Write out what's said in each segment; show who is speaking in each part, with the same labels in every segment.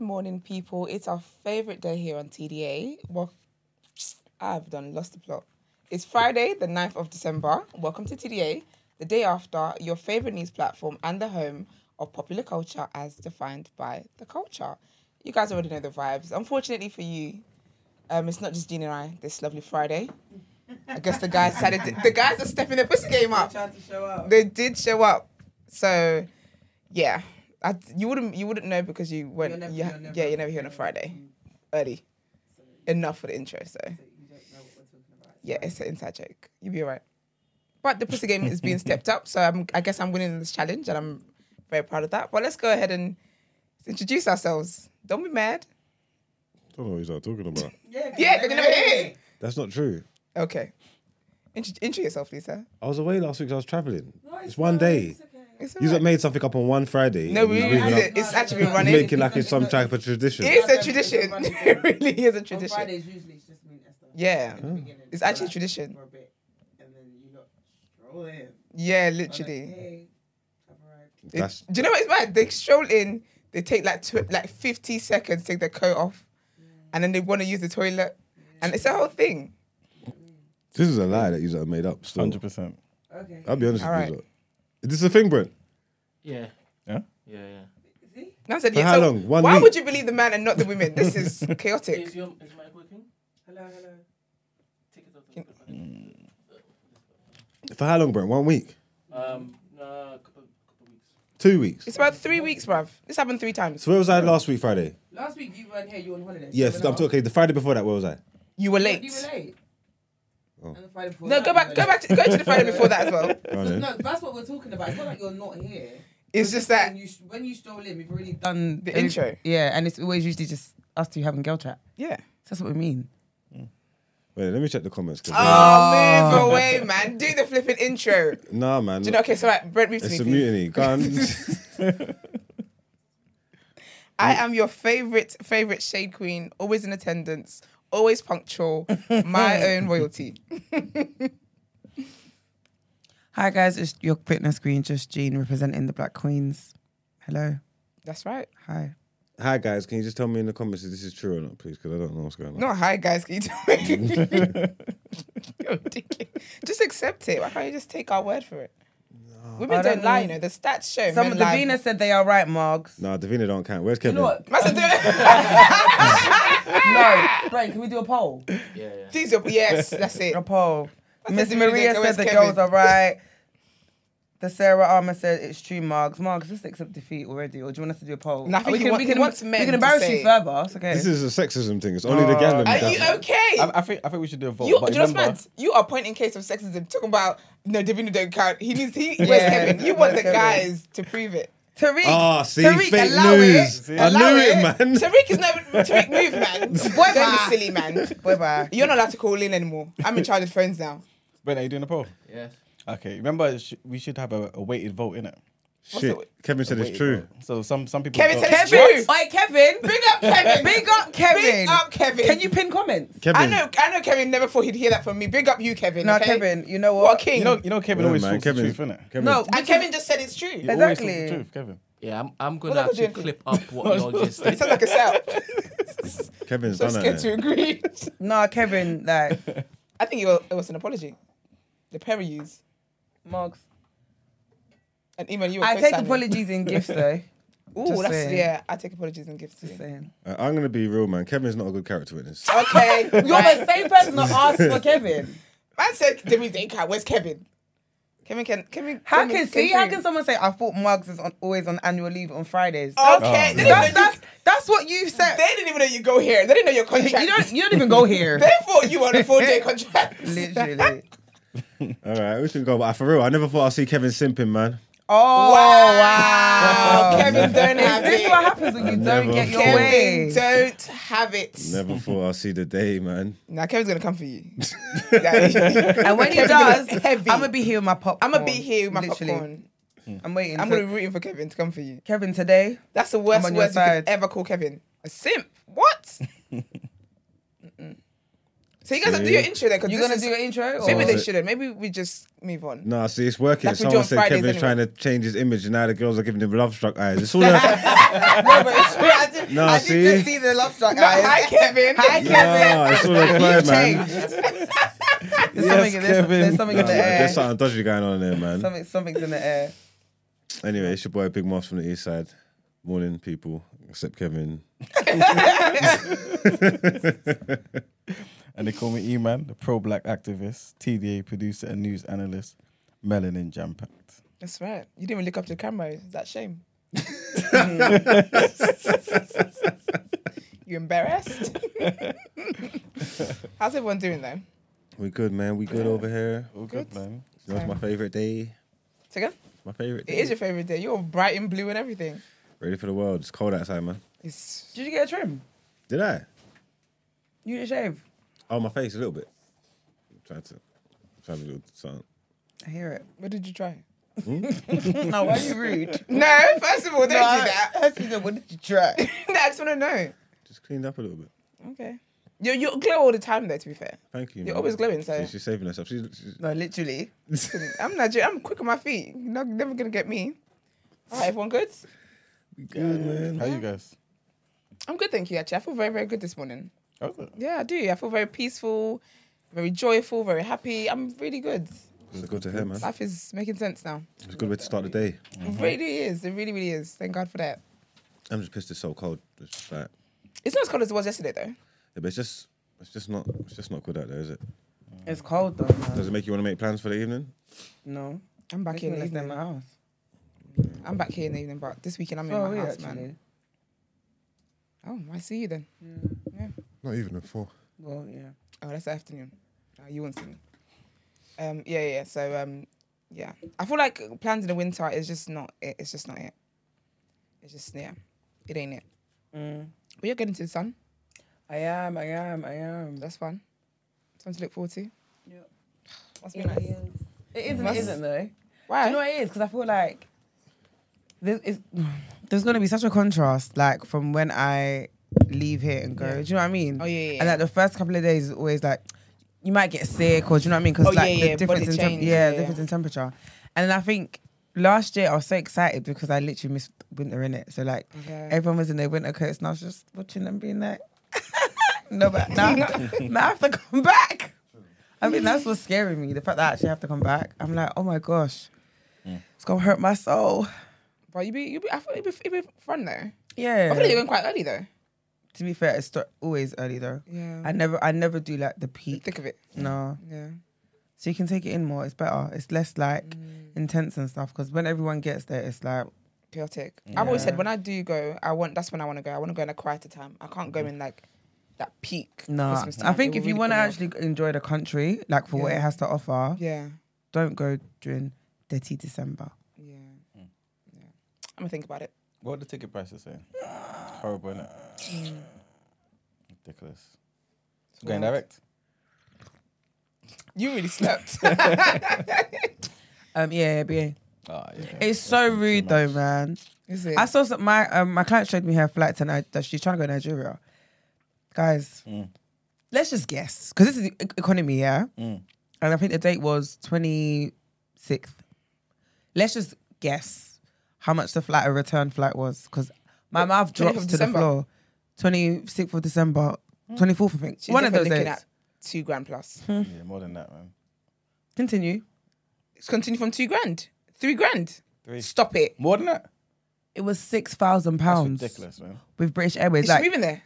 Speaker 1: morning, people. It's our favorite day here on TDA. Well, I've done lost the plot. It's Friday, the 9th of December. Welcome to TDA, the day after your favorite news platform and the home of popular culture as defined by the culture. You guys already know the vibes. Unfortunately for you, um, it's not just Gene and I this lovely Friday. I guess the guys decided to- the guys are stepping their pussy game up
Speaker 2: Tried to show up.
Speaker 1: they did show up. So, yeah, I, you wouldn't you wouldn't know because you went.
Speaker 2: You're never-
Speaker 1: you-
Speaker 2: you're never- Mm.
Speaker 1: yeah, you're never here on a Friday, early. Enough for the intro. So
Speaker 2: So you don't know what we're talking about.
Speaker 1: yeah, it's an inside joke. You'll be alright. But the pussy game is being stepped up, so I'm, I guess I'm winning this challenge, and I'm very proud of that. But let's go ahead and introduce ourselves. Don't be mad.
Speaker 3: don't know what he's not talking about.
Speaker 2: Yeah,
Speaker 1: Yeah, because you never hear. it.
Speaker 3: That's not true.
Speaker 1: Okay. Intro, intro yourself, Lisa.
Speaker 3: I was away last week. I was traveling.
Speaker 2: No,
Speaker 3: it's one day.
Speaker 2: It's okay.
Speaker 1: It's
Speaker 3: You
Speaker 1: alright.
Speaker 3: have made something up on one Friday.
Speaker 1: No,
Speaker 3: and
Speaker 1: we
Speaker 3: you're
Speaker 1: really
Speaker 3: bringing
Speaker 1: did
Speaker 3: it
Speaker 1: it. It's actually been
Speaker 3: up-
Speaker 1: running.
Speaker 3: Making like it's
Speaker 2: It's
Speaker 3: some
Speaker 2: not-
Speaker 3: type of tradition.
Speaker 1: It is a
Speaker 2: It's a
Speaker 1: tradition.
Speaker 2: running
Speaker 1: It really is a
Speaker 2: On
Speaker 1: tradition.
Speaker 2: Fridays usually it's just me and Esther.
Speaker 1: Yeah. Mm-hmm.
Speaker 2: In the beginning.
Speaker 1: It's actually
Speaker 2: For like-
Speaker 1: tradition.
Speaker 2: For a bit, and then you got stroll in.
Speaker 1: Yeah,
Speaker 2: I'm
Speaker 1: literally.
Speaker 2: Like, hey, I've arrived.
Speaker 1: It-
Speaker 3: That's
Speaker 1: do you know what's bad? They stroll in, they take like tw- like 50 seconds to take their coat off, and then they want to use the toilet, and it's a whole thing.
Speaker 3: this is a lie that you have made up. Still,
Speaker 4: Hundred percent.
Speaker 2: Okay.
Speaker 1: Oh.
Speaker 3: I'll be honest
Speaker 1: All
Speaker 3: with
Speaker 1: right.
Speaker 3: you. Is this a thing, bro?
Speaker 5: Yeah.
Speaker 4: Yeah?
Speaker 5: Yeah, yeah.
Speaker 2: See?
Speaker 1: And I said,
Speaker 3: For
Speaker 1: yeah, so
Speaker 3: how long? One
Speaker 1: why
Speaker 3: week?
Speaker 1: would you believe the man and not the women? This is chaotic.
Speaker 5: Is your is Mike working?
Speaker 2: Hello, hello.
Speaker 5: Take it off the
Speaker 3: For how long, bro? One week,
Speaker 5: Um, no, couple couple weeks.
Speaker 3: two weeks.
Speaker 1: It's about three weeks, bruv. This happened three times.
Speaker 3: So where was I last week, Friday?
Speaker 2: Last week you weren't here. You were on holiday.
Speaker 3: Yes,
Speaker 2: You
Speaker 3: I'm
Speaker 2: were not.
Speaker 3: talking. Okay, the Friday before that, where was I?
Speaker 1: You were
Speaker 2: You
Speaker 1: late.
Speaker 2: were late.
Speaker 3: Oh.
Speaker 2: And the Friday before
Speaker 1: No,
Speaker 2: that,
Speaker 1: go
Speaker 2: you
Speaker 1: back,
Speaker 2: were
Speaker 1: go
Speaker 2: late.
Speaker 1: back, to, go to the Friday before that as well.
Speaker 3: Go on then.
Speaker 2: No, that's what we're talking about. It's not like you're not here.
Speaker 1: It's just that
Speaker 2: when you, when you stroll in, we've already done
Speaker 1: The intro.
Speaker 2: Yeah, and it's always usually just us two having girl chat.
Speaker 1: yeah.
Speaker 2: So that's what we mean.
Speaker 3: Wait, let me check the comments. 'cause-
Speaker 1: Oh,
Speaker 3: Ah.
Speaker 1: move away, man. Do the flipping intro. Do
Speaker 3: Nah, man.
Speaker 1: you know? Okay, so right, Brent, move to me.
Speaker 3: it's a
Speaker 1: please.
Speaker 3: mutiny. Gun.
Speaker 1: I am your favorite, favorite shade queen, always in attendance, always punctual, my own royalty.
Speaker 2: Hi guys, it's your fitness queen, just Jean, representing the Black Queens. Hello,
Speaker 1: That's right.
Speaker 2: hi.
Speaker 3: Hi guys, can you just tell me in the comments if this is true or not, please? Because I don't know what's going on.
Speaker 1: No, hi guys, can you tell me? You're ridiculous. Just accept it. Why can't you just take our word for it? Women
Speaker 2: I
Speaker 1: don't,
Speaker 2: don't
Speaker 1: lie,
Speaker 2: know.
Speaker 1: you know. The stats show.
Speaker 2: Some
Speaker 1: men
Speaker 2: of the
Speaker 1: lie.
Speaker 2: Venus said they are right, Margs.
Speaker 3: Nah, Davina don't count. Where's Kevin?
Speaker 1: Must have done-
Speaker 2: no, Brian, can we do a poll?
Speaker 5: Yeah, yeah.
Speaker 1: Please, you're- yes, that's it.
Speaker 2: A poll.
Speaker 1: I said
Speaker 2: Miss
Speaker 1: to you,
Speaker 2: Maria
Speaker 1: there goes
Speaker 2: said the
Speaker 1: Kevin.
Speaker 2: girls are right. The Sarah Armour said it's true, Margs. Margs, just accept defeat already, or do you want us to do a poll?
Speaker 1: No, I think
Speaker 2: we
Speaker 1: he
Speaker 2: can,
Speaker 1: wa-
Speaker 2: we
Speaker 1: he
Speaker 2: can,
Speaker 1: wants
Speaker 2: we
Speaker 1: men
Speaker 2: can
Speaker 1: to
Speaker 2: embarrass
Speaker 1: say-
Speaker 2: you further. It's okay.
Speaker 3: This is a sexism thing. It's only the gang
Speaker 1: Are
Speaker 3: members.
Speaker 1: you
Speaker 3: that's-
Speaker 1: okay?
Speaker 4: I, I think I think we should do a vote.
Speaker 1: you,
Speaker 4: but
Speaker 1: do you know what's
Speaker 4: remember-
Speaker 1: mad? You are pointing case of sexism. Talking about no, Davina don't count. He needs. He, where's
Speaker 2: Yeah,
Speaker 1: Kevin? You want the
Speaker 2: where's Kevin?
Speaker 1: guys to prove it.
Speaker 2: Tariq,
Speaker 3: Ah, see,
Speaker 2: Tariq,
Speaker 3: fake
Speaker 2: allow
Speaker 3: news.
Speaker 2: it.
Speaker 3: I
Speaker 1: Allow
Speaker 3: knew it, man.
Speaker 1: Tariq is never Tariq move, man. Boy, don't be silly, man.
Speaker 2: Bye bye.
Speaker 1: You're not allowed to call in anymore. I'm in charge of phones now.
Speaker 4: Wait, are you doing a poll?
Speaker 5: Yes.
Speaker 4: Okay. Remember, it sh- we should have a, a weighted vote in it.
Speaker 3: Shit,
Speaker 1: What's
Speaker 3: Kevin said it's true.
Speaker 4: So some some people.
Speaker 1: Kevin
Speaker 4: vote-
Speaker 1: said it's true.
Speaker 2: Oi, Kevin.
Speaker 1: Big up Kevin.
Speaker 2: Big up, Kevin.
Speaker 1: Big up Kevin.
Speaker 2: Can you pin comments?
Speaker 3: Kevin,
Speaker 1: I know. I know Kevin never thought he'd hear that from me. Big up you, Kevin.
Speaker 2: No,
Speaker 1: okay?
Speaker 2: Kevin, you know what?
Speaker 1: What a king.
Speaker 4: You know, you know, Kevin
Speaker 3: Yeah,
Speaker 4: always
Speaker 3: man,
Speaker 4: talks the
Speaker 3: Kevin's-
Speaker 4: truth, innot?
Speaker 3: Kevin.
Speaker 2: No,
Speaker 1: and Kevin just said it's true.
Speaker 4: He
Speaker 1: It
Speaker 4: always
Speaker 2: exactly.
Speaker 4: talks the truth, Kevin.
Speaker 5: Yeah, I'm I'm
Speaker 1: Well,
Speaker 5: gonna
Speaker 1: I could do anything.
Speaker 5: actually clip up what y'all just did.
Speaker 1: sounds like a sell.
Speaker 3: Kevin's
Speaker 1: so
Speaker 3: done
Speaker 1: scared
Speaker 3: that.
Speaker 1: to
Speaker 3: there.
Speaker 1: agree.
Speaker 2: Nah, Kevin, like,
Speaker 1: I think it was, it was an apology. The pair of yous.
Speaker 2: Marks.
Speaker 1: An email you. were
Speaker 2: I take
Speaker 1: co-signing.
Speaker 2: apologies in gifts, though.
Speaker 1: Ooh,
Speaker 2: Just
Speaker 1: that's
Speaker 2: saying.
Speaker 1: yeah. I take apologies and gifts.
Speaker 2: Just
Speaker 1: too.
Speaker 2: saying.
Speaker 3: Uh, I'm gonna be real, man. Kevin's not a good character witness.
Speaker 1: Okay. You're
Speaker 2: You're
Speaker 1: the
Speaker 2: the same person that asked for Kevin.
Speaker 1: Man said, Demi Daycat, where's Kevin? Kevin can, Kevin.
Speaker 2: How
Speaker 1: Kevin
Speaker 2: can see? How
Speaker 1: prove.
Speaker 2: can someone say I thought Marks is on, always on annual leave on Fridays?
Speaker 1: Oh, Okay, they,
Speaker 2: That's,
Speaker 1: didn't know
Speaker 2: that's, that's what you
Speaker 1: you,
Speaker 2: said.
Speaker 1: they didn't even know you go here. They didn't know your
Speaker 2: You
Speaker 1: contract.
Speaker 2: don't. You don't even go here.
Speaker 1: they thought you were on a four day contract.
Speaker 2: Literally.
Speaker 3: All right, we should go. But for real, I never thought I'd see Kevin simping, man.
Speaker 2: Oh wow!
Speaker 1: Wow. Kevin don't have
Speaker 2: Is this
Speaker 1: it.
Speaker 2: what happens when you don't
Speaker 3: never-
Speaker 2: get your
Speaker 1: Kevin
Speaker 2: way?
Speaker 1: don't have it.
Speaker 3: Never thought I'd see the day, man.
Speaker 1: Now Kevin's gonna come for you. I'm
Speaker 2: And when he
Speaker 1: Kevin's gonna
Speaker 2: does,
Speaker 1: be heavy.
Speaker 2: I'm gonna be here with my popcorn.
Speaker 1: gonna be here with my popcorn.
Speaker 2: I'm waiting.
Speaker 1: I'm
Speaker 2: for-
Speaker 1: gonna be rooting for Kevin to come for you.
Speaker 2: Kevin today.
Speaker 1: That's the worst
Speaker 2: I'm on your
Speaker 1: words you could
Speaker 2: side.
Speaker 1: ever call Kevin. A simp. What? Mm-mm. So you guys have to do your intro then, because
Speaker 2: You gonna do your intro?
Speaker 1: Oh. Maybe
Speaker 2: or-
Speaker 1: they shouldn't. Maybe we just move on.
Speaker 3: No, see, it's working.
Speaker 1: Like we do
Speaker 3: Someone
Speaker 1: on
Speaker 3: said
Speaker 1: Fridays
Speaker 3: Kevin's
Speaker 1: anyway.
Speaker 3: trying to change his image, and now the girls are giving him love struck eyes. It's all a,
Speaker 2: No, but it's true. I did,
Speaker 3: No,
Speaker 2: I did
Speaker 3: see?
Speaker 2: just see the love struck.
Speaker 1: No, hi
Speaker 2: eyes.
Speaker 1: Kevin.
Speaker 2: Hi, Kevin.
Speaker 3: no, it's all a play, man.
Speaker 2: Changed. There's something, in- there's,
Speaker 4: Kevin.
Speaker 2: there's something
Speaker 3: Nah,
Speaker 2: in the
Speaker 3: man,
Speaker 2: air.
Speaker 3: There's something dodgy going on there, man.
Speaker 2: Something, something's in the air.
Speaker 3: Anyway, it's your boy Big Moss from the East Side. Morning, people, except Kevin.
Speaker 4: And they call me E Man, the pro black activist, TDA producer, and news analyst, melanin jam packed.
Speaker 1: That's right. You didn't even look up to the camera. Is that shame? you embarrassed? How's everyone doing though?
Speaker 3: We good, man. We good over here.
Speaker 4: All good, man.
Speaker 3: You know, it's my favorite day.
Speaker 1: Say again?
Speaker 3: My favorite. Day.
Speaker 1: It is your favorite day. You're all bright and blue and everything.
Speaker 3: Ready for the world. It's cold outside, man.
Speaker 1: It's
Speaker 2: Did you get a trim?
Speaker 3: Did I?
Speaker 2: You didn't shave.
Speaker 3: Oh, my face a little bit. I'm trying to, I'm trying to do something.
Speaker 2: I hear it.
Speaker 1: what did you try?
Speaker 2: No, why are you rude?
Speaker 1: No, first of all, don't
Speaker 2: No, I-
Speaker 1: do that.
Speaker 2: I actually said, what did you try?
Speaker 1: no, I just want to know.
Speaker 3: Just cleaned up a little bit.
Speaker 1: Okay. You you glow all the time though. To be fair,
Speaker 3: Thank you.
Speaker 1: You're
Speaker 3: man.
Speaker 1: always glowing, so-
Speaker 3: She- she's saving herself. She's, she's
Speaker 2: No, literally.
Speaker 1: I'm Nigerian. I'm quick on my feet. You're not, never gonna get me. All right, everyone good?
Speaker 3: good, man.
Speaker 4: How you guys?
Speaker 1: I'm good, thank you. Actually, I feel very very good this morning.
Speaker 4: How's it?
Speaker 1: Yeah, I do. I feel very peaceful, very joyful, very happy. I'm really good.
Speaker 3: It's good to hear, man.
Speaker 1: Life is making sense now.
Speaker 3: It's a good way to start the day.
Speaker 2: Mm-hmm.
Speaker 1: It really is. It really really is. Thank God for that.
Speaker 3: I'm just pissed. It's so cold. It's just like,
Speaker 1: It's not as cold as it was yesterday though.
Speaker 3: yeah, but it's just, it's just not, it's just not good out there, is it?
Speaker 2: It's cold though. man.
Speaker 3: Does it make you want to make plans for the evening?
Speaker 2: No.
Speaker 1: I'm back here
Speaker 2: Making
Speaker 1: in the
Speaker 2: less than
Speaker 1: evening.
Speaker 2: my house.
Speaker 1: I'm back here in the evening, but this weekend I'm in
Speaker 2: Oh,
Speaker 1: my
Speaker 2: yeah,
Speaker 1: house, man.
Speaker 2: actually.
Speaker 1: Oh, I see you then.
Speaker 3: Not even at four.
Speaker 2: Well, yeah.
Speaker 1: Oh, that's the afternoon. Oh, you won't see me. Um, yeah, yeah. So, um, yeah, I feel like plans in the winter is just not it. It's just not it. It's just yeah, it ain't it.
Speaker 2: Mm.
Speaker 1: But you're getting to the sun.
Speaker 2: I am, I am, I am.
Speaker 1: That's fun. Something to look forward to.
Speaker 2: Yeah.
Speaker 1: Must be nice.
Speaker 2: It is and it
Speaker 1: Must-
Speaker 2: isn't though.
Speaker 1: Why?
Speaker 2: Do you know what it is? Because I feel like there's, it's, there's going to be such a contrast, like from when I leave here and go. Do you know what I mean?
Speaker 1: Oh, yeah, yeah,
Speaker 2: And
Speaker 1: yeah.
Speaker 2: like the first couple of days is always like you might get sick, or do you know what I mean? Because
Speaker 1: Oh, yeah,
Speaker 2: like
Speaker 1: yeah,
Speaker 2: the
Speaker 1: body
Speaker 2: difference in
Speaker 1: change,
Speaker 2: yeah,
Speaker 1: yeah, yeah.
Speaker 2: difference in temperature. And then I think last year I was so excited because I literally missed winter in it. So like
Speaker 1: Okay.
Speaker 2: everyone was in their winter coats, and I was just watching them being like, no, but now, now I have to come back. I mean, that's what's scaring me. The fact that I actually have to come back. I'm like, oh my gosh, it's gonna hurt my soul.
Speaker 1: But you be you be. I thought it'd be, it'd be fun though. I
Speaker 2: Yeah.
Speaker 1: feel like you're going quite early though.
Speaker 2: to be fair, it's st- always early though.
Speaker 1: Yeah.
Speaker 2: I never, I never do like the peak.
Speaker 1: Think of it.
Speaker 2: no,
Speaker 1: Yeah.
Speaker 2: so you can take it in more. It's better. It's less like
Speaker 1: Mm.
Speaker 2: intense and stuff. Because when everyone gets there, it's like
Speaker 1: chaotic. I've always said when I do go, I want that's when I want to go. I want to go in a quieter time. I can't go in like that peak.
Speaker 2: no.
Speaker 1: Christmas time.
Speaker 2: I
Speaker 1: It
Speaker 2: think
Speaker 1: will
Speaker 2: if you
Speaker 1: really
Speaker 2: want to
Speaker 1: put me off.
Speaker 2: actually enjoy the country, like for what
Speaker 1: Yeah.
Speaker 2: it has to offer,
Speaker 1: yeah,
Speaker 2: don't go during dirty December.
Speaker 1: yeah, yeah. I'm gonna think about it.
Speaker 4: What are the ticket prices saying? It's horrible, innit?
Speaker 2: Mm.
Speaker 4: Ridiculous. Going
Speaker 1: wild.
Speaker 4: direct?
Speaker 1: You really slept.
Speaker 2: Um, yeah, yeah, but yeah.
Speaker 4: Ah, yeah.
Speaker 2: It's so rude though, man.
Speaker 1: Is it?
Speaker 2: I saw some, my um, my client showed me her flight tonight that she's trying to go to Nigeria. Guys,
Speaker 4: Mm.
Speaker 2: let's just guess because this is the e- economy, yeah.
Speaker 4: Mm.
Speaker 2: And I think the date was twenty sixth. Let's just guess how much the flight a return flight was because my mouth
Speaker 1: 20th of
Speaker 2: drops to
Speaker 1: December? Mm.
Speaker 2: the floor. Twenty sixth of December, twenty fourth, I think.
Speaker 1: She's
Speaker 2: One of those
Speaker 1: definitely
Speaker 2: days.
Speaker 1: looking at two grand plus.
Speaker 4: Yeah, more than that, man.
Speaker 2: Continue.
Speaker 1: It's continue from two grand, three grand.
Speaker 4: Three.
Speaker 1: Stop it.
Speaker 4: More than that?
Speaker 2: It was six thousand
Speaker 4: That's
Speaker 2: pounds
Speaker 4: ridiculous, man.
Speaker 2: with British Airways.
Speaker 1: Is
Speaker 2: like,
Speaker 1: she moving there?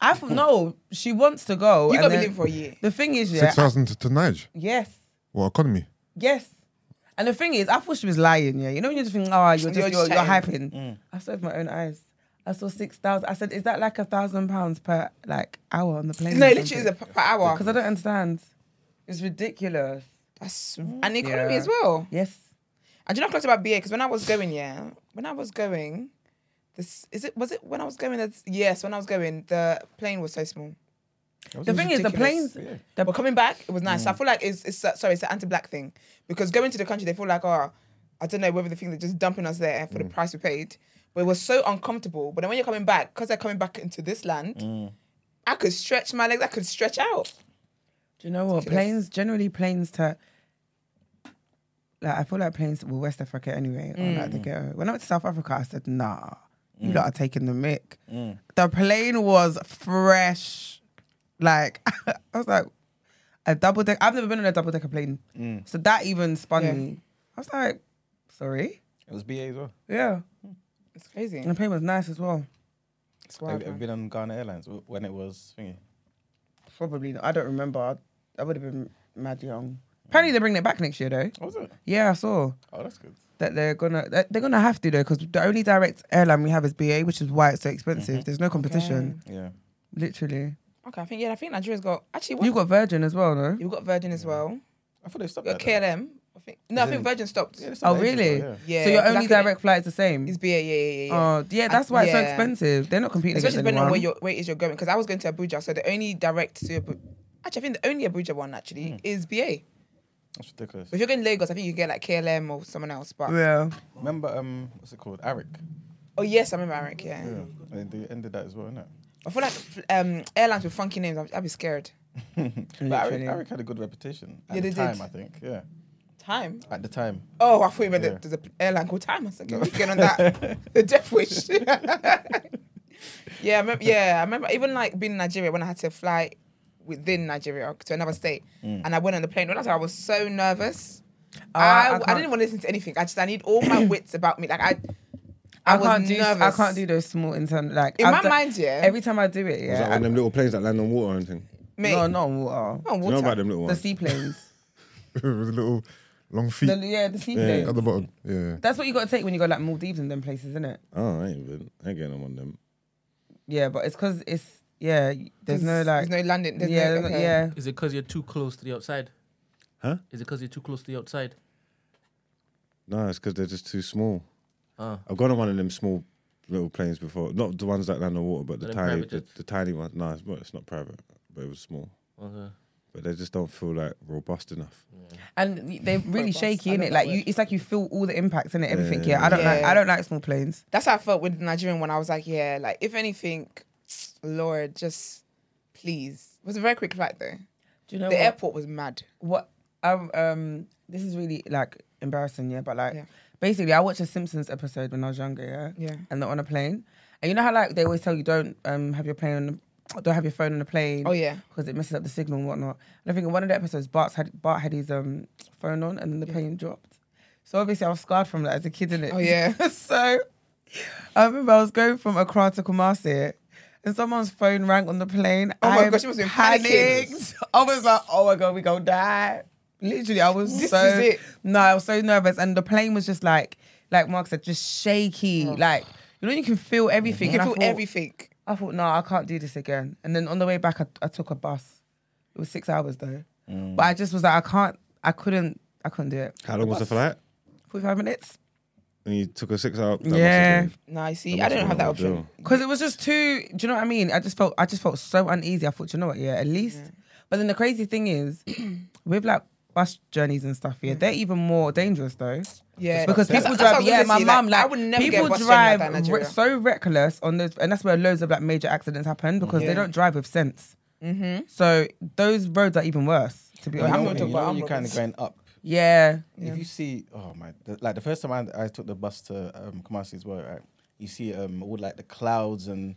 Speaker 2: I thought no, she wants to go.
Speaker 1: You
Speaker 2: and
Speaker 1: gotta be
Speaker 2: then-
Speaker 1: living for a year.
Speaker 2: The thing is, yeah,
Speaker 6: Six thousand to, to Nige.
Speaker 2: yes,
Speaker 6: What economy?
Speaker 2: yes. And the thing is, I thought she was lying. Yeah, you know when you just think, oh, you're just
Speaker 1: You're
Speaker 2: you're, you're,
Speaker 1: chatting. Mm.
Speaker 2: hyping. I saw it with my own eyes. I saw six thousand. I said, is that like a thousand pounds per like hour on the plane?
Speaker 1: No, it literally is a p- per hour.
Speaker 2: because I don't understand. It's ridiculous.
Speaker 1: That's an economy
Speaker 2: Yeah.
Speaker 1: as well.
Speaker 2: Yes.
Speaker 1: And do you know what about BA? Because when I was going, yeah, when I was going, this is it. Was it when I was going? That's, yes, when I was going, the plane was so small.
Speaker 2: The thing is, the
Speaker 1: ridiculous.
Speaker 2: planes. The, Mm.
Speaker 1: But coming back, it was nice. I feel like it's, it's uh, sorry, it's an anti-black thing because going to the country, they feel like, oh, I don't know whether the thing they're just dumping us there for the
Speaker 2: Mm.
Speaker 1: price we paid. But it was so uncomfortable. But then when you're coming
Speaker 2: Mm.
Speaker 1: back, because they're coming back into this land, I could stretch my legs. I could stretch out.
Speaker 2: Do you know what? Planes, generally planes to, like, I feel like planes were West Africa anyway, or like the ghetto. When I went to South Africa, I said, nah, you lot are taking the mic. The plane was fresh. Like, I was like, a double deck. I've never been on a double decker plane. So that even spun
Speaker 1: Yeah.
Speaker 2: me. I was like, sorry?
Speaker 4: It was BA as well.
Speaker 2: Yeah.
Speaker 1: It's crazy.
Speaker 2: And the plane was nice as well.
Speaker 1: It's
Speaker 4: Have
Speaker 1: wild,
Speaker 4: have you
Speaker 1: man.
Speaker 4: been on Ghana Airlines w- when it was thingy?
Speaker 2: Probably not. I don't remember. I- I would have been mad young. Apparently they're bringing it back next year though.
Speaker 4: Oh, was it?
Speaker 2: Yeah, I saw
Speaker 4: Oh, that's good.
Speaker 2: that they're gonna that they're gonna have to though because the only direct airline we have is BA, which is why it's so expensive. There's no competition,
Speaker 4: Yeah.
Speaker 2: literally.
Speaker 1: Okay, I think yeah, I think Nigeria's got actually what
Speaker 2: You got Virgin as well, no?
Speaker 1: you've got Virgin as well.
Speaker 4: I thought they stopped
Speaker 1: You got
Speaker 4: that. though.
Speaker 1: KLM. I think no, I think Virgin stopped.
Speaker 4: Yeah, they
Speaker 1: Yeah,
Speaker 4: stopped
Speaker 2: Oh,
Speaker 4: that ages
Speaker 2: really?
Speaker 4: ago, yeah.
Speaker 2: so your
Speaker 1: 'cause I
Speaker 2: only
Speaker 1: couldn't-
Speaker 2: direct flight is the same.
Speaker 1: is BA. Yeah, yeah, yeah. yeah.
Speaker 2: Oh, yeah, that's why it's so
Speaker 1: Yeah.
Speaker 2: expensive. They're not competing
Speaker 1: Especially
Speaker 2: against
Speaker 1: depending on
Speaker 2: anyone.
Speaker 1: where your where it is you're going. Because I was going to Abuja, so the only direct to Abu- actually I think the only Abuja one actually is BA.
Speaker 4: That's ridiculous.
Speaker 1: But if you're going to Lagos, I think you can get like KLM or someone else. But
Speaker 2: yeah,
Speaker 4: Remember, um, what's it called? Arik.
Speaker 1: oh yes, I remember Eric. Yeah.
Speaker 4: Yeah. They, they ended that as well, innit?
Speaker 1: I feel like f- um, airlines with funky names, I'd, I'd be scared.
Speaker 4: But Arik,
Speaker 2: Literally.
Speaker 4: Arik had a good reputation at
Speaker 1: Yeah,
Speaker 4: the
Speaker 1: they did.
Speaker 4: time, I think. Yeah.
Speaker 1: Time.
Speaker 4: At the time.
Speaker 1: Oh, I thought you meant
Speaker 4: Yeah.
Speaker 1: that there's an airline called Time. I was like, we get on that. the Death Wish. yeah, I remember, yeah, I remember even like being in Nigeria when I had to fly within Nigeria to another state,
Speaker 3: Mm.
Speaker 1: and I went on the plane. When I was, I was so nervous.
Speaker 2: Oh, I- I
Speaker 1: I, I,
Speaker 2: can't-
Speaker 1: didn't want to listen to anything. I just I need all my wits about me. Like I, I,
Speaker 2: I,
Speaker 1: was
Speaker 2: can't do.
Speaker 1: nervous.
Speaker 2: I can't do those small intern like
Speaker 1: In
Speaker 2: I've
Speaker 1: my
Speaker 2: done-
Speaker 1: mind, yeah.
Speaker 2: Every time I do it,
Speaker 3: Is that
Speaker 2: yeah.
Speaker 3: one of them little planes that land on water or anything?
Speaker 1: Mate,
Speaker 2: no, not on water.
Speaker 1: not
Speaker 3: Do you know
Speaker 1: water.
Speaker 3: about them little
Speaker 2: The
Speaker 3: ones?
Speaker 2: seaplanes.
Speaker 6: With a little long feet
Speaker 2: the, yeah, the seaplanes.
Speaker 3: Yeah.
Speaker 6: at the bottom. Yeah.
Speaker 2: That's what you got to take when you go like Maldives and them places, isn't it?
Speaker 3: Oh, I ain't been. I ain't getting on one of them.
Speaker 2: Yeah, but it's because it's yeah. There's no like
Speaker 1: there's no landing. There's
Speaker 2: yeah,
Speaker 1: no,
Speaker 2: there's no-
Speaker 1: okay.
Speaker 2: yeah.
Speaker 5: Is it because you're too close to the outside?
Speaker 3: Huh?
Speaker 5: Is it because you're too close to the outside?
Speaker 3: No, it's because they're just too small.
Speaker 5: Ah.
Speaker 3: I've gone on one of them small little planes before. Not the ones that land on water, but the
Speaker 5: Them
Speaker 3: tiny,
Speaker 5: private
Speaker 3: the,
Speaker 5: jets.
Speaker 3: the tiny ones. No, it's, well, it's not private, but it was small.
Speaker 5: Okay.
Speaker 3: But they just don't feel like robust enough.
Speaker 5: Mm.
Speaker 2: and they're really
Speaker 1: Robust.
Speaker 2: shaky
Speaker 1: I
Speaker 2: in
Speaker 1: love
Speaker 2: it.
Speaker 1: that
Speaker 2: Like you,
Speaker 1: word.
Speaker 2: it's like you feel all the impacts in it. Everything. Yeah, I don't
Speaker 1: Yeah.
Speaker 2: like. I don't like small planes.
Speaker 1: That's how I felt with the Nigerian one. I was like, yeah, like if anything, Lord, just please. It was a very quick flight though.
Speaker 2: Do you know
Speaker 1: The airport was mad.
Speaker 2: what um, um this is really like embarrassing yeah but like
Speaker 1: Yeah.
Speaker 2: basically i watched a simpsons episode when i was younger yeah
Speaker 1: Yeah.
Speaker 2: and they're on a plane and you know how like they always tell you don't um have your plane on the, don't have your phone on the plane
Speaker 1: Oh, yeah.
Speaker 2: because it messes up the signal and whatnot and i think in one of the episodes bart's had bart had his um phone on and then the plane dropped so obviously i was scarred from that as a kid in it
Speaker 1: Oh, yeah.
Speaker 2: so i remember i was going from accra to kumasi and someone's phone rang on the plane.
Speaker 1: Oh my
Speaker 2: I
Speaker 1: gosh, you must have been panicking.
Speaker 2: I was like, oh my god, we gonna die. Literally, I was
Speaker 1: This
Speaker 2: so
Speaker 1: is it.
Speaker 2: no, I was so nervous, and the plane was just like, like Mark said, just shaky. Like you know, you can feel everything.
Speaker 1: Oh. You
Speaker 2: and
Speaker 1: feel
Speaker 2: I thought,
Speaker 1: everything.
Speaker 2: I thought, no, I can't do this again. And then on the way back, I, I took a bus. It was six hours though,
Speaker 1: Mm.
Speaker 2: but I just was like, I can't, I couldn't, I couldn't do it.
Speaker 3: How long was the flight?
Speaker 2: Forty-five minutes.
Speaker 3: And you took a six hour. that must have
Speaker 2: Yeah.
Speaker 3: been-
Speaker 1: Nah, you see,
Speaker 3: that
Speaker 1: I
Speaker 3: must
Speaker 1: don't have
Speaker 3: been
Speaker 1: that
Speaker 3: a
Speaker 1: option.
Speaker 3: deal.
Speaker 2: Because it was just too. Do you know what I mean? I just felt. I just felt so uneasy. I thought, "Do you know what? Yeah, at least. But then the crazy thing is, with like bus journeys and stuff, yeah, they're even more dangerous though.
Speaker 1: Yeah,
Speaker 2: Because
Speaker 1: That's-
Speaker 2: people
Speaker 1: that's what I
Speaker 2: drive.
Speaker 1: was
Speaker 2: Yeah,
Speaker 1: gonna
Speaker 2: my
Speaker 1: say,
Speaker 2: mum. Like,
Speaker 1: I would never
Speaker 2: people
Speaker 1: get a bus
Speaker 2: drive
Speaker 1: drive like that in
Speaker 2: re-
Speaker 1: Nigeria.
Speaker 2: so reckless on those, and that's where loads of like major accidents happen because they
Speaker 1: Yeah.
Speaker 2: don't drive with sense. Mm-hmm. So those roads are even worse. To be
Speaker 4: You
Speaker 2: honest,
Speaker 4: know,
Speaker 1: gonna
Speaker 4: you
Speaker 1: talk
Speaker 4: know
Speaker 1: about
Speaker 4: when you're kind of
Speaker 1: Amrobics.
Speaker 4: going up.
Speaker 2: yeah.
Speaker 4: If you see, oh my, the, like the first time I, I took the bus to um, Kumasi as well, right? You see um, all like the clouds and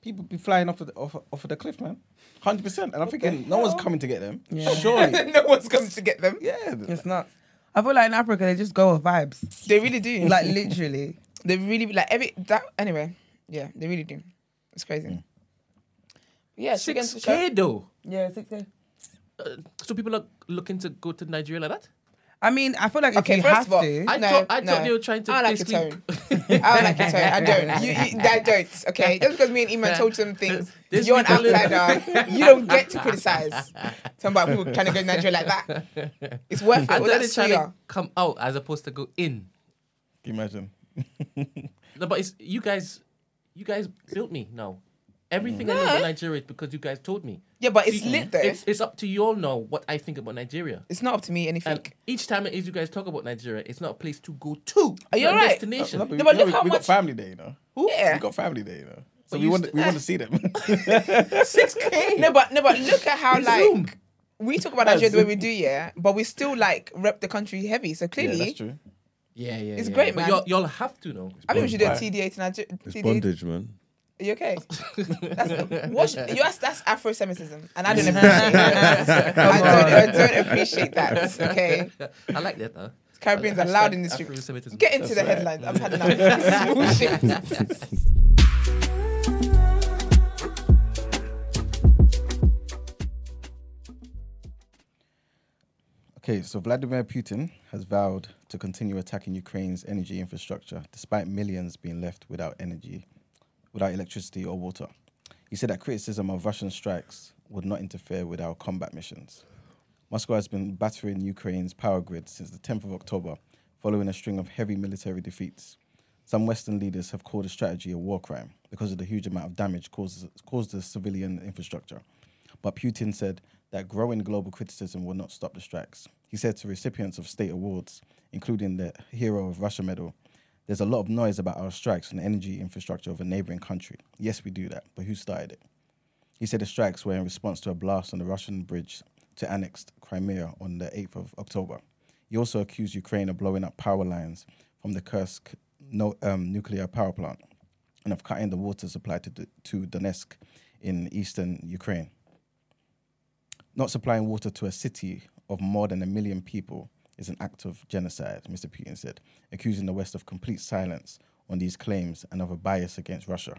Speaker 4: people be flying off of the, off, off of the cliff, man. Hundred percent. And I'm thinking, no one's coming to get them. Surely.
Speaker 1: no one's coming to get them.
Speaker 4: yeah.
Speaker 2: It's not. I feel like in Africa they just go with vibes.
Speaker 1: They really do.
Speaker 2: Like literally.
Speaker 1: they really like every that anyway. Yeah, they really do. It's crazy. Yeah, chicken
Speaker 5: Six K though.
Speaker 2: Yeah, six days.
Speaker 5: Uh, so people are looking to go to Nigeria like that?
Speaker 2: I mean, I feel like
Speaker 1: Okay,
Speaker 2: if you
Speaker 1: first
Speaker 2: have
Speaker 1: of all,
Speaker 2: to,
Speaker 5: I
Speaker 1: No,
Speaker 5: thought I
Speaker 1: no.
Speaker 5: thought they were trying to
Speaker 1: I like
Speaker 5: basically-
Speaker 1: your I don't like it. Sorry, I don't. You, you, I don't. Okay, just because me and Iman told you some things,
Speaker 5: This
Speaker 1: you're an
Speaker 5: people is-
Speaker 1: outsider. you don't get to criticize. Talking about people trying to go to Nigeria like that. It's worth it.
Speaker 5: I
Speaker 1: Well,
Speaker 5: thought they're
Speaker 1: that's
Speaker 5: trying to
Speaker 1: real.
Speaker 5: come out as opposed to go in.
Speaker 4: Can you imagine?
Speaker 5: No, but it's you guys you guys built me now. Everything I know about Nigeria is because you guys told me.
Speaker 1: Mm. Yeah, but it's lit though.
Speaker 5: It's,
Speaker 1: It's,
Speaker 5: it's up to you all now what I think about Nigeria.
Speaker 1: not up to me anything.
Speaker 5: And each time it is you guys talk about Nigeria, it's not a place to go to.
Speaker 1: Are you
Speaker 5: It's not a
Speaker 1: alright?
Speaker 5: Destination.
Speaker 4: No, but
Speaker 1: No, but
Speaker 4: we-
Speaker 1: look
Speaker 4: we-
Speaker 1: how
Speaker 4: we
Speaker 1: much-
Speaker 4: got family day, you know.
Speaker 1: Yeah.
Speaker 4: We got family day, you know. So
Speaker 5: But
Speaker 4: we
Speaker 5: you
Speaker 4: want
Speaker 5: st-
Speaker 4: we want to see them.
Speaker 1: Six K. No, but no, but look at how like
Speaker 5: Zoom.
Speaker 1: we talk about Nigeria the way we do, yeah, but we still like rep the country heavy. So
Speaker 4: Yeah,
Speaker 1: clearly,
Speaker 4: that's true.
Speaker 5: Yeah, yeah.
Speaker 1: It's
Speaker 5: yeah.
Speaker 1: great,
Speaker 5: but
Speaker 1: man.
Speaker 5: Y'all, y'all have to know.
Speaker 1: I think we should do a
Speaker 4: Right.
Speaker 1: TDA to Nigeria.
Speaker 3: It's
Speaker 1: TDA.
Speaker 3: bondage, man.
Speaker 1: Are you okay? That's, what should, yes, that's Afro-Semitism, and I don't appreciate that. I, don't, I don't appreciate that. Okay,
Speaker 5: I like that though.
Speaker 1: Caribbeans are
Speaker 5: Hashtag
Speaker 1: loud in the streets.
Speaker 5: Afro-Semitism.
Speaker 1: Get into the headlines. I've had enough. This is bullshit.
Speaker 4: Okay, so Vladimir Putin has vowed to continue attacking Ukraine's energy infrastructure despite millions being left without energy, without electricity or water. He said that criticism of Russian strikes would not interfere with our combat missions. Moscow has been battering Ukraine's power grid since the 10th of October, following a string of heavy military defeats. Some Western leaders have called the strategy a war crime because of the huge amount of damage caused, caused to civilian infrastructure. But Putin said that growing global criticism will not stop the strikes. He said to recipients of state awards, including the Hero of Russia medal, there's a lot of noise about our strikes on the energy infrastructure of a neighboring country. Yes, we do that, but who started it? He said the strikes were in response to a blast on the Russian bridge to annex Crimea on the 8th of October. He also accused Ukraine of blowing up power lines from the Kursk no, um, nuclear power plant and of cutting the water supply to, D- to Donetsk in eastern Ukraine. Not supplying water to a city of more than a million people is an act of genocide, Mr. Putin said, accusing the West of complete silence on these claims and of a bias against Russia.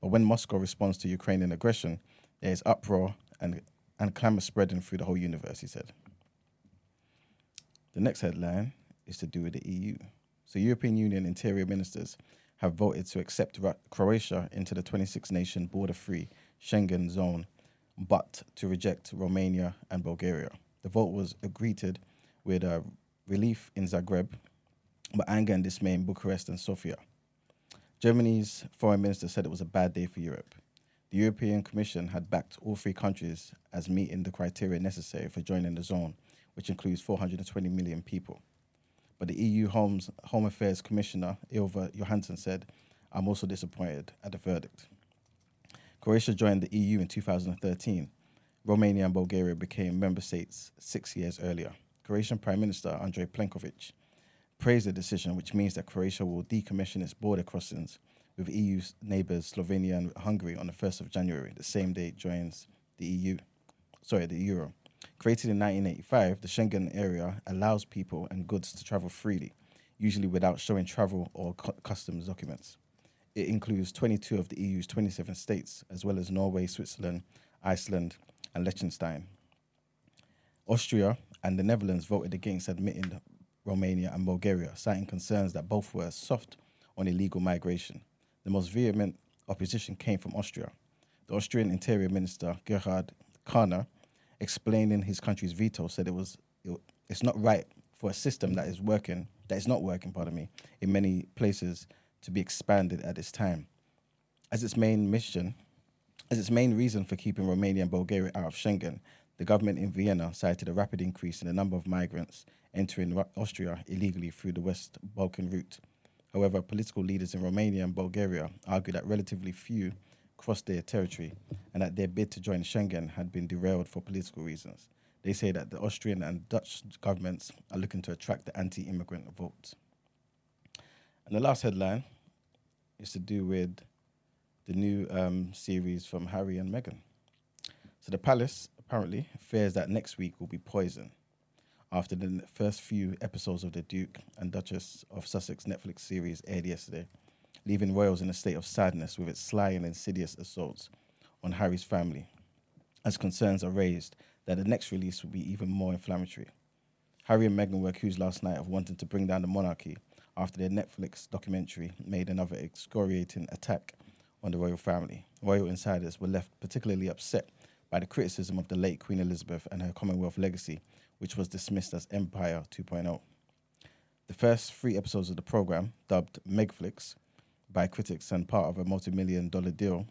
Speaker 4: But when Moscow responds to Ukrainian aggression, there is uproar and, and clamor spreading through the whole universe, he said. The next headline is to do with the EU. So, European Union interior ministers have voted to accept Ru- Croatia into the 26 nation border free Schengen zone, but to reject Romania and Bulgaria. The vote was greeted with uh, relief in Zagreb, but anger and dismay in Bucharest and Sofia. Germany's foreign minister said it was a bad day for Europe. The European Commission had backed all three countries as meeting the criteria necessary for joining the zone, which includes 420 million people. But the EU Homes, Home Affairs Commissioner Ilva Johansson said, I'm also disappointed at the verdict. Croatia joined the EU in 2013. Romania and Bulgaria became member states six years earlier. Croatian Prime Minister Andrei Plenkovic praised the decision, which means that Croatia will decommission its border crossings with EU neighbours Slovenia and Hungary on the 1st of January, the same day it joins the EU. Sorry, the Euro. Created in 1985, the Schengen area allows people and goods to travel freely, usually without showing travel or cu- customs documents. It includes 22 of the EU's 27 states, as well as Norway, Switzerland, Iceland, and Liechtenstein. Austria and the Netherlands voted against admitting Romania and Bulgaria, citing concerns that both were soft on illegal migration. The most vehement opposition came from Austria. The Austrian Interior Minister Gerhard Karner, explaining his country's veto, said it was it- it's not right for a system that is working that is not working, pardon me, in many places to be expanded at this time. As its main mission, as its main reason for keeping Romania and Bulgaria out of Schengen, the government in Vienna cited a rapid increase in the number of migrants entering Ru- Austria illegally through the West Balkan route. However, political leaders in Romania and Bulgaria argued that relatively few crossed their territory and that their bid to join Schengen had been derailed for political reasons. They say that the Austrian and Dutch governments are looking to attract the anti immigrant vote. And the last headline is to do with the new um, series from Harry and Meghan. So the palace apparently fears that next week will be poison after the n- first few episodes of the Duke and Duchess of Sussex Netflix series aired yesterday, leaving Wales in a state of sadness with its sly and insidious assaults on Harry's family, as concerns are raised that the next release will be even more inflammatory. Harry and Meghan were accused last night of wanting to bring down the monarchy after their Netflix documentary made another excoriating attack on the royal family. Royal insiders were left particularly upset by the criticism of the late Queen Elizabeth and her Commonwealth legacy, which was dismissed as Empire 2.0. The first three episodes of the program, dubbed Megflix by critics and part of a multi million dollar deal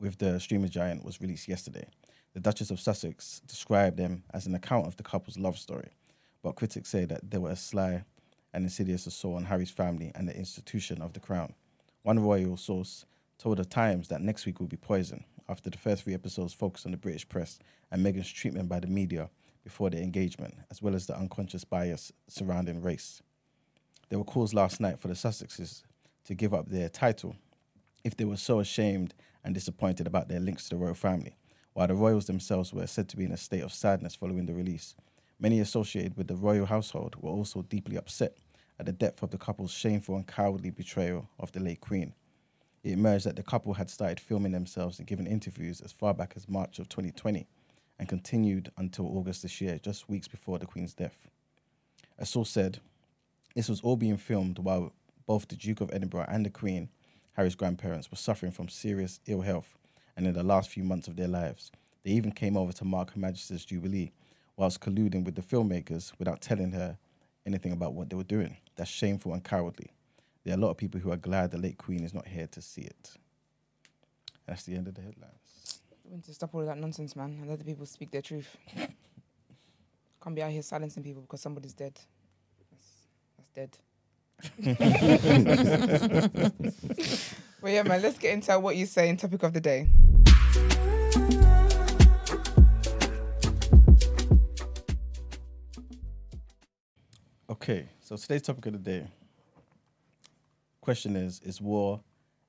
Speaker 4: with the streamer giant, was released yesterday. The Duchess of Sussex described them as an account of the couple's love story, but critics say that they were a sly and insidious assault on Harry's family and the institution of the crown. One royal source told the Times that next week will be poison after the first three episodes focused on the British press and Meghan's treatment by the media before their engagement, as well as the unconscious bias surrounding race. There were calls last night for the Sussexes to give up their title if they were so ashamed and disappointed about their links to the royal family, while the royals themselves were said to be in a state of sadness following the release. Many associated with the royal household were also deeply upset at the depth of the couple's shameful and cowardly betrayal of the late Queen. It emerged that the couple had started filming themselves and giving interviews as far back as March of 2020 and continued until August this year, just weeks before the Queen's death. A source said, this was all being filmed while both the Duke of Edinburgh and the Queen, Harry's grandparents, were suffering from serious ill health and in the last few months of their lives. They even came over to mark Her Majesty's Jubilee whilst colluding with the filmmakers without telling her anything about what they were doing. That's shameful and cowardly. There are a lot of people who are glad the late Queen is not here to see it. That's the end of the headlines.
Speaker 1: We need to stop all of that nonsense, man, and let the people speak their truth. Can't be out here silencing people because somebody's dead. That's, that's dead. well, yeah, man, let's get into what you say in topic of the day.
Speaker 4: Okay, so today's topic of the day. Question is: Is war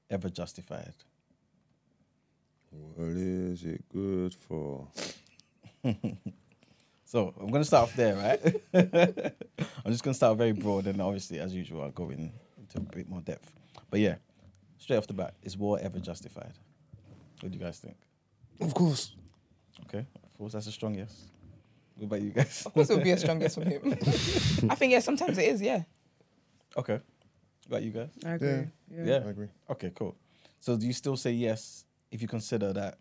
Speaker 4: ever justified?
Speaker 3: What is it good for?
Speaker 4: So I'm gonna start off there, right? I'm just gonna start very broad, and obviously, as usual, I'll go in, into a bit more depth. But yeah, straight off the bat, is war ever justified? What do you guys think?
Speaker 6: Of course.
Speaker 4: Okay, of course, that's a strong yes. What about you guys?
Speaker 1: Of course, it would be a strong guess from him. I think, yeah, sometimes it is, yeah.
Speaker 4: Okay, what about you guys?
Speaker 2: I agree.
Speaker 6: Yeah.
Speaker 2: Yeah.
Speaker 4: Yeah.
Speaker 6: I agree.
Speaker 4: Okay, cool. So do you still say yes if you consider that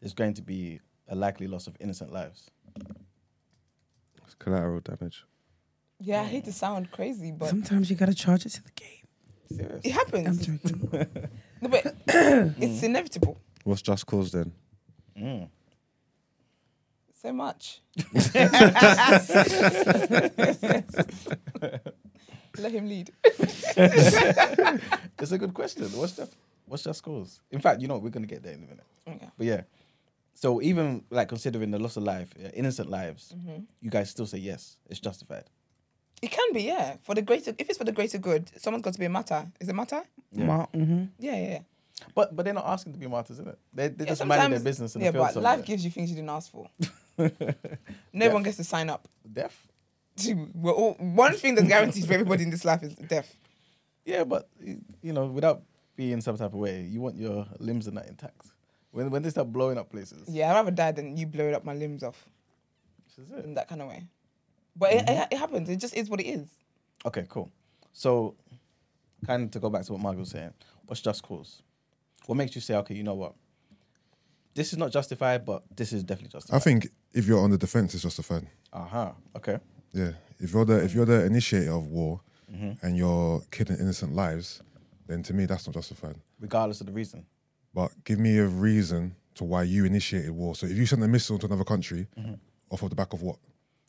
Speaker 4: there's going to be a likely loss of innocent lives?
Speaker 3: It's collateral damage.
Speaker 1: Yeah, I hate to sound crazy, but
Speaker 2: Sometimes you gotta charge it to the game.
Speaker 4: Serious.
Speaker 1: it
Speaker 2: I'm
Speaker 1: happens.
Speaker 2: joking.
Speaker 1: No, but it's inevitable.
Speaker 3: What's just cause then?
Speaker 4: Mm.
Speaker 1: So much. Let him lead.
Speaker 4: It's a good question. What's that? What's that scores? In fact, you know we're gonna get there in a minute.
Speaker 1: Yeah.
Speaker 4: But yeah, so even like considering the loss of life, uh, innocent lives,
Speaker 1: Mm-hmm.
Speaker 4: you guys still say yes, it's justified.
Speaker 1: It can be, yeah. For the greater, if it's for the greater good, someone's got to be a matter. Is it matter?
Speaker 2: Ma- mhm.
Speaker 1: Yeah, yeah. yeah.
Speaker 4: But but they're not asking to be martyrs, is it? They they
Speaker 1: Yeah,
Speaker 4: just minding their
Speaker 1: sometimes-
Speaker 4: business and
Speaker 1: yeah,
Speaker 4: the field
Speaker 1: but life
Speaker 4: somewhere.
Speaker 1: gives you things you didn't ask for. no one gets to sign up.
Speaker 4: death.
Speaker 1: We're all, one thing that's guaranteed for everybody in this life is death.
Speaker 4: Yeah, but y- you know, without being some type of way, you want your limbs and that intact. When when they start blowing up places,
Speaker 1: Yeah, I'd rather die than you blowing up my limbs off
Speaker 4: this is it.
Speaker 1: in that kind of way. But it,
Speaker 4: Mm-hmm.
Speaker 1: it, it happens. It just is what it is.
Speaker 4: Okay, cool. So, kind of to go back to what Margaret was saying, what's just cause? What makes you say, okay, you know what? This is not justified, but this is definitely justified.
Speaker 6: I think if you're on the defense, it's justified.
Speaker 4: Uh huh. Okay.
Speaker 6: Yeah. If you're the if you're the initiator of war and you're killing innocent lives, then to me that's not justified.
Speaker 4: Regardless of the reason.
Speaker 6: But give me a reason to why you initiated war. So if you sent a missile to another country, off of the back of what?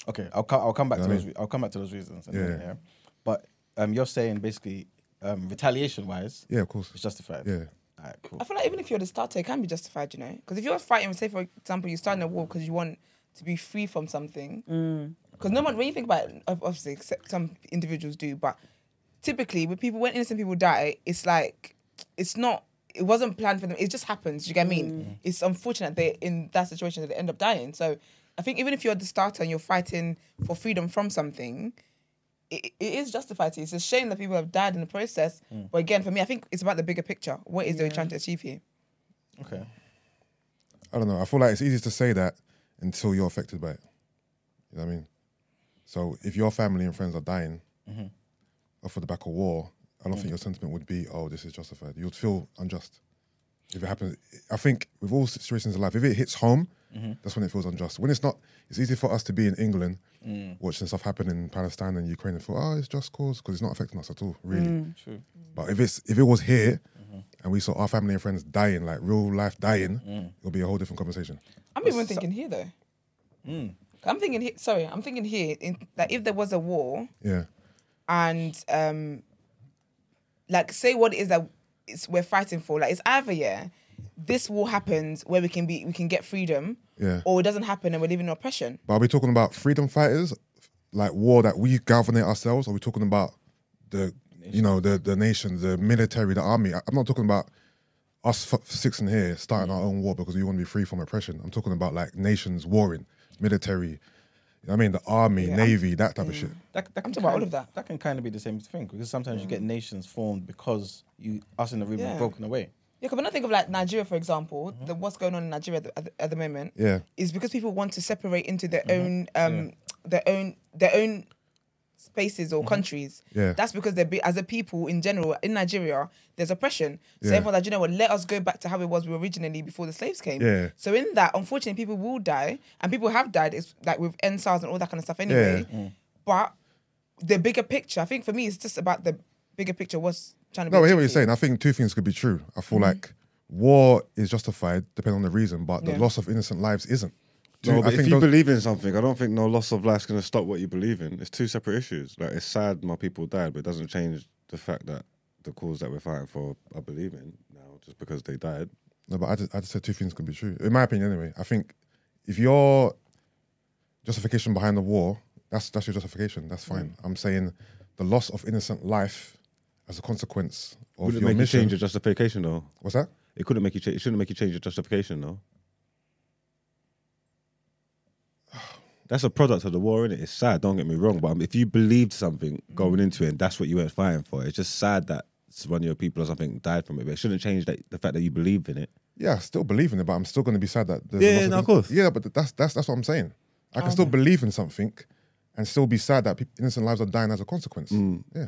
Speaker 4: Okay. I'll come. I'll come back
Speaker 6: You know
Speaker 4: to
Speaker 6: what I
Speaker 4: those. Re- I'll come back to those reasons. in a
Speaker 6: Yeah.
Speaker 4: minute, yeah. But um, you're saying basically, um, retaliation wise,
Speaker 6: Yeah, of course.
Speaker 4: it's justified.
Speaker 6: Yeah.
Speaker 4: All right. Cool.
Speaker 1: I feel like even if you're the starter, it can be justified, you know? Because if you're fighting, say, for example, you're starting a war because you want to be free from something. Because no one, when you think about it, ob- obviously, except some individuals do, but typically with people, when innocent people die, it's like, it's not, it wasn't planned for them. It just happens. Do you get what I mean? It's unfortunate they in that situation that they end up dying. So I think even if you're the starter and you're fighting for freedom from something, it, it is justified. It's a shame that people have died in the process. But again, for me, I think it's about the bigger picture. What is they trying to achieve here?
Speaker 4: Okay.
Speaker 6: I don't know. I feel like it's easy to say that until you're affected by it. You know what I mean? So if your family and friends are dying off of the back of war, I don't think your sentiment would be, oh, this is justified. You'd feel unjust if it happens. I think with all situations in life, if it hits home, that's when it feels unjust. When it's not, it's easy for us to be in England watching stuff happen in Palestine and Ukraine and feel, oh, it's just cause, because it's not affecting us at all, really.
Speaker 4: True.
Speaker 6: But if it's if it was here and we saw our family and friends dying, like real life dying, it'll be a whole different conversation.
Speaker 1: I'm even thinking here though. I'm thinking here. Sorry, I'm thinking here in, that if there was a war
Speaker 6: Yeah.
Speaker 1: and um, like say what it is that it's, we're fighting for, like it's either yeah, this war happens where we can be we can get freedom,
Speaker 6: Yeah.
Speaker 1: or it doesn't happen and we're living in oppression.
Speaker 6: But are we talking about freedom fighters, like war that we governate ourselves? Are we talking about the you know the the nation, the military, the army? I- I'm not talking about us f- six in here starting our own war because we want to be free from oppression. I'm talking about like nations warring, military. You know what I mean, the army, navy, that type of shit.
Speaker 4: That, that can
Speaker 1: talking about all
Speaker 4: kind-
Speaker 1: of that. Mm.
Speaker 4: That can kind of be the same thing because sometimes you get nations formed because you us in the room
Speaker 1: Yeah.
Speaker 4: have broken away.
Speaker 1: Yeah, 'cause when I think of like Nigeria, for example, the, what's going on in Nigeria at the, at, the, at the moment
Speaker 6: Mm-hmm. Yeah. Mm-hmm.
Speaker 1: is because people want to separate into their own, um, their own, their own spaces or countries.
Speaker 6: Mm-hmm. Yeah.
Speaker 1: that's because they're be, as a people in general in Nigeria, there's oppression. So
Speaker 6: Yeah.
Speaker 1: everyone's like, you know what? Let us go back to how it was we originally before the slaves came.
Speaker 6: Yeah.
Speaker 1: So in that, unfortunately, people will die, and people have died. It's like with NSARS and all that kind of stuff. Anyway,
Speaker 6: Mm.
Speaker 1: but the bigger picture, I think for me, it's just about the bigger picture. What's trying to
Speaker 6: No,
Speaker 1: be
Speaker 6: I hear what you're
Speaker 1: achieved.
Speaker 6: saying. I think two things could be true. I
Speaker 3: Mm-hmm.
Speaker 6: feel like war is justified depending on the reason, but the
Speaker 1: Yeah.
Speaker 6: loss of innocent lives isn't. Two-
Speaker 3: No, but if you
Speaker 6: those-
Speaker 3: believe in something, I don't think no loss of life's gonna stop what you believe in. It's two separate issues. Like it's sad my people died, but it doesn't change the fact that the cause that we're fighting for, I believe in now, just because they died.
Speaker 6: No, but I just, I just said two things can be true. In my opinion, anyway, I think if your justification behind the war, that's that's your justification. That's fine.
Speaker 3: Mm.
Speaker 6: I'm saying the loss of innocent life as a consequence of
Speaker 3: Would it
Speaker 6: your
Speaker 3: make you
Speaker 6: mission.
Speaker 3: change your justification though?
Speaker 6: What's that?
Speaker 3: It couldn't make you change. It shouldn't make you change your justification though. That's a product of the war, is it? It's sad. Don't get me wrong, but um, if you believed something going into it, and that's what you were fighting for, it's just sad that one of your people or something died from it. But it shouldn't change that, the fact that you believe in it.
Speaker 6: Yeah, I still believe in it, but I'm still going to be sad that. there's a
Speaker 3: Yeah,
Speaker 6: loss
Speaker 3: yeah, no,
Speaker 6: inno-
Speaker 3: of course. Oh,
Speaker 6: Yeah, but that's that's that's what I'm saying. I can still believe in something, and still be sad that peop innocent lives are dying as a consequence. Yeah.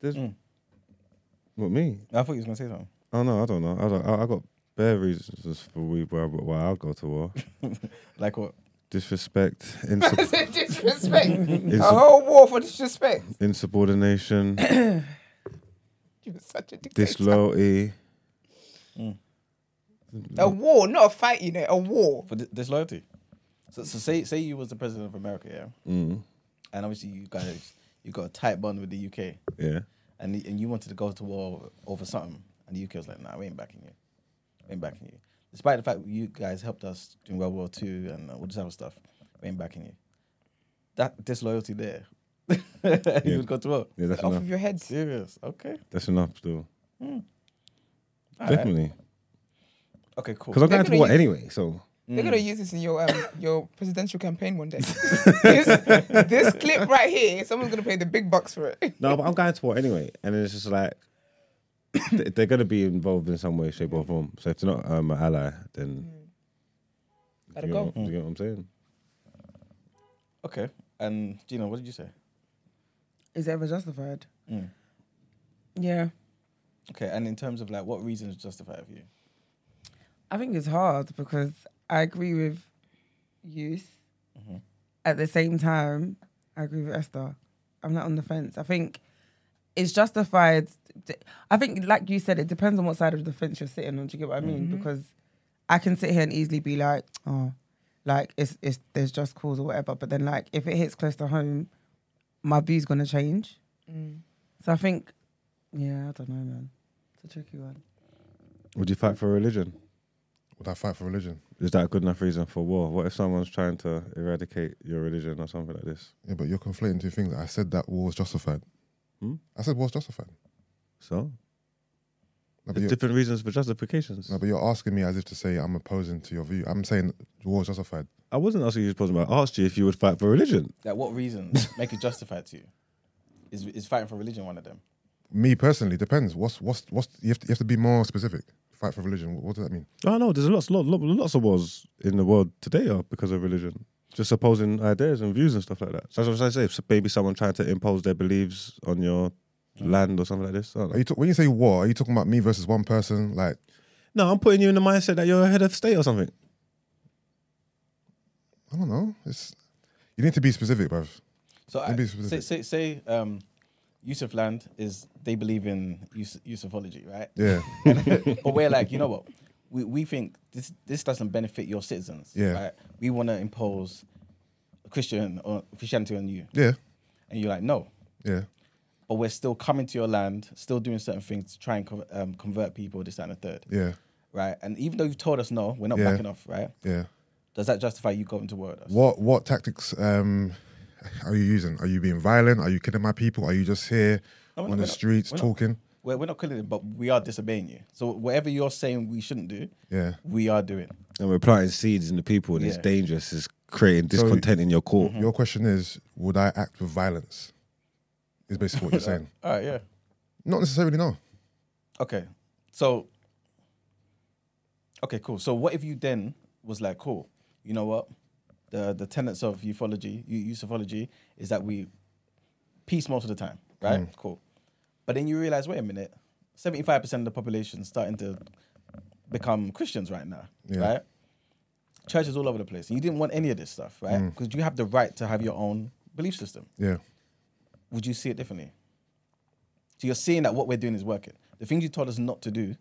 Speaker 3: There's, What me?
Speaker 4: I thought you was gonna say something.
Speaker 3: Oh no, I don't know. I don't. I, I got bare reasons for we- why why I'll go to war.
Speaker 4: Like what?
Speaker 3: Disrespect, insub-
Speaker 1: disrespect. A
Speaker 3: It's-
Speaker 1: whole war for disrespect.
Speaker 3: insubordination,
Speaker 1: You're such a dictator.
Speaker 3: disloyalty.
Speaker 1: a war, not a fight, you know, a war.
Speaker 4: for di- disloyalty. So, so say say you was the president of America, yeah, and obviously you guys you got a tight bond with the UK,
Speaker 3: Yeah.
Speaker 4: and the- and you wanted to go to war over something, and the UK was like, nah, we ain't backing you, we ain't backing you, despite the fact that you guys helped us during World War Two and all this other stuff, we ain't backing you. That disloyalty there, you would go to war.
Speaker 3: Yeah, that's
Speaker 1: Off
Speaker 3: enough.
Speaker 1: of your heads.
Speaker 4: Serious, okay,
Speaker 3: That's enough, though.
Speaker 4: All right.
Speaker 3: Definitely.
Speaker 4: okay, cool.
Speaker 3: Because I'm going to
Speaker 1: Definitely.
Speaker 3: war anyway, so.
Speaker 1: They're gonna
Speaker 2: Mm.
Speaker 1: use this in your um, your presidential campaign one day. this, this clip right here, someone's gonna pay the big bucks for it.
Speaker 3: No, but I'm going to war anyway. And it's just like, th- they're going to be involved in some way, shape, or form. So if they're not um, an ally, then.
Speaker 1: Gotta
Speaker 3: you
Speaker 1: go.
Speaker 3: know, you know what I'm saying?
Speaker 4: Okay, and Gina, what did you say?
Speaker 2: Is it ever justified?
Speaker 4: Mm.
Speaker 2: Yeah.
Speaker 4: Okay, and in terms of like what reasons justify for you?
Speaker 2: I think it's hard because I agree with youth.
Speaker 4: Mm-hmm.
Speaker 2: At the same time, I agree with Esther. I'm not on the fence. I think it's justified. I think, like you said, it depends on what side of the fence you're sitting on. Do you get what I mean? Because I can sit here and easily be like, oh, like it's it's there's just cause or whatever. But then, like, if it hits close to home, my view's gonna change.
Speaker 1: Mm.
Speaker 2: So I think, yeah, I don't know, man. It's a tricky one.
Speaker 3: Would you fight for religion?
Speaker 6: Would I fight for religion?
Speaker 3: Is that a good enough reason for war? What if someone's trying to eradicate your religion or something like this?
Speaker 6: Yeah, but you're conflating two things. I said that war was justified.
Speaker 3: Hmm?
Speaker 6: I said war was justified.
Speaker 3: So?
Speaker 6: No, but
Speaker 3: There's
Speaker 6: you're-
Speaker 3: different reasons for justifications.
Speaker 6: No, but you're asking me as if to say I'm opposing to your view. I'm saying war is justified.
Speaker 3: I wasn't asking you to pause, but I asked you if you would fight for religion.
Speaker 4: Like, what reasons make it justified to you? Is is fighting for religion one of them?
Speaker 6: Me personally, depends. What's what's what's you have to, you have to be more specific. Fight for religion. What, what does that mean?
Speaker 3: Oh no, there's lots, lots, lots of wars in the world today are because of religion, just opposing ideas and views and stuff like that. So that's what I say. If maybe someone trying to impose their beliefs on your land or something like this. I don't
Speaker 6: Are
Speaker 3: know.
Speaker 6: you ta- when you say war? Are you talking about me versus one person? Like
Speaker 3: No, I'm putting you in the mindset that you're a head of state or something.
Speaker 6: I don't know. It's you need to be specific, bruv.
Speaker 4: So I,
Speaker 6: Maybe it's
Speaker 4: say
Speaker 6: specific.
Speaker 4: say, say um, Yusuf Land is they believe in Yus- Yusufology, right?
Speaker 6: Yeah,
Speaker 4: but we're like, you know what? We we think this this doesn't benefit your citizens.
Speaker 6: Yeah.
Speaker 4: Right? We want to impose Christian or uh, Christianity on you,
Speaker 6: yeah,
Speaker 4: and you're like, no,
Speaker 6: yeah.
Speaker 4: but we're still coming to your land, still doing certain things to try and co- um, convert people, this, that, and the third,
Speaker 6: Yeah,
Speaker 4: right? And even though you've told us no, we're not
Speaker 6: Yeah.
Speaker 4: backing off, right?
Speaker 6: yeah.
Speaker 4: Does that justify you going to war with us?
Speaker 6: What what tactics um, are you using? Are you being violent? Are you killing my people? Are you just here
Speaker 4: No, we're
Speaker 6: on
Speaker 4: not-
Speaker 6: the
Speaker 4: we're not-
Speaker 6: streets
Speaker 4: we're not-
Speaker 6: talking?
Speaker 4: We're, we're not killing them, but we are disobeying you. So whatever you're saying we shouldn't do,
Speaker 6: Yeah.
Speaker 4: we are doing.
Speaker 3: And we're planting seeds in the people, and it's
Speaker 4: Yeah.
Speaker 3: dangerous. It's creating discontent in your court.
Speaker 4: Mm-hmm.
Speaker 6: Your question is, would I act with violence? Is basically what you're saying.
Speaker 4: All right, yeah.
Speaker 6: Not necessarily. No.
Speaker 4: Okay. So Okay, cool. So what if you then was like, cool, you know what? The the tenets of ufology, eu- eusophology, is that we peace most of the time, right? Cool. But then you realize, wait a minute, 75% of the population starting to become Christians right now,
Speaker 6: Yeah.
Speaker 4: right? Churches all over the place. And you didn't want any of this stuff, right? Because you have the right to have your own belief system
Speaker 6: Yeah.
Speaker 4: would you see it differently? So you're seeing that what we're doing is working. The things you told us not to do,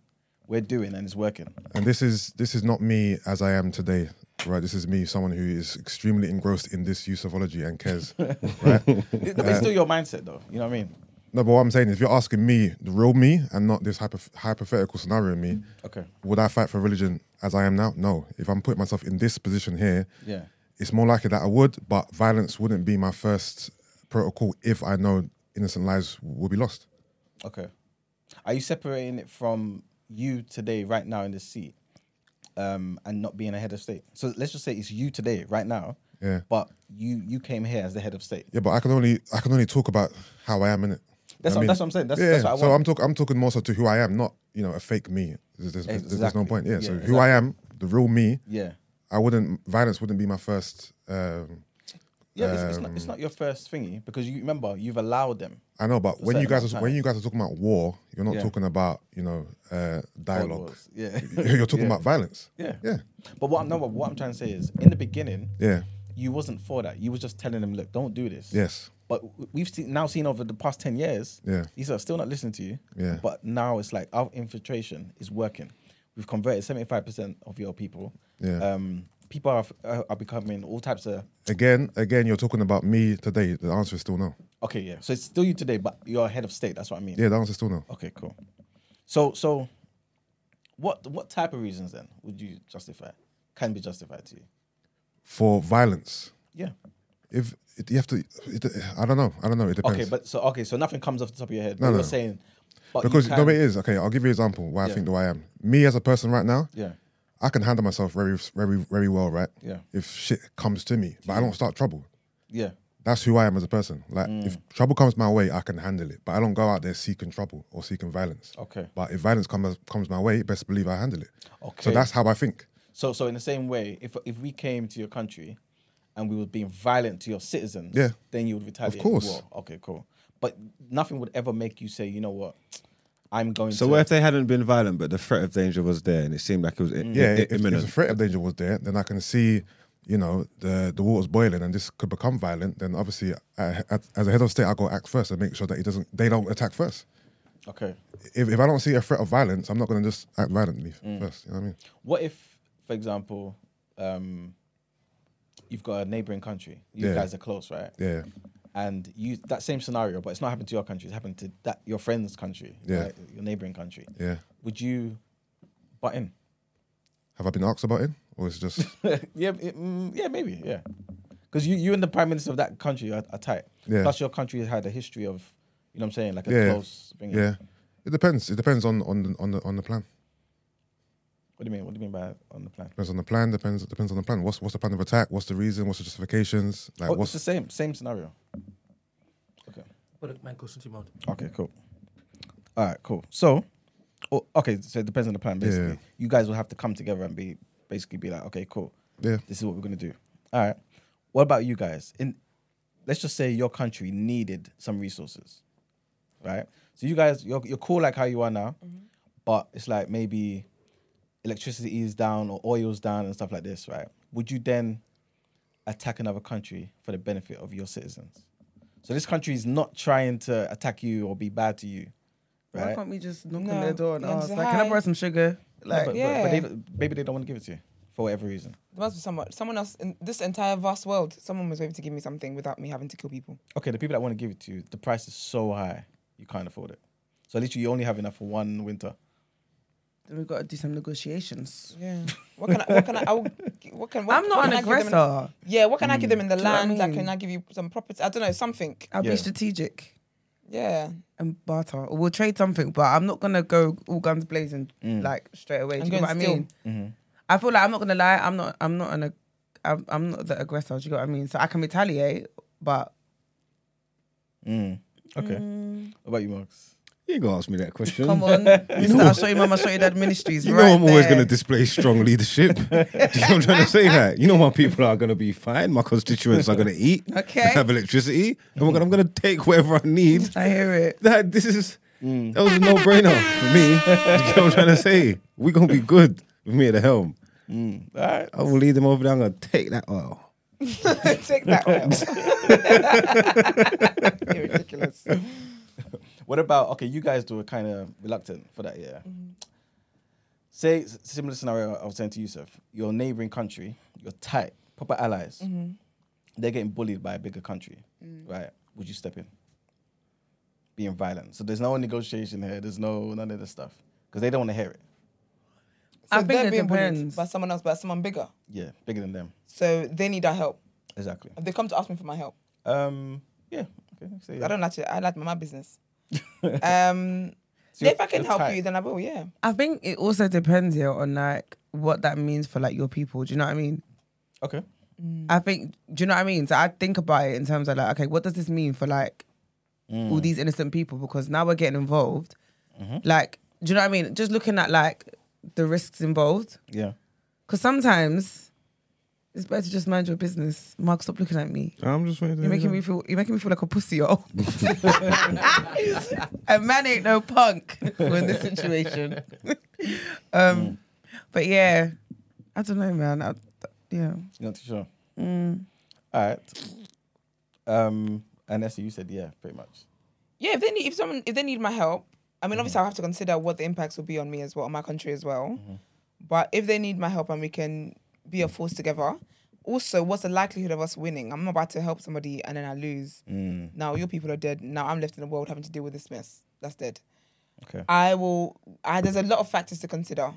Speaker 4: we're doing and it's working.
Speaker 6: and this is this is not me as I am today, right? This is me, someone who is extremely engrossed in this usofology and cares, right?
Speaker 4: It- It's still your mindset though. You know what I mean?
Speaker 6: No, but what I'm saying is, if you're asking me, the real me, and not this hypo- hypothetical scenario me,
Speaker 4: Okay.
Speaker 6: would I fight for religion as I am now? No. If I'm putting myself in this position here,
Speaker 4: Yeah.
Speaker 6: it's more likely that I would, but violence wouldn't be my first protocol if I know innocent lives will be lost.
Speaker 4: Okay. Are you separating it from you today, right now in this seat, um, and not being a head of state? So let's just say it's you today, right now.
Speaker 6: Yeah.
Speaker 4: But you you came here as the head of state.
Speaker 6: Yeah, but I can only I can only talk about how I am in it.
Speaker 4: That's what- that's what I'm saying. That's-
Speaker 6: yeah,
Speaker 4: that's what I
Speaker 6: so
Speaker 4: want.
Speaker 6: I'm talking. I'm talking more so to who I am, not you know a fake me. There's, there's, there's- there's no
Speaker 4: Exactly.
Speaker 6: point. Yeah. so
Speaker 4: Yeah,
Speaker 6: who I am, the real me.
Speaker 4: Yeah.
Speaker 6: I wouldn't violence wouldn't be my first. Um,
Speaker 4: Yeah, it's, it's, not, it's not your first thingy because you remember you've allowed them.
Speaker 6: I know, but when
Speaker 4: certain
Speaker 6: you guys
Speaker 4: amount
Speaker 6: are,
Speaker 4: of
Speaker 6: when
Speaker 4: time.
Speaker 6: you guys are talking about war, you're not
Speaker 4: Yeah.
Speaker 6: talking about you know uh, dialogue.
Speaker 4: wars, yeah.
Speaker 6: you're talking
Speaker 4: Yeah.
Speaker 6: about violence.
Speaker 4: Yeah.
Speaker 6: yeah,
Speaker 4: But what I'm no, but what I'm trying to say is in the beginning,
Speaker 6: yeah.
Speaker 4: you wasn't for that. You was just telling them, look, don't do this.
Speaker 6: Yes,
Speaker 4: But w- we've seen, now seen over the past 10 years,
Speaker 6: Yeah.
Speaker 4: these are still not listening to you.
Speaker 6: Yeah.
Speaker 4: But now it's like our infiltration is working. We've converted 75% of your people.
Speaker 6: Yeah.
Speaker 4: Um, people are, are are becoming all types of.
Speaker 6: again, again. You're talking about me today. The answer is still no.
Speaker 4: Okay, yeah. So it's still you today, but you're a head of state. That's what I mean.
Speaker 6: Yeah, the answer is still no.
Speaker 4: Okay, cool. So, so what what type of reasons then would you justify? Can be justified to you?
Speaker 6: For violence,
Speaker 4: Yeah.
Speaker 6: if it, you have to, it, I don't know. I don't know. It depends.
Speaker 4: Okay, but so okay, so nothing comes off the top of your head.
Speaker 6: No,
Speaker 4: but
Speaker 6: no.
Speaker 4: You're saying, but you
Speaker 6: because no,
Speaker 4: can-
Speaker 6: but it is okay. I'll give you an example why
Speaker 4: Yeah.
Speaker 6: I think the way I am. Me as a person right now,
Speaker 4: Yeah.
Speaker 6: I can handle myself very, very, very well, right?
Speaker 4: Yeah.
Speaker 6: If shit comes to me, but I don't start trouble.
Speaker 4: Yeah.
Speaker 6: That's who I am as a person. Like, if
Speaker 4: Mm.
Speaker 6: trouble comes my way, I can handle it, but I don't go out there seeking trouble or seeking violence.
Speaker 4: Okay.
Speaker 6: But if violence comes comes my way, best believe I handle it.
Speaker 4: Okay.
Speaker 6: So that's how I think.
Speaker 4: So so in the same way, if if we came to your country and we were being violent to your citizens,
Speaker 6: Yeah.
Speaker 4: then you would retaliate. with
Speaker 6: course.
Speaker 4: war. Okay, cool. But nothing would ever make you say, you know what, I'm going
Speaker 3: So
Speaker 4: to
Speaker 3: what if they hadn't been violent, but the threat of danger was there, and it seemed like it was i-
Speaker 4: Mm.
Speaker 6: Yeah.
Speaker 3: i-
Speaker 6: if, if
Speaker 3: imminent?
Speaker 6: the threat of danger was there, then I can see. You know the the water's boiling and this could become violent. Then obviously, I, at- as a head of state, I go act first and make sure that it doesn't. They don't attack first.
Speaker 4: Okay.
Speaker 6: if, if I don't see a threat of violence, I'm not going to just act violently
Speaker 4: Mm.
Speaker 6: first. You know what I mean?
Speaker 4: What if, for example, um, you've got a neighboring country, you
Speaker 6: Yeah.
Speaker 4: guys are close, right?
Speaker 6: Yeah.
Speaker 4: and you that same scenario, but it's not happened to your country. It's happened to that your friend's country,
Speaker 6: Yeah.
Speaker 4: right? your neighboring country.
Speaker 6: Yeah.
Speaker 4: Would you butt in?
Speaker 6: Have I been asked about it? Or is it just.
Speaker 4: yeah, it- mm, yeah, maybe, yeah. Because you, you and the prime minister of that country are, are tight.
Speaker 6: Yeah.
Speaker 4: Plus, your country has had a history of, you know, what I'm saying, like a
Speaker 6: Yeah.
Speaker 4: close thing.
Speaker 6: yeah. It depends. It depends on, on, the, on, the, on the plan.
Speaker 4: What do you mean? What do you mean by on the plan?
Speaker 6: Depends on the plan. Depends depends on the plan. What's what's the plan of attack? What's the reason? What's the justifications? Like
Speaker 4: Oh, it's
Speaker 6: what's
Speaker 4: the same same scenario. Okay.
Speaker 5: Put a man close into your mouth.
Speaker 4: Okay. Cool. All right. Cool. So, oh, okay. So it depends on the plan. Basically,
Speaker 6: Yeah.
Speaker 4: you guys will have to come together and be basically be like, okay, cool.
Speaker 6: yeah
Speaker 4: this is what we're gonna do. All right. What about you guys? In let's just say your country needed some resources, right? So you guys, you're, you're cool like how you are now, but it's like maybe electricity is down or oil's down and stuff like this, right? Would you then attack another country for the benefit of your citizens? So this country is not trying to attack you or be bad to you,
Speaker 2: Why
Speaker 4: right?
Speaker 2: can't we just knock
Speaker 1: No,
Speaker 2: on their door and
Speaker 1: yeah,
Speaker 2: ask,
Speaker 1: just
Speaker 2: like, can I
Speaker 1: hi.
Speaker 2: borrow some sugar? Like,
Speaker 4: But, but-
Speaker 1: Yeah.
Speaker 4: but they, don't- maybe they don't want to give it to you for whatever reason.
Speaker 1: There must be someone, someone else in this entire vast world. Someone was able to give me something without me having to kill people.
Speaker 4: Okay, the people that want to give it to you, the price is so high. you can't afford it. So literally, you only have enough for one winter.
Speaker 2: Then we've got to do some negotiations.
Speaker 1: Yeah. What can I? What can I? I will, g- what can? What,
Speaker 2: I'm not
Speaker 1: what
Speaker 2: an
Speaker 1: can I give them in-
Speaker 2: aggressor. Mm.
Speaker 1: yeah. What can I give them in the
Speaker 2: Do you know what I
Speaker 1: land? Like,
Speaker 2: mean?
Speaker 1: can I give you some property? I don't know. Something.
Speaker 2: I'll
Speaker 4: Yeah.
Speaker 2: be strategic
Speaker 1: Yeah.
Speaker 2: and barter. We'll trade something, but I'm not gonna go all guns blazing
Speaker 3: Mm.
Speaker 2: like straight away. Do
Speaker 1: I'm
Speaker 2: you know what I
Speaker 1: going to
Speaker 2: mean?
Speaker 3: Mm-hmm.
Speaker 2: I feel like I'm not gonna lie. I'm not. I'm not an. ag- I'm, I'm not the aggressor. Do you know what I mean? So I can retaliate, but
Speaker 4: Mm. Okay. What about you, Marks?
Speaker 3: You ain't gonna ask me that question.
Speaker 2: come on, you know, show your mama, show your dad ministries.
Speaker 3: You know
Speaker 2: right
Speaker 3: I'm always
Speaker 2: there.
Speaker 3: going to display strong leadership. Do you know what I'm trying to say? That you know my people are going to be fine. My constituents are going to eat.
Speaker 2: Okay.
Speaker 3: Have electricity, and we're gonna, I'm going to take whatever I need.
Speaker 2: I hear it.
Speaker 3: That this is that was a no brainer for me. you get what I'm trying to say? We're gonna be good with me at the helm.
Speaker 4: All right.
Speaker 3: I will lead them over there. I'm gonna take that oil.
Speaker 1: Take that. oil. You're ridiculous.
Speaker 4: What about okay? You guys were kind of reluctant for that, yeah.
Speaker 1: Mm-hmm.
Speaker 4: Say s- similar scenario I was saying to Yusuf. Your neighboring country, your tight proper allies,
Speaker 1: Mm-hmm.
Speaker 4: they're getting bullied by a bigger country,
Speaker 1: Mm.
Speaker 4: right? Would you step in? Being violent. So there's no negotiation here. There's no none of this stuff because they don't want to hear it.
Speaker 2: I
Speaker 1: So
Speaker 2: think
Speaker 1: they're
Speaker 2: it
Speaker 1: being bullied
Speaker 2: depends.
Speaker 1: by someone else, by someone bigger.
Speaker 4: Yeah, bigger than them.
Speaker 1: So they need our help.
Speaker 4: Exactly.
Speaker 1: They come to ask me for my help.
Speaker 4: Um. Yeah. Okay. So, yeah.
Speaker 1: I don't like to. I like my business. um,
Speaker 4: So you're-
Speaker 1: if I can
Speaker 4: you're
Speaker 1: help
Speaker 4: tight.
Speaker 1: you, then I will. Yeah.
Speaker 2: I think it also depends here on like what that means for like your people. Do you know what I mean?
Speaker 4: Okay.
Speaker 2: I think, do you know what I mean? So I think about it in terms of like, okay, what does this mean for like all these innocent people? Because now we're getting involved. Like, do you know what I mean? Just looking at like the risks involved.
Speaker 4: Yeah.
Speaker 2: Because sometimes it's better to just mind your business. Mark, stop looking at me.
Speaker 3: I'm just waiting.
Speaker 2: You're making me feel. You're making me feel like a pussy, yo. a man ain't no punk in this situation. um, but yeah, I don't know, man. I, yeah,
Speaker 4: You're not too sure.
Speaker 1: Mm.
Speaker 4: All right. Um. And that's you said yeah, pretty much.
Speaker 1: Yeah. If they need, if someone, if they need my help, I mean, obviously, I'll have to consider what the impacts will be on me as well, on my country as well. But if they need my help and we can be a force together, also, what's the likelihood of us winning? I'm not about to help somebody and then I lose. Now your people are dead. Now I'm left in the world having to deal with this mess. That's dead.
Speaker 4: Okay.
Speaker 1: I will. I, there's a lot of factors to consider.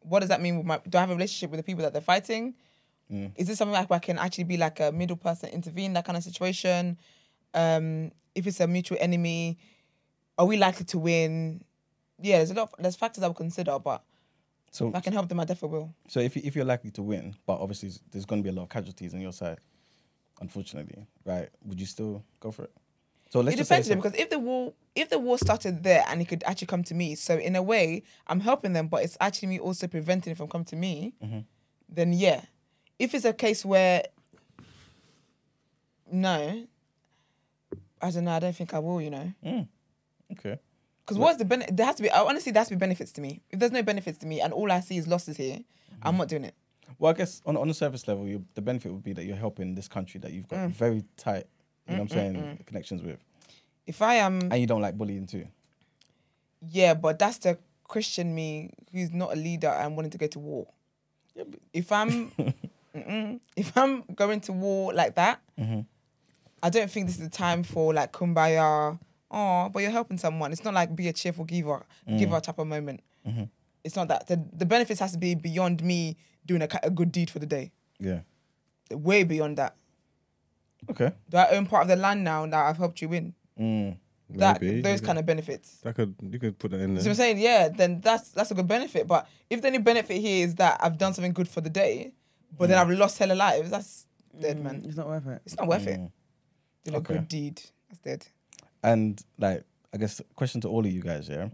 Speaker 1: What does that mean with my? Do I have a relationship with the people that they're fighting? Is this something like where I can actually be like a middle person, intervene that kind of situation? Um, if it's a mutual enemy, are we likely to win? Yeah, there's a lot. Of, there's factors I would consider, but
Speaker 4: So
Speaker 1: if I can help them, I definitely will.
Speaker 4: So if you- if you're likely to win, but obviously s- there's going to be a lot of casualties on your side, unfortunately, right? Would you still go for it? So let's
Speaker 1: it
Speaker 4: just say
Speaker 1: depends though,
Speaker 4: so-
Speaker 1: because if the war if the war started there and it could actually come to me, so in a way I'm helping them, but it's actually me also preventing it from coming to me.
Speaker 4: Mm-hmm.
Speaker 1: Then yeah, if it's a case where no, I don't know. I don't think I will. You know,
Speaker 4: Mm. okay,
Speaker 1: because what's the benefit? There has to be. I honestly, there has to be benefits to me. If there's no benefits to me and all I see is losses here,
Speaker 4: Mm-hmm.
Speaker 1: I'm not doing it.
Speaker 4: well, I guess on on the surface level, you, the benefit would be that you're helping this country that you've got
Speaker 1: Mm.
Speaker 4: very tight, you know, what I'm saying connections with,
Speaker 1: If I am,
Speaker 4: and you don't like bullying too.
Speaker 1: yeah, but that's the Christian me who's not a leader and wanting to go to war. if I'm mm-mm. if I'm going to war like that,
Speaker 3: Mm-hmm.
Speaker 1: I don't think this is the time for like kumbaya. Oh, but you're helping someone. It's not like be a cheerful giver,
Speaker 3: Mm.
Speaker 1: giver type of moment.
Speaker 3: Mm-hmm.
Speaker 1: It's not that. The, the benefits has to be beyond me doing a, ki- a good deed for the day.
Speaker 4: Yeah.
Speaker 1: Way beyond that.
Speaker 4: Okay.
Speaker 1: Do I own part of the land now that I've helped you win?
Speaker 4: Mm.
Speaker 1: That
Speaker 3: Maybe,
Speaker 1: those
Speaker 3: yeah.
Speaker 1: kind of benefits.
Speaker 3: That could you could put that in
Speaker 1: So I'm
Speaker 3: there.
Speaker 1: saying, yeah, then that's that's a good benefit. But if the only benefit here is that I've done something good for the day, but
Speaker 2: Mm.
Speaker 1: then I've lost hella lives, that's dead, man.
Speaker 2: it's not worth it.
Speaker 1: It's not worth it.
Speaker 2: Mm.
Speaker 1: Did
Speaker 4: Okay.
Speaker 1: a good deed. That's dead.
Speaker 4: And like, I guess question to all of you guys, yeah.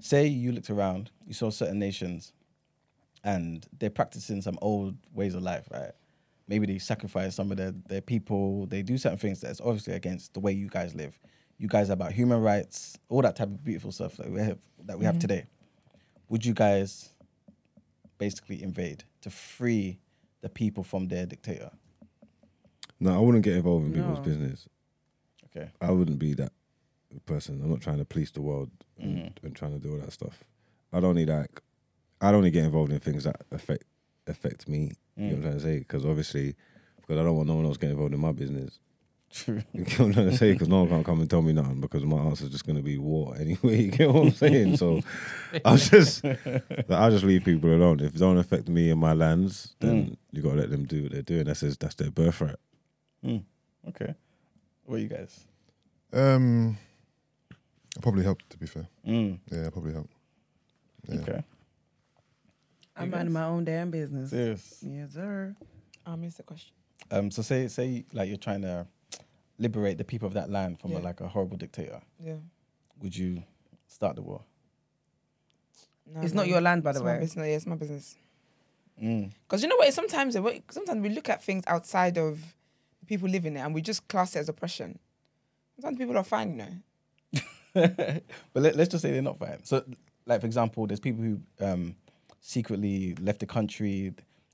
Speaker 4: Say you looked around, you saw certain nations, and they're practicing some old ways of life, right? Maybe they sacrifice some of their, their people. They do certain things that's obviously against the way you guys live. You guys are about human rights, all that type of beautiful stuff that we have that we have today. Would you guys basically invade to free the people from their dictator?
Speaker 3: No, I wouldn't get involved in people's business.
Speaker 4: Okay.
Speaker 3: I wouldn't be that person. I'm not trying to police the world and,
Speaker 4: Mm-hmm.
Speaker 3: and trying to do all that stuff. I'd only like, I'd only get involved in things that affect
Speaker 4: Mm.
Speaker 3: affect me. You know what I'm trying to say? Because obviously, because I don't want no one else getting involved in my business.
Speaker 4: True.
Speaker 3: You get what I'm trying to say? Because no one can come and tell me nothing because my answer's just going to be war anyway. You get what I'm saying? So I'll just like, I'll just leave people alone. If it don't affect me and my lands, then
Speaker 4: Mm.
Speaker 3: you got to let them do what they're doing. That's his, that's their birthright.
Speaker 4: Hmm, Okay. What you guys?
Speaker 6: Um, I probably helped. To be fair,
Speaker 4: Mm.
Speaker 6: yeah, I probably helped. Yeah.
Speaker 4: Okay.
Speaker 2: I'm minding my own damn business.
Speaker 4: Serious.
Speaker 2: Yes, sir.
Speaker 1: Ah, I missed the question.
Speaker 4: Um. So say say like you're trying to liberate the people of that land from
Speaker 1: Yeah.
Speaker 4: a, like a horrible dictator.
Speaker 1: Yeah.
Speaker 4: Would you start the war?
Speaker 1: No,
Speaker 2: It's
Speaker 1: no.
Speaker 2: not your land, by the
Speaker 1: It's my
Speaker 2: way.
Speaker 1: business. Yeah, it's my business.
Speaker 4: Mm.
Speaker 1: Because you know what? Sometimes sometimes we look at things outside of the people living there, and we just class it as oppression. Sometimes people are fine, you know.
Speaker 4: but let, us just say they're not fine. So, like for example, there's people who um, secretly left the country. You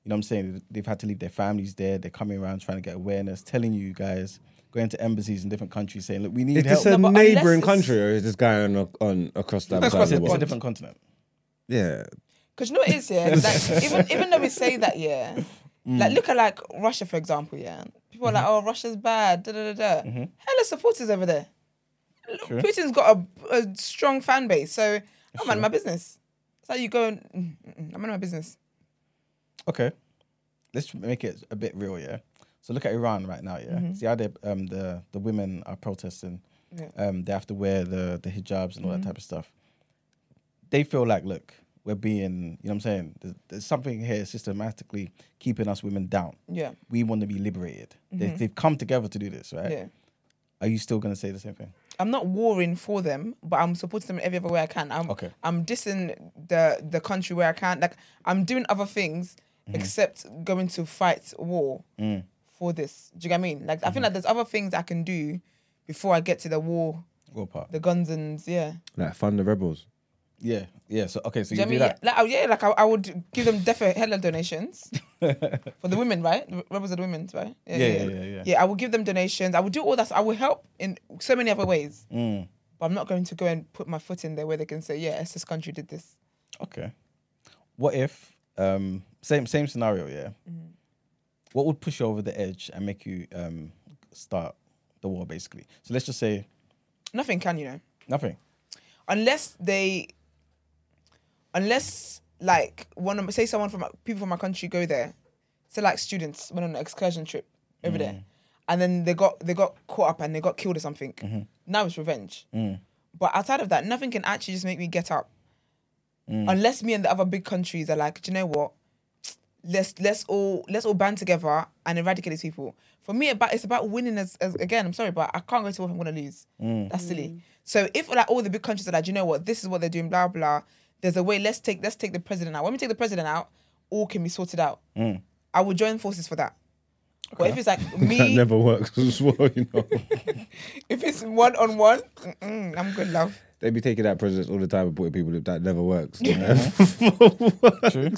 Speaker 4: know what I'm saying? They've had to leave their families there. They're coming around trying to get awareness, telling you guys, going to embassies in different countries, saying, "Look, we
Speaker 3: Is
Speaker 4: need help."
Speaker 3: this
Speaker 1: No,
Speaker 3: a
Speaker 1: but unless
Speaker 3: neighboring
Speaker 1: it's-
Speaker 3: country or is this guy on, on across the other side
Speaker 4: It's
Speaker 3: of
Speaker 4: a-
Speaker 3: the
Speaker 4: it's a
Speaker 3: world?
Speaker 4: different continent.
Speaker 3: Yeah,
Speaker 1: Because you know what it is, yeah? Like, even, even though we say that, yeah,
Speaker 4: Mm.
Speaker 1: like, look at, like, Russia, for example, yeah? People are like,
Speaker 4: Mm-hmm.
Speaker 1: oh, Russia's bad, da da da da. Hella supporters over there. Look,
Speaker 4: True.
Speaker 1: Putin's got a, a strong fan base, so I'm minding my business. It's like you go, and, mm, mm, mm, I'm in my business.
Speaker 4: Okay, let's make it a bit real, yeah. So look at Iran right now, yeah. See how they um the the women are protesting.
Speaker 1: Mm-hmm. Yeah. Mm-hmm.
Speaker 4: Um, they have to wear the the hijabs and all that type of stuff. They feel like, look, we're being, you know, what I'm saying, there's, there's something here systematically keeping us women down.
Speaker 1: Yeah,
Speaker 4: We want to be liberated. They, they've come together to do this, right?
Speaker 1: Mm-hmm. yeah.
Speaker 4: Are you still gonna say the same thing?
Speaker 1: I'm not warring for them, but I'm supporting them in every other way I can. I'm
Speaker 4: Okay.
Speaker 1: I'm dissing the the country where I can. Like I'm doing other things
Speaker 4: Mm-hmm.
Speaker 1: except going to fight war
Speaker 4: Mm,
Speaker 1: for this. Do you get what I mean? Like I
Speaker 4: Mm-hmm.
Speaker 1: feel like there's other things I can do before I get to the war,
Speaker 4: Real part.
Speaker 1: the guns and yeah.
Speaker 3: like fund the rebels.
Speaker 4: yeah, yeah. So okay, so
Speaker 1: Do
Speaker 4: you
Speaker 1: you
Speaker 4: do
Speaker 1: know what I mean?
Speaker 4: that.
Speaker 1: Like, oh, yeah, like I, I would give them definite hella donations for the women, right? The rebels are the women, right?
Speaker 4: Yeah, yeah, yeah, yeah.
Speaker 1: Yeah, I will give them donations. I will do all that. I will help in so many other ways.
Speaker 4: Mm.
Speaker 1: But I'm not going to go and put my foot in there where they can say, yeah, it's this country did this.
Speaker 4: Okay. What if um same same scenario, yeah? What would push you over the edge and make you um start the war basically? So let's just say
Speaker 1: Nothing can, you know.
Speaker 4: nothing.
Speaker 1: Unless they, unless like one of, say someone from, people from my country go there. So like students went on an excursion trip over there. And then they got, they got caught up and they got killed or something. Now it's revenge. But outside of that, nothing can actually just make me get up. Unless me and the other big countries are like, do you know what? Let's let's all let's all band together and eradicate these people. For me, about it's about winning as, as again, I'm sorry, but I can't go to war if I'm gonna lose. That's silly. So if like all the big countries are like, do you know what, this is what they're doing, blah blah, there's a way, let's take let's take the president out. When we take the president out, all can be sorted out. I will join forces for that. But if it's like
Speaker 3: That
Speaker 1: me,
Speaker 3: never works as well, you know.
Speaker 1: if it's one on one, mm-mm, I'm good, love.
Speaker 3: they be taking out presidents all the time and putting people that never works.
Speaker 4: True.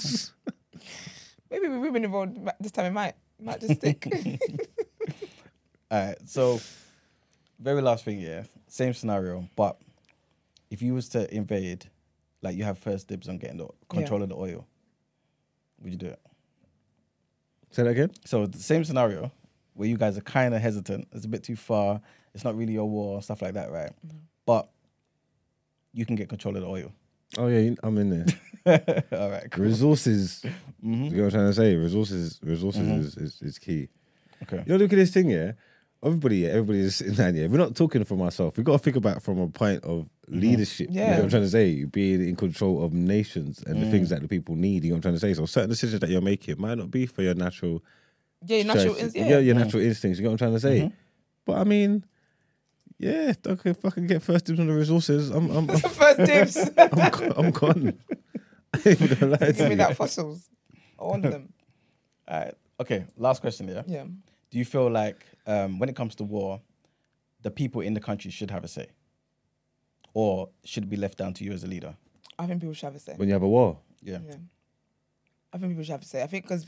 Speaker 1: Maybe we women involved ma- this time. It might might just stick.
Speaker 4: All right. So very last thing, yeah. Same scenario, but if you was to invade, like you have first dibs on getting the control of the oil, would you do it?
Speaker 3: Say that again.
Speaker 4: So the same scenario where you guys are kind of hesitant. It's a bit too far. It's not really your war, stuff like that, right?
Speaker 1: Mm-hmm.
Speaker 4: But you can get control of the oil.
Speaker 3: Oh yeah, you- I'm in there.
Speaker 4: All right. Cool.
Speaker 3: Resources.
Speaker 1: Mm-hmm.
Speaker 3: You know what I'm trying to say? Resources. Resources is, is, is key.
Speaker 4: Okay.
Speaker 3: You know, look at this thing, yeah. Everybody, yeah, everybody is sitting down here. We're not talking for myself. We've got to think about from a point of leadership. You know
Speaker 1: Mm-hmm. Yeah. Mm.
Speaker 3: what I'm trying to say? Being in control of nations and the things that the people need. You know what I'm trying to say? So certain decisions that you're making might not be for your natural
Speaker 1: yeah, your natural. ins-
Speaker 3: choices.
Speaker 1: Yeah. Mm. Mm-hmm.
Speaker 3: your, your natural instincts. You know what I'm trying to say? But I mean, yeah, if I can, if I can get first dibs on the resources, I'm I'm I'm,
Speaker 1: First tips.
Speaker 3: I'm, go- I'm gone. I ain't even gonna lie
Speaker 1: Give
Speaker 3: to
Speaker 1: me
Speaker 3: you.
Speaker 1: that fossils. All of them.
Speaker 4: All right. Okay. Last question, yeah.
Speaker 1: Yeah.
Speaker 4: Do you feel like um, when it comes to war, the people in the country should have a say, or should it be left down to you as a leader?
Speaker 1: I think people should have a say.
Speaker 3: When you have a war,
Speaker 4: Yeah.
Speaker 1: Yeah. I think people should have a say. I think because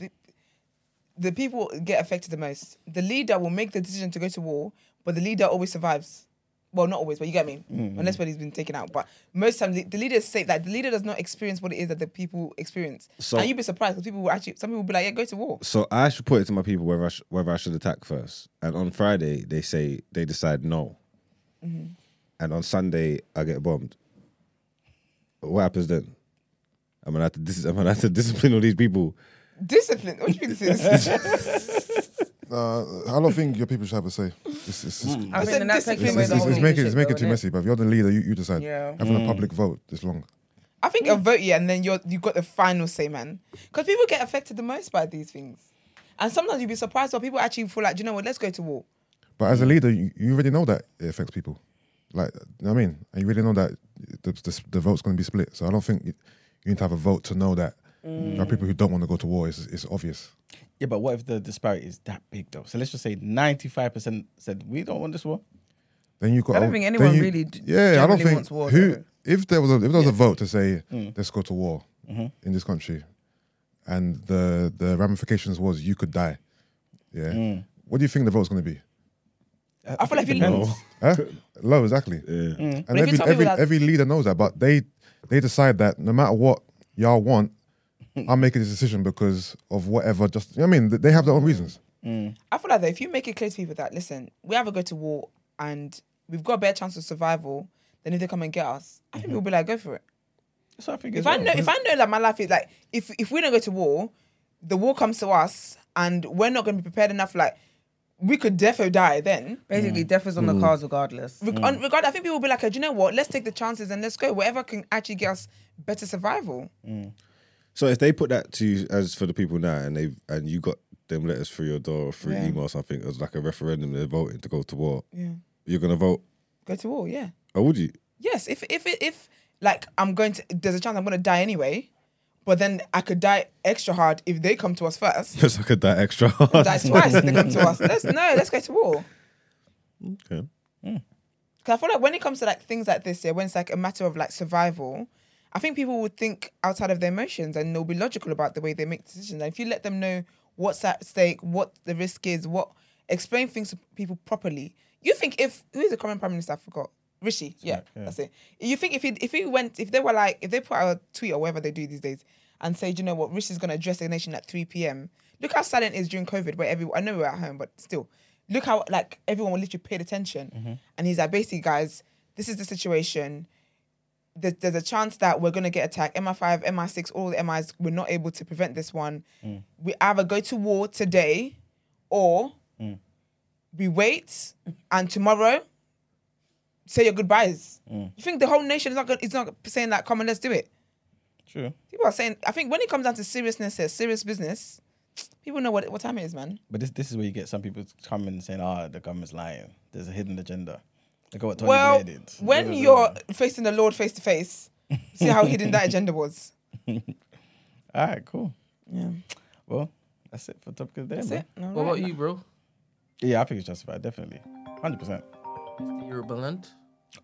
Speaker 1: the people get affected the most. The leader will make the decision to go to war, but the leader always survives. Well, not always, but you get me. Unless when he's been taken out, but most times the, the leaders say that the leader does not experience what it is that the people experience,
Speaker 3: So-
Speaker 1: and you'd be surprised because people will actually some people will be like, "Yeah, go to war."
Speaker 3: So I should put it to my people whether I, sh- whether I should attack first. And on Friday, they say they decide no. And on Sunday, I get bombed. What happens then? I'm gonna have to, dis- I'm gonna have to discipline all these people.
Speaker 1: Discipline. What do you think this is?
Speaker 6: Uh, I don't think your people should have a say. It's, it's, it's,
Speaker 2: I
Speaker 1: It's
Speaker 2: mean, and that's
Speaker 1: a discipline.
Speaker 2: taking away
Speaker 6: it's, it's,
Speaker 2: the
Speaker 6: it's,
Speaker 2: whole
Speaker 6: it's making
Speaker 2: leadership,
Speaker 6: it's making it
Speaker 2: though, innit?
Speaker 6: messy, but if you're the leader, you, you decide.
Speaker 2: Yeah.
Speaker 6: Having a public vote this long.
Speaker 1: I think a vote, yeah, and then you're you got the final say, man. Because people get affected the most by these things, and sometimes you'd be surprised how people actually feel like, "Do you know what? Let's go to war.
Speaker 6: But
Speaker 2: Mm.
Speaker 6: as a leader, you, you already know that it affects people. Like, you know what I mean? And you really know that the, the, the vote's going to be split. So I don't think you, you need to have a vote to know that there
Speaker 2: Mm.
Speaker 6: are people who don't want to go to war. It's, it's obvious.
Speaker 4: Yeah, but what if the disparity is that big though? So let's just say ninety-five percent said we don't want this war.
Speaker 6: Then you got.
Speaker 2: I don't
Speaker 6: a-
Speaker 2: think
Speaker 6: then
Speaker 2: anyone
Speaker 6: you-
Speaker 2: really d-
Speaker 6: Yeah, I don't
Speaker 2: generally
Speaker 6: think
Speaker 2: wants war,
Speaker 6: who.
Speaker 2: though. Mm.
Speaker 6: If there was a, if there was a vote to say let's go to war
Speaker 2: Mm-hmm.
Speaker 6: in this country, and the the ramifications was you could die, yeah.
Speaker 2: Mm.
Speaker 6: What do you think the vote's going to be?
Speaker 1: I feel like
Speaker 4: it
Speaker 1: if you-
Speaker 4: depends.
Speaker 6: Huh? Low, exactly.
Speaker 1: But
Speaker 2: Mm.
Speaker 6: And
Speaker 1: if you
Speaker 6: every
Speaker 1: tell people
Speaker 6: every,
Speaker 1: that-
Speaker 6: every leader knows that, but they they decide that no matter what y'all want, I'm making this decision because of whatever. Just you know what I mean, Th- they have their own reasons.
Speaker 2: Mm.
Speaker 1: I feel like though, if you make it clear to people that listen, we have a go to war and we've got a better chance of survival than if they come and get us, I think we'll be like, go for it.
Speaker 4: That's what I think.
Speaker 1: If
Speaker 4: as
Speaker 1: I
Speaker 4: well.
Speaker 1: know, if I know that my life is like, if if we don't go to war, the war comes to us and we're not going to be prepared enough. Like, we could defo die then.
Speaker 2: Basically, death is on the cards regardless.
Speaker 1: Reg- on, regard, I think people will be like, "Oh, do you know what? Let's take the chances and let's go wherever can actually get us better survival.
Speaker 3: So if they put that to you as for the people now, and they and you got them letters through your door or through email or something, it was like a referendum. They're voting to go to war.
Speaker 1: Yeah,
Speaker 3: You're gonna vote,
Speaker 1: go to war. Yeah,
Speaker 3: or would you?
Speaker 1: yes. If if if like I'm going to, there's a chance I'm going to die anyway, but then I could die extra hard if they come to us first.
Speaker 3: It's like a that extra hard.
Speaker 1: die twice if they come to us. Let's no, let's go to war.
Speaker 3: Okay.
Speaker 1: Because I feel like when it comes to like things like this, yeah, when it's like a matter of like survival, I think people would think outside of their emotions and they'll be logical about the way they make decisions. And if you let them know what's at stake, what the risk is, what explain things to people properly, you think if who is the current prime minister? I forgot. Rishi, yeah, that's it. You think if he if he went if they were like if they put out a tweet or whatever they do these days and say, do you know what, Rishi's gonna address the nation at three p.m. Look how silent it is during COVID, where everyone I know we're at home, but still, look how like everyone will literally paid attention. And he's like, basically, guys, this is the situation. There's, there's a chance that we're gonna get attacked. MI5, MI6, all the MIs, we're not able to prevent this one. We either go to war today, or we wait and tomorrow say your goodbyes. You think the whole nation is not gonna, is not saying that? Come on, let's do it.
Speaker 4: True.
Speaker 1: People are saying. I think when it comes down to seriousness, here, serious business, people know what what time it is, man.
Speaker 4: But this this is where you get some people coming saying, "Ah, the government's lying. There's a hidden agenda." Look at what Tony
Speaker 1: Well,
Speaker 4: Blair did.
Speaker 1: when you're facing the Lord face to face, see how hidden that agenda was.
Speaker 4: all right, cool.
Speaker 1: Yeah,
Speaker 4: Well, that's it for topic of the day.
Speaker 1: that's
Speaker 4: man.
Speaker 1: it. All
Speaker 5: What
Speaker 1: right.
Speaker 5: about you, bro?
Speaker 4: Yeah, I think it's justified, definitely, hundred percent.
Speaker 5: You're a blunt.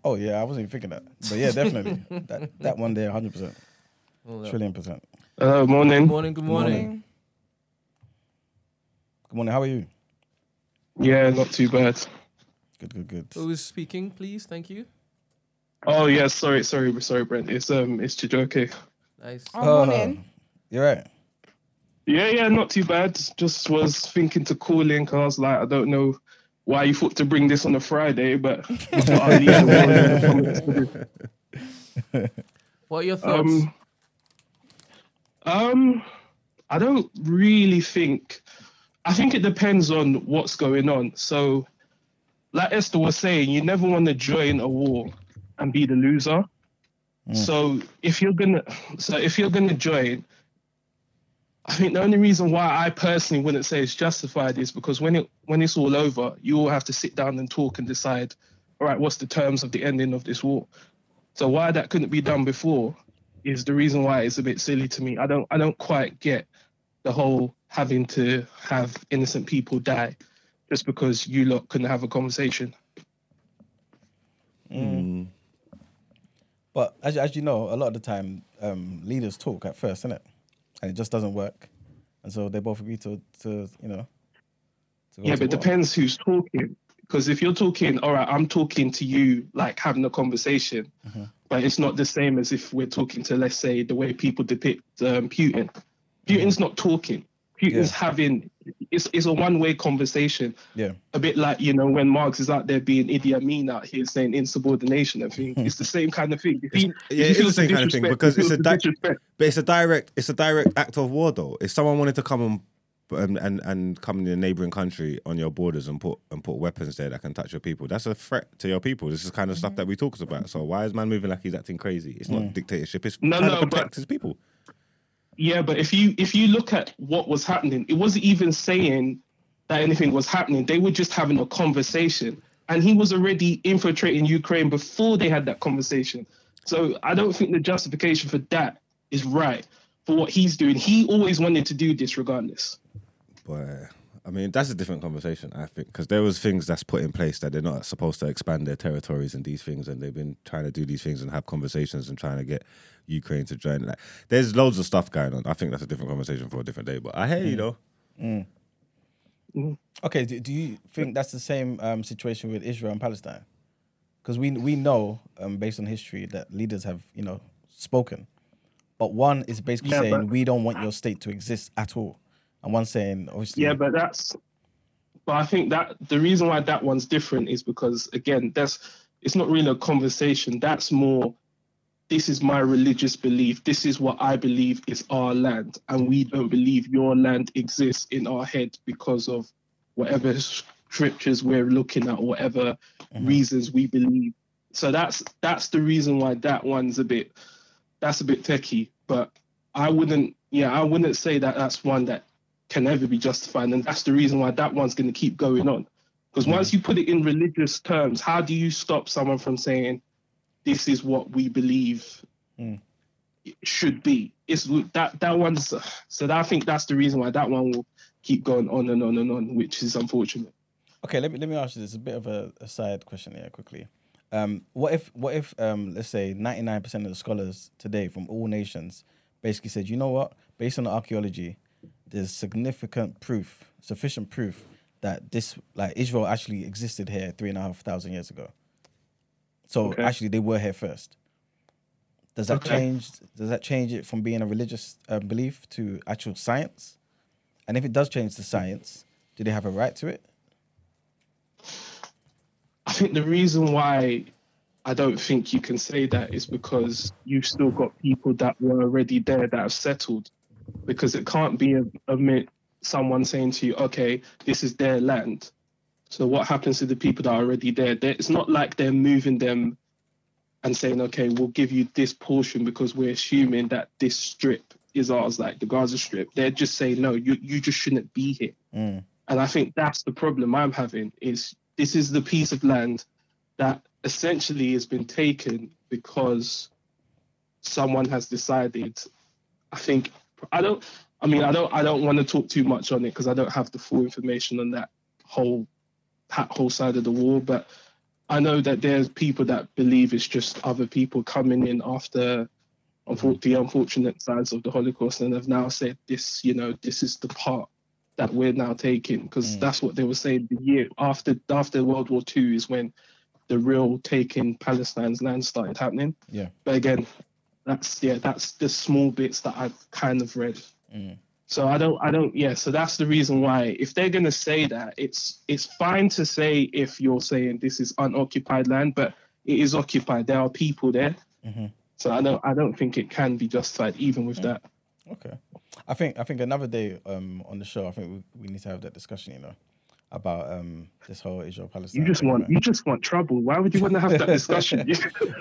Speaker 4: Oh yeah, I wasn't even thinking that, but yeah, definitely that that one there, hundred percent, trillion percent.
Speaker 7: Uh, morning.
Speaker 5: Morning, good morning.
Speaker 1: Morning.
Speaker 4: Good morning. How are you?
Speaker 7: Yeah, not too bad.
Speaker 4: Good, good, good.
Speaker 5: Who is speaking, please? Thank you.
Speaker 7: Oh yeah, sorry, sorry, sorry, Brent. It's um, it's Chijoke.
Speaker 5: Nice.
Speaker 1: Oh,
Speaker 4: Uh,
Speaker 1: morning.
Speaker 4: You're right.
Speaker 7: Yeah, yeah, not too bad. Just was thinking to call in because I was like, I don't know why you thought to bring this on a Friday, but Oh, yeah, well,
Speaker 5: What are your thoughts?
Speaker 7: um, um, I don't really think. I think it depends on what's going on. So, like Esther was saying, you never want to join a war and be the loser. So if you're gonna, so if you're gonna join, I think the only reason why I personally wouldn't say it's justified is because when it when it's all over, you all have to sit down and talk and decide, all right, what's the terms of the ending of this war. So why that couldn't be done before is the reason why it's a bit silly to me. I don't I don't quite get the whole having to have innocent people die just because you lot couldn't have a conversation.
Speaker 4: But as, as you know, a lot of the time, um, leaders talk at first, innit? And it just doesn't work. And so they both agree to, to you know. To go
Speaker 7: yeah,
Speaker 4: to
Speaker 7: but it
Speaker 4: war.
Speaker 7: depends who's talking. Because if you're talking, all right, I'm talking to you, like having a conversation, but it's not the same as if we're talking to, let's say, the way people depict um, Putin. Putin's not talking. Putin's having it's it's a one way conversation.
Speaker 4: Yeah.
Speaker 7: A bit like you know when Marx is out there being Idi Amin out here saying insubordination and things. It's the same kind of thing. If he- if
Speaker 3: Yeah,
Speaker 7: he
Speaker 3: it's the
Speaker 7: feels
Speaker 3: same kind of thing
Speaker 7: disrespect-
Speaker 3: because
Speaker 7: he
Speaker 3: it's a
Speaker 7: feels
Speaker 3: di-
Speaker 7: disrespect.
Speaker 3: but it's a direct it's a direct act of war though. If someone wanted to come on and and, and come in a neighboring country on your borders and put and put weapons there that can touch your people, that's a threat to your people. This is the kind of stuff that
Speaker 7: Mm.
Speaker 3: we talked about. So why is man moving like he's acting crazy? It's not dictatorship. It's
Speaker 7: No,
Speaker 3: trying
Speaker 7: no,
Speaker 3: to protect
Speaker 7: but-
Speaker 3: his people.
Speaker 7: Yeah, but if you if you look at what was happening, it wasn't even saying that anything was happening. They were just having a conversation, and he was already infiltrating Ukraine before they had that conversation. So I don't think the justification for that is right for what he's doing. He always wanted to do this, regardless.
Speaker 3: But I mean, that's a different conversation, I think, because there was things that's put in place that they're not supposed to expand their territories and these things, and they've been trying to do these things and have conversations and trying to get Ukraine to join. Like, there's loads of stuff going on. I think that's a different conversation for a different day. But I hear
Speaker 8: Mm.
Speaker 3: you though.
Speaker 4: Okay, do, do you think that's the same um, situation with Israel and Palestine? Because we we know, um, based on history, that leaders have you know spoken, but one is basically
Speaker 7: Yeah,
Speaker 4: saying
Speaker 7: but-
Speaker 4: we don't want your state to exist at all, and one saying obviously
Speaker 7: Yeah, but that's. But I think that the reason why that one's different is because again, that's it's not really a conversation. That's more. This is my religious belief. This is what I believe is our land, and we don't believe your land exists in our head because of whatever scriptures we're looking at, whatever reasons we believe. So that's that's the reason why that one's a bit that's a bit techie. But I wouldn't, yeah, I wouldn't say that that's one that can ever be justified. And that's the reason why that one's going to keep going on. Because once you put it in religious terms, how do you stop someone from saying, this is what we believe it should be? It's that, that one's, so that, I think that's the reason why that one will keep going on and on and on, which is unfortunate.
Speaker 4: Okay, let me let me ask you this. A bit of a, a side question here, quickly. Um, what if what if um, let's say ninety nine percent of the scholars today from all nations basically said, you know what, based on the archaeology, there's significant proof, sufficient proof that this like Israel actually existed here three and a half thousand years ago. So
Speaker 7: Okay.
Speaker 4: actually, they were here first. Does that
Speaker 7: Okay.
Speaker 4: change? Does that change it from being a religious uh, belief to actual science? And if it does change to science, do they have a right to it?
Speaker 7: I think the reason why I don't think you can say that is because you've still got people that were already there that have settled. Because it can't be a, a mi- someone saying to you, okay, this is their land. So what happens to the people that are already there? they it's not like they're moving them and saying, okay, we'll give you this portion because we're assuming that this strip is ours, like the Gaza Strip. They're just saying, no, you, you just shouldn't be here. And I think that's the problem I'm having is this is the piece of land that essentially has been taken because someone has decided. I think I don't. I mean, I don't. I don't want to talk too much on it because I don't have the full information on that whole that whole side of the war. But I know that there's people that believe it's just other people coming in after unfor- the unfortunate sides of the Holocaust and have now said this. You know, this is the part that we're now taking because that's what they were saying the year after after World War Two is when the real taking Palestine's land started happening.
Speaker 4: Yeah.
Speaker 7: But again, that's yeah, that's the small bits that I've kind of read. So I don't, I don't, yeah. So that's the reason why, if they're gonna say that, it's it's fine to say if you're saying this is unoccupied land, but it is occupied. There are people there. So I don't, I don't think it can be justified even with that.
Speaker 4: Okay, I think I think another day um, on the show, I think we, we need to have that discussion, you know, about um, this whole Israel Palestine.
Speaker 7: You just want, you just want trouble. Why would you want to have that discussion?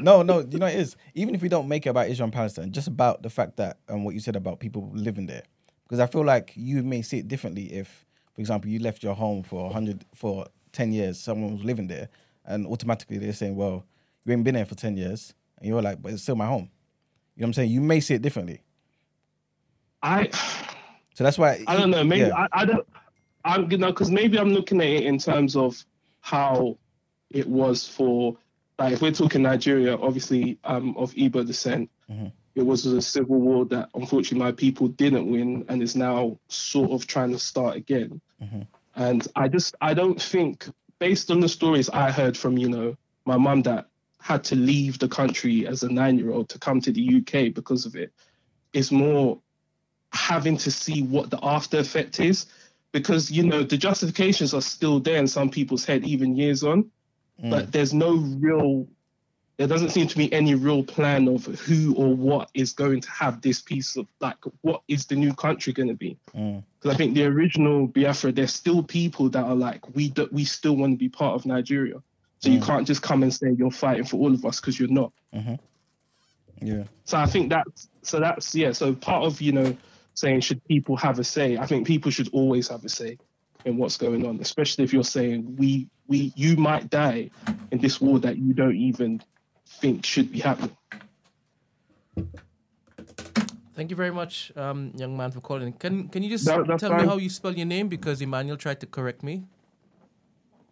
Speaker 4: no, no, you know it is. Even if we don't make it about Israel and Palestine, just about the fact that and what you said about people living there, because I feel like you may see it differently if, for example, you left your home for hundred for ten years, someone was living there, and automatically they're saying, well, you ain't been there for ten years, and you're like, but it's still my home. You know what I'm saying? You may see it differently.
Speaker 7: I.
Speaker 4: So that's why
Speaker 7: I don't know. Maybe
Speaker 4: Yeah.
Speaker 7: I, I don't. I'm you know because maybe I'm looking at it in terms of how it was for like if we're talking Nigeria, obviously um of Igbo descent. It was a civil war that unfortunately my people didn't win and is now sort of trying to start again. And I just I don't think based on the stories I heard from, you know, my mum that had to leave the country as a nine year old to come to the UK because of it, it's more having to see what the after effect is because, you know, the justifications are still there in some people's head, even years on, but there's no real, there doesn't seem to be any real plan of who or what is going to have this piece of, like, what is the new country going to be? because I think the original Biafra, there's still people that are like, we do, we still want to be part of Nigeria. So you can't just come and say you're fighting for all of us because you're not.
Speaker 4: Yeah.
Speaker 7: So I think that's so that's yeah. So part of you know saying should people have a say? I think people should always have a say in what's going on, especially if you're saying we we you might die in this war that you don't even think should be happening.
Speaker 5: Thank you very much, um, young man, for calling. Can can you just
Speaker 7: That- that's
Speaker 5: tell me
Speaker 7: fine.
Speaker 5: how you spell your name? Because Emmanuel tried to correct me.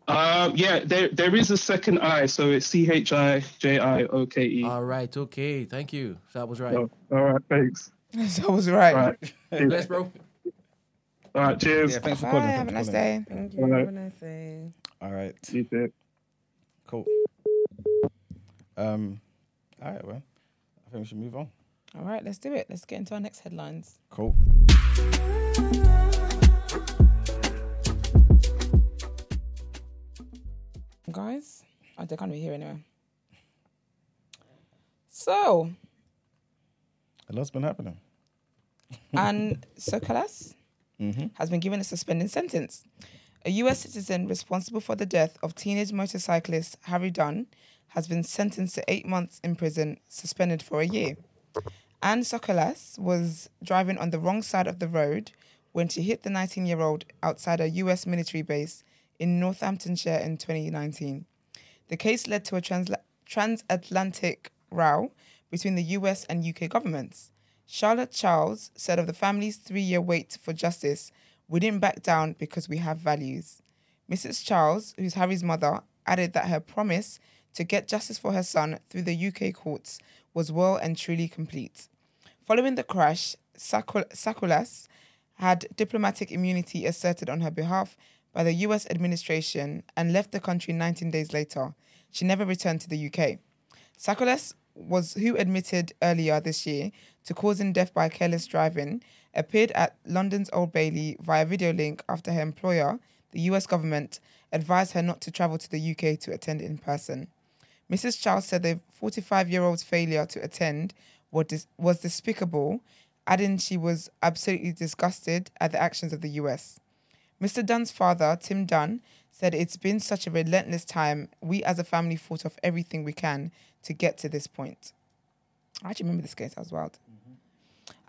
Speaker 7: Um, yeah, there there is a second I, so it's C H I J I O K E.
Speaker 5: All right, okay, thank you. That was right.
Speaker 7: Oh, All right, thanks.
Speaker 2: So I was right.
Speaker 7: All right,
Speaker 5: Bless, bro.
Speaker 7: all right, cheers.
Speaker 4: Yeah, thanks for
Speaker 1: Bye,
Speaker 4: calling.
Speaker 1: have a nice
Speaker 4: thanks for calling.
Speaker 1: day.
Speaker 2: Thank
Speaker 7: All
Speaker 2: you.
Speaker 7: right.
Speaker 2: Have a nice day.
Speaker 4: All right.
Speaker 7: You too.
Speaker 4: Cool. Um, all right, well, I think we should move on.
Speaker 1: All right, let's do it. Let's get into our next headlines.
Speaker 4: Cool.
Speaker 1: Guys, oh, they can't be here anyway. So,
Speaker 4: A lot's been happening.
Speaker 1: and Sokolas has been given a suspended sentence. A US citizen responsible for the death of teenage motorcyclist Harry Dunn has been sentenced to eight months in prison, suspended for a year. Anne Sokolas was driving on the wrong side of the road when she hit the 19 year old outside a US military base in Northamptonshire in 2019. The case led to a transla- transatlantic row between the US and UK governments. Charlotte Charles said of the family's three year wait for justice, we didn't back down because we have values. Mrs. Charles, who's Harry's mother, added that her promise to get justice for her son through the UK courts was well and truly complete. Following the crash, Sakul- Sakulas had diplomatic immunity asserted on her behalf by the US administration and left the country 19 days later. She never returned to the UK. Sakulas was who admitted earlier this year to causing death by careless driving, appeared at London's Old Bailey via video link after her employer, the US government, advised her not to travel to the UK to attend in person. Mrs. Charles said the 45 year old's failure to attend was, dis- was despicable, adding she was absolutely disgusted at the actions of the US. Mr. Dunn's father, Tim Dunn, said it's been such a relentless time. We as a family fought off everything we can to get to this point. I actually remember this case, that was wild.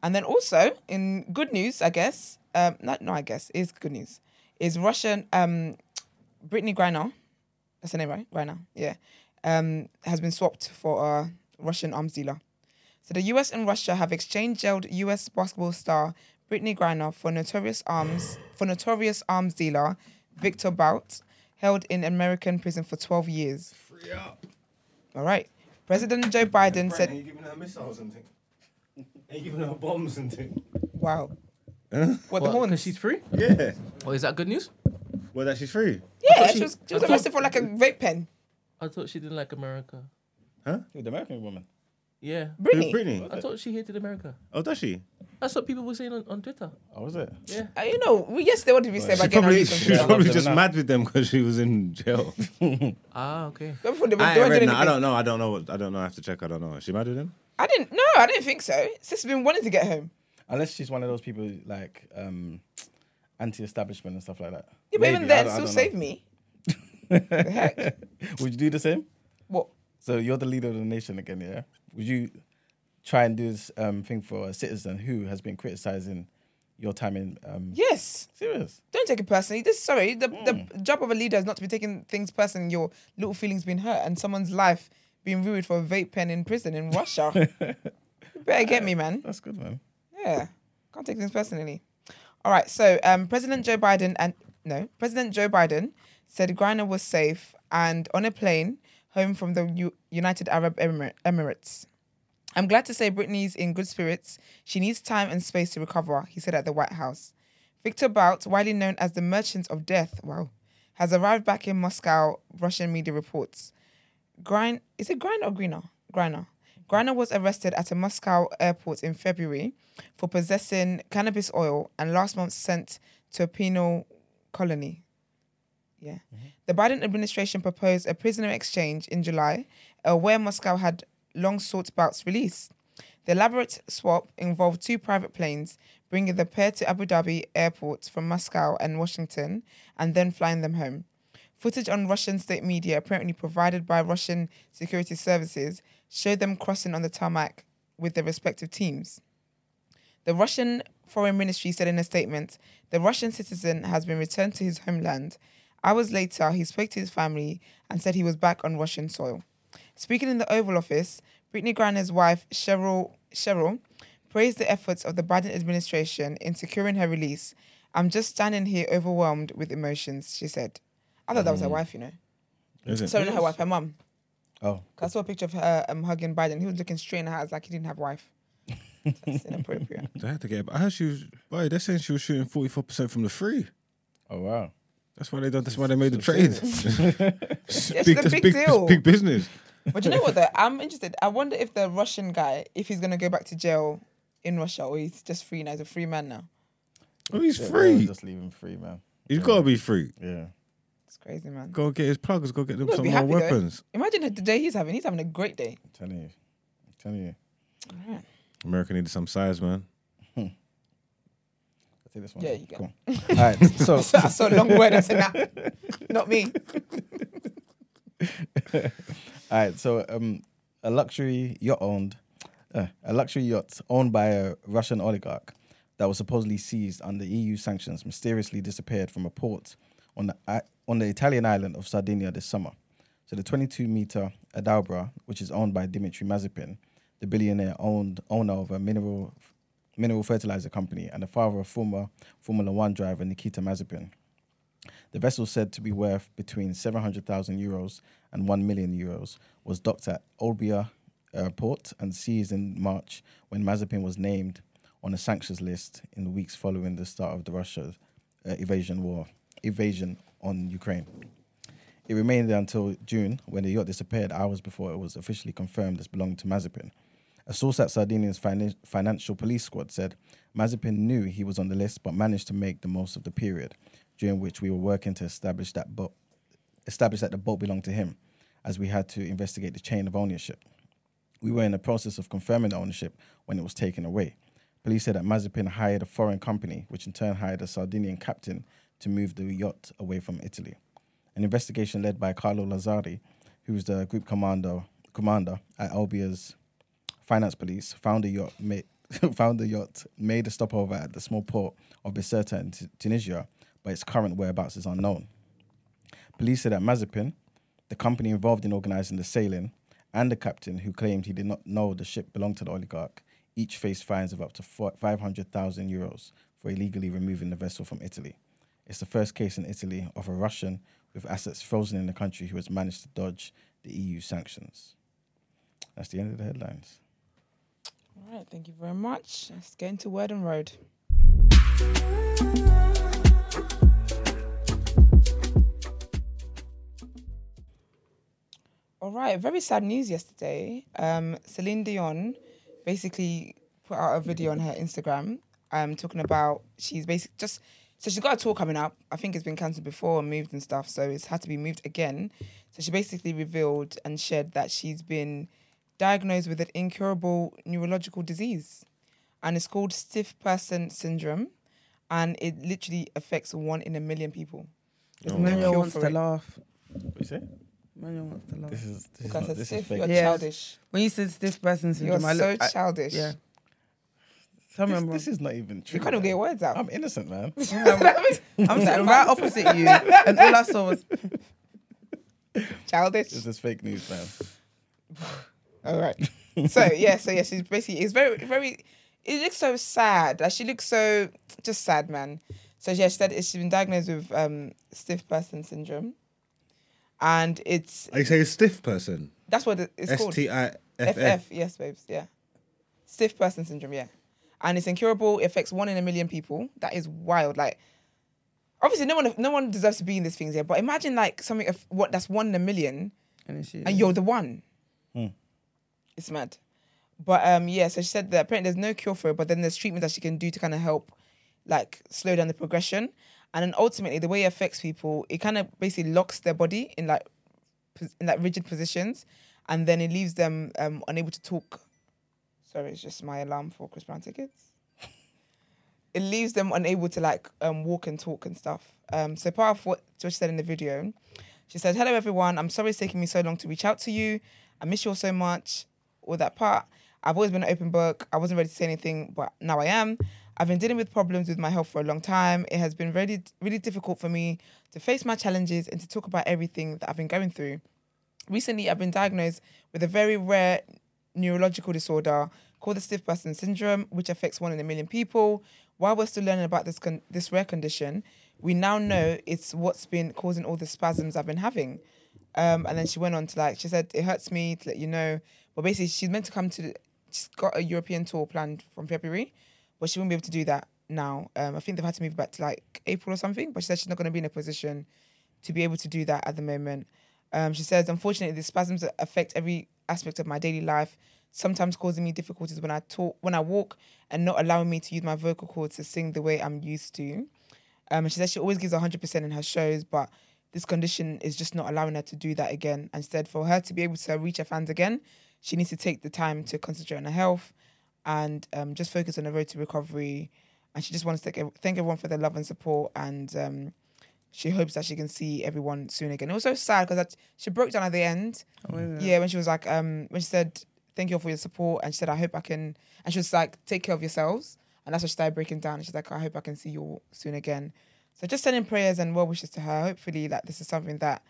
Speaker 1: And then also, in good news, I guess, um, not, no, I guess, it is good news, is Russian um, Brittany Griner, that's her name, right? Griner, yeah, um, has been swapped for a Russian arms dealer. So the US and Russia have exchanged jailed US basketball star Brittany Griner for notorious arms for notorious arms dealer Victor Bout, held in American prison for 12 years. All right. President Joe Biden
Speaker 8: Are
Speaker 1: said,
Speaker 8: you giving her missiles and things? Are you giving her bombs and things?
Speaker 1: "Wow, what the
Speaker 5: Well, 'cause
Speaker 1: horns?"
Speaker 5: she's free.
Speaker 8: Yeah.
Speaker 5: Oh, is that good news?
Speaker 8: Well, that she's free.
Speaker 1: yeah,
Speaker 5: thought
Speaker 1: she
Speaker 5: she-
Speaker 1: was, she
Speaker 5: I
Speaker 1: was
Speaker 5: thought-
Speaker 1: arrested for like a rape pen.
Speaker 5: I thought she didn't like America.
Speaker 4: You're the American woman.
Speaker 5: Yeah,
Speaker 1: Brittany,
Speaker 8: Brittany.
Speaker 5: I thought she hated America.
Speaker 8: Oh, does she?
Speaker 5: That's what people were saying on, on Twitter.
Speaker 4: Oh, is it?
Speaker 5: Yeah.
Speaker 1: Uh, you know, we yesterday what did we say
Speaker 8: She
Speaker 1: about getting our
Speaker 8: probably,
Speaker 1: news from
Speaker 8: she was
Speaker 1: Twitter?
Speaker 8: probably
Speaker 4: Them
Speaker 8: just
Speaker 4: now.
Speaker 8: mad with them because she was in jail.
Speaker 5: Ah, okay.
Speaker 1: Before they were
Speaker 8: I,
Speaker 1: doing
Speaker 8: ain't read that. I
Speaker 1: anything.
Speaker 8: don't know. I don't know. What, I don't know. I have to check. I don't know. Is she mad with him?
Speaker 1: I didn't. No, I didn't think so. Sis been wanting to get home.
Speaker 4: Unless she's one of those people like um, anti-establishment and stuff like that.
Speaker 1: Yeah, but
Speaker 4: Maybe,
Speaker 1: even
Speaker 4: I
Speaker 1: then,
Speaker 4: don't-
Speaker 1: still
Speaker 4: I don't
Speaker 1: save
Speaker 4: know.
Speaker 1: me. the heck?
Speaker 4: Would you do the same?
Speaker 1: What?
Speaker 4: So you're the leader of the nation again, yeah? Would you try and do this um, thing for a citizen who has been criticizing your time in? Um,
Speaker 1: Yes.
Speaker 4: Serious?
Speaker 1: Don't take it personally. This sorry. The,
Speaker 4: Hmm.
Speaker 1: the job of a leader is not to be taking things personally. Your little feelings being hurt and someone's life being ruined for a vape pen in prison in Russia. you better get me, man.
Speaker 4: That's good, man.
Speaker 1: Yeah, can't take things personally. All right, so um, President Joe Biden and no, President Joe Biden said Griner was safe and on a plane home from the U- United Arab Emir- Emirates. I'm glad to say Brittany's in good spirits. She needs time and space to recover, he said at the White House. Victor Bout, widely known as the Merchant of Death, wow, has arrived back in Moscow, Russian media reports. Grin is it Griner or Greener? Griner. Griner was arrested at a Moscow airport in February for possessing cannabis oil and last month sent to a penal colony. Yeah. The Biden administration proposed a prisoner exchange in July, uh, where Moscow had long sought Bout's release. The elaborate swap involved two private planes, bringing the pair to Abu Dhabi airport from Moscow and Washington, and then flying them home. Footage on Russian state media, apparently provided by Russian security services, showed them crossing on the tarmac with their respective teams. The Russian Foreign Ministry said in a statement the Russian citizen has been returned to his homeland. Hours later, he spoke to his family and said he was back on Russian soil. Speaking in the Oval Office, Brittany Griner's wife, Cheryl, Cheryl praised the efforts of the Biden administration in securing her release. I'm just standing here overwhelmed with emotions, she said. I thought that was her wife, you know.
Speaker 3: Is Mm. it?
Speaker 1: Sorry, not her wife, her mum.
Speaker 4: Oh,
Speaker 1: 'Cause I saw a picture of her um, hugging Biden. He was looking straight in her eyes like he didn't have a wife. That's inappropriate.
Speaker 3: They had to get. I heard she was. Boy, they're saying she was shooting forty four percent from the free.
Speaker 4: oh wow.
Speaker 3: That's why they done. That's why they made the trade.
Speaker 1: it's
Speaker 3: big,
Speaker 1: a
Speaker 3: that's
Speaker 1: big
Speaker 3: big,
Speaker 1: deal.
Speaker 3: that's big business.
Speaker 1: But you know what though? I'm interested. I wonder if the Russian guy, if he's gonna go back to jail in Russia or he's just free now, he's a free man now.
Speaker 3: Oh, he's
Speaker 4: Yeah, I would
Speaker 3: free.
Speaker 4: Just leave him free, man.
Speaker 3: He's gotta be free.
Speaker 4: Yeah.
Speaker 1: It's crazy, man.
Speaker 3: Go get his pluggers. Go get them
Speaker 1: He'll
Speaker 3: some
Speaker 1: be
Speaker 3: more
Speaker 1: happy, though.
Speaker 3: weapons.
Speaker 1: Imagine the day he's having. He's having a great day.
Speaker 4: I'm telling you. I'm telling you.
Speaker 3: America needed some size, man.
Speaker 4: I'll take this one.
Speaker 1: Yeah, you
Speaker 4: Come on. All right. So,
Speaker 1: So I saw a long word. I said, nah, not me.
Speaker 4: All right, so um, a luxury yacht owned, uh, a luxury yacht owned by a Russian oligarch that was supposedly seized under EU sanctions mysteriously disappeared from a port on the i- on the Italian island of Sardinia this summer. So the 22 meter Adalbra, which is owned by Dimitri Mazepin, the billionaire owned owner of a mineral mineral fertilizer company and the father of former Formula One driver Nikita Mazepin. The vessel said to be worth between 700,000 euros and 1 million euros was docked at Olbia uh, port and seized in March when Mazepin was named on the sanctions list in the weeks following the start of the Russia uh, invasion war, invasion on Ukraine. It remained there until June when the yacht disappeared hours before it was officially confirmed as belonging to Mazepin. A source at Sardinia's finan- financial police squad said Mazepin knew he was on the list but managed to make the most of the period during which we were working to establish that boat, establish that the boat belonged to him, as we had to investigate the chain of ownership. We were in the process of confirming the ownership when it was taken away. Police said that Mazepin hired a foreign company, which in turn hired a Sardinian captain to move the yacht away from Italy. An investigation led by Carlo Lazzari, who was the group commander commander at Albia's finance police, found the yacht made, found the yacht made a stopover at the small port of Biserta in Tu- Tunisia, but its current whereabouts is unknown. Police said that Mazepin, the company involved in organizing the sailing, and the captain, who claimed he did not know the ship belonged to the oligarch, each faced fines of up to four- 500,000 euros for illegally removing the vessel from Italy. It's the first case in Italy of a Russian with assets frozen in the country who has managed to dodge the EU sanctions. That's the end of the headlines.
Speaker 1: All right, thank you very much. Let's get into Word and Road. All right, very sad news yesterday. Um, Celine Dion basically put out a video on her Instagram um, talking about she's basically just so she's got a tour coming up. I think it's been cancelled before and moved and stuff, so it's had to be moved again. So she basically revealed and shared that she's been diagnosed with an incurable neurological disease, and it's called stiff person syndrome, and it literally affects one in a million people. There's no
Speaker 2: Manuel
Speaker 1: cure
Speaker 2: wants
Speaker 1: for
Speaker 2: to
Speaker 1: it.
Speaker 2: laugh.
Speaker 4: What you say?
Speaker 2: Manuel wants to laugh.
Speaker 4: This is this is,
Speaker 1: Because
Speaker 4: not,
Speaker 1: it's
Speaker 4: this is
Speaker 1: stiff,
Speaker 4: fake.
Speaker 1: you're
Speaker 2: Yeah.
Speaker 1: childish.
Speaker 2: When you said stiff person
Speaker 1: You're
Speaker 2: syndrome, I
Speaker 1: so
Speaker 2: look, I,
Speaker 1: childish.
Speaker 2: yeah. Tell me
Speaker 4: This,
Speaker 2: I'm wrong.
Speaker 4: this is not even true.
Speaker 1: You can't even get
Speaker 4: man.
Speaker 1: your words out.
Speaker 4: I'm innocent, man.
Speaker 2: I'm sitting right opposite you, and all I saw was
Speaker 1: childish.
Speaker 4: this is fake news, man.
Speaker 1: All right. so yeah, so yeah, she's basically it's very very. It looks so sad. Like she looks so just sad, man. So yeah, she said she's been diagnosed with um, stiff person syndrome, and it's
Speaker 3: I say a stiff person.
Speaker 1: that's what it- it's
Speaker 3: S
Speaker 1: called.
Speaker 3: T I F
Speaker 1: FF,
Speaker 3: F.
Speaker 1: yes, babes, yeah. Stiff person syndrome, yeah. And it's incurable, it affects one in a million people. That is wild. Like, obviously no one no one deserves to be in these things here, but imagine like something of what that's one in a million
Speaker 2: And she,
Speaker 1: and you're the one. It's mad. But um, yeah, so she said that apparently there's no cure for it, but then there's treatment that she can do to kind of help, like slow down the progression, and then ultimately the way it affects people, it kind of basically locks their body in like pos- in like rigid positions, and then it leaves them um, unable to talk. Sorry, it's just my alarm for Chris Brown tickets. It leaves them unable to like um, walk and talk and stuff. Um, so part of what Josh said in the video, she said, "Hello everyone. I'm sorry it's taking me so long to reach out to you. I miss you all so much. All that part. I've always been an open book. I wasn't ready to say anything, but now I am. I've been dealing with problems with my health for a long time. It has been really, really difficult for me to face my challenges and to talk about everything that I've been going through. Recently, I've been diagnosed with a very rare neurological disorder called the stiff person syndrome, which affects one in a million people. While we're still learning about this con- this rare condition, we now know it's what's been causing all the spasms I've been having. Um, and then she went on to like she said it hurts me to let you know. But basically, she's meant to come to. The, she's got a European tour planned from February, but she won't be able to do that now. Um, I think they've had to move back to like April or something. But she said she's not going to be in a position to be able to do that at the moment. Um, she says, unfortunately, the spasms affect every aspect of my daily life, sometimes causing me difficulties when I talk, when I walk, and not allowing me to use my vocal cords to sing the way I'm used to. Um, and she says she always gives 100% in her shows, but this condition is just not allowing her to do that again. Instead, for her to be able to reach her fans again, she needs to take the time to concentrate on her health and um, just focus on the road to recovery. And she just wants to thank thank everyone for their love and support. And um, she hopes that she can see everyone soon again. It was so sad because she broke down at the end. yeah, when she was like, um, when she said, "Thank you all for your support," and she said, "I hope I can," and she was like, "Take care of yourselves." And that's when she started breaking down. And she's like, "I hope I can see you all soon again." So just sending prayers and well wishes to her. Hopefully, like this is something that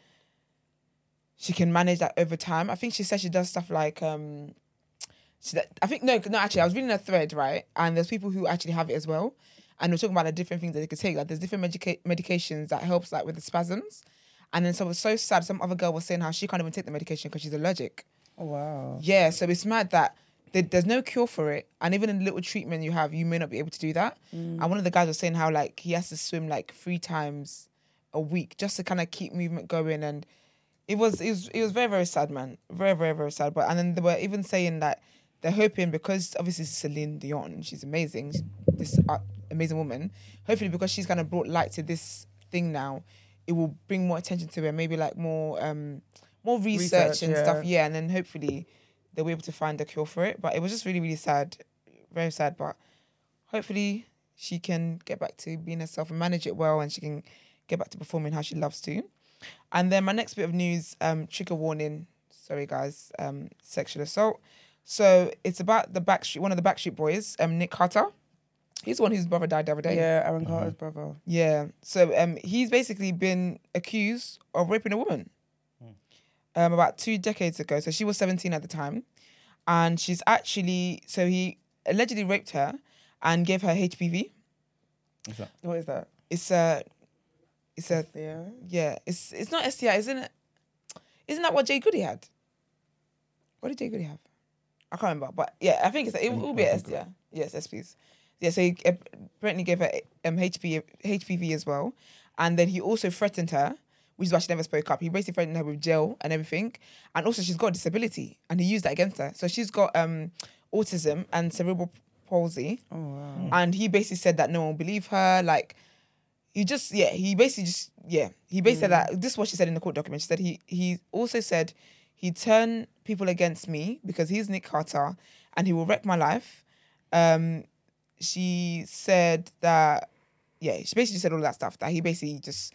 Speaker 1: she can manage that over time. I think she said she does stuff like um she, that- I think no, no. Actually, I was reading a thread right, and there's people who actually have it as well, and they're talking about the different things that they could take. Like there's different medica- medications that helps like with the spasms, and then so it was so sad. Some other girl was saying how she can't even take the medication because she's allergic.
Speaker 2: oh, wow.
Speaker 1: Yeah, so it's mad that there- there's no cure for it, and even in little treatment you have, you may not be able to do that. And one of the guys was saying how like he has to swim like three times a week just to kind of keep movement going, and it was it was it was very very sad, man, very very very sad. But and then they were even saying that they're hoping because obviously Celine Dion, she's amazing, she's this uh, amazing woman. Hopefully, because she's kind of brought light to this thing now, it will bring more attention to it, maybe like more um more research,
Speaker 2: Research,
Speaker 1: and
Speaker 2: yeah.
Speaker 1: stuff. Yeah, and then hopefully they'll be able to find a cure for it. But it was just really, really sad, very sad. But hopefully she can get back to being herself and manage it well, and she can get back to performing how she loves to. And then my next bit of news, um, trigger warning. Sorry, guys. Um, sexual assault. So it's about the Backstreet, one of the Backstreet Boys, um, Nick Carter. He's the one whose brother died the other day.
Speaker 2: Yeah, Aaron Carter's brother.
Speaker 1: Yeah. So um, he's basically been accused of raping a woman um, about two decades ago. So she was 17 at the time. And she's actually, so he allegedly raped her and gave her HPV.
Speaker 2: What is that?
Speaker 1: It's a, it's a,
Speaker 2: Yeah.
Speaker 1: yeah, it's it's not STI, isn't it? Isn't that what Jay Goody had? What did Jay Goody have? I can't remember, but yeah, I think it's, it will be an STI. Yes, SPs. Yeah, so he ap- apparently gave her um, HP, HPV as well. And then he also threatened her, which is why she never spoke up. He basically threatened her with jail and everything. And also, she's got a disability, and he used that against her. So she's got um, autism and cerebral palsy. Oh, wow. And he basically said that no one will believe her. Like, he just yeah he basically just yeah he basically said that this is what she said in the court document she said he he also said he turn people against me because he's nick carter and he will wreck my life um she said that yeah she basically said all that stuff that he basically just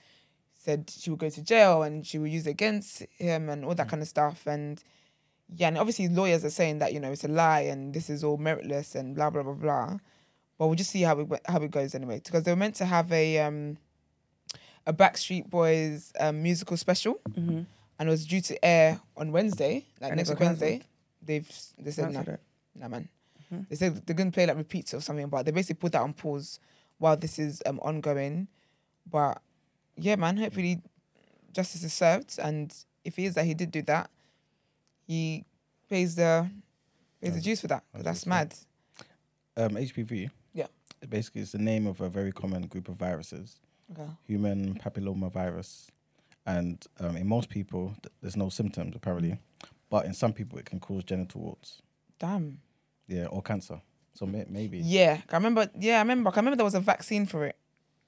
Speaker 1: said she would go to jail and she would use it against him and
Speaker 2: Mm.
Speaker 1: all that kind of stuff and yeah and obviously lawyers are saying that you know it's a lie and this is all meritless and blah blah blah blah but we'll just see how it we- how it goes anyway. Because they were meant to have a um, a Backstreet Boys um, musical special, and it was due to air on Wednesday, like
Speaker 2: Mm-hmm. And it
Speaker 1: next
Speaker 2: got
Speaker 1: week Wednesday. They've they said no,
Speaker 2: Cancelled it.
Speaker 1: no man. They said they're gonna play like repeats or something, but they basically put that on pause while this is um, ongoing. But yeah, man, hopefully justice is served, and if he is that he did do that, he pays the pays the dues for that. 'cause That's mad.
Speaker 4: Um, HPV.
Speaker 1: Yeah.
Speaker 4: Basically, it's the name of a very common group of viruses
Speaker 1: Okay.
Speaker 4: human papillomavirus, and um, in most people, th- there's no symptoms apparently, but in some people, it can cause genital warts,
Speaker 1: Damn.
Speaker 4: yeah, or cancer. So may- maybe
Speaker 1: Yeah, I remember. Yeah, I remember. I remember there was a vaccine for it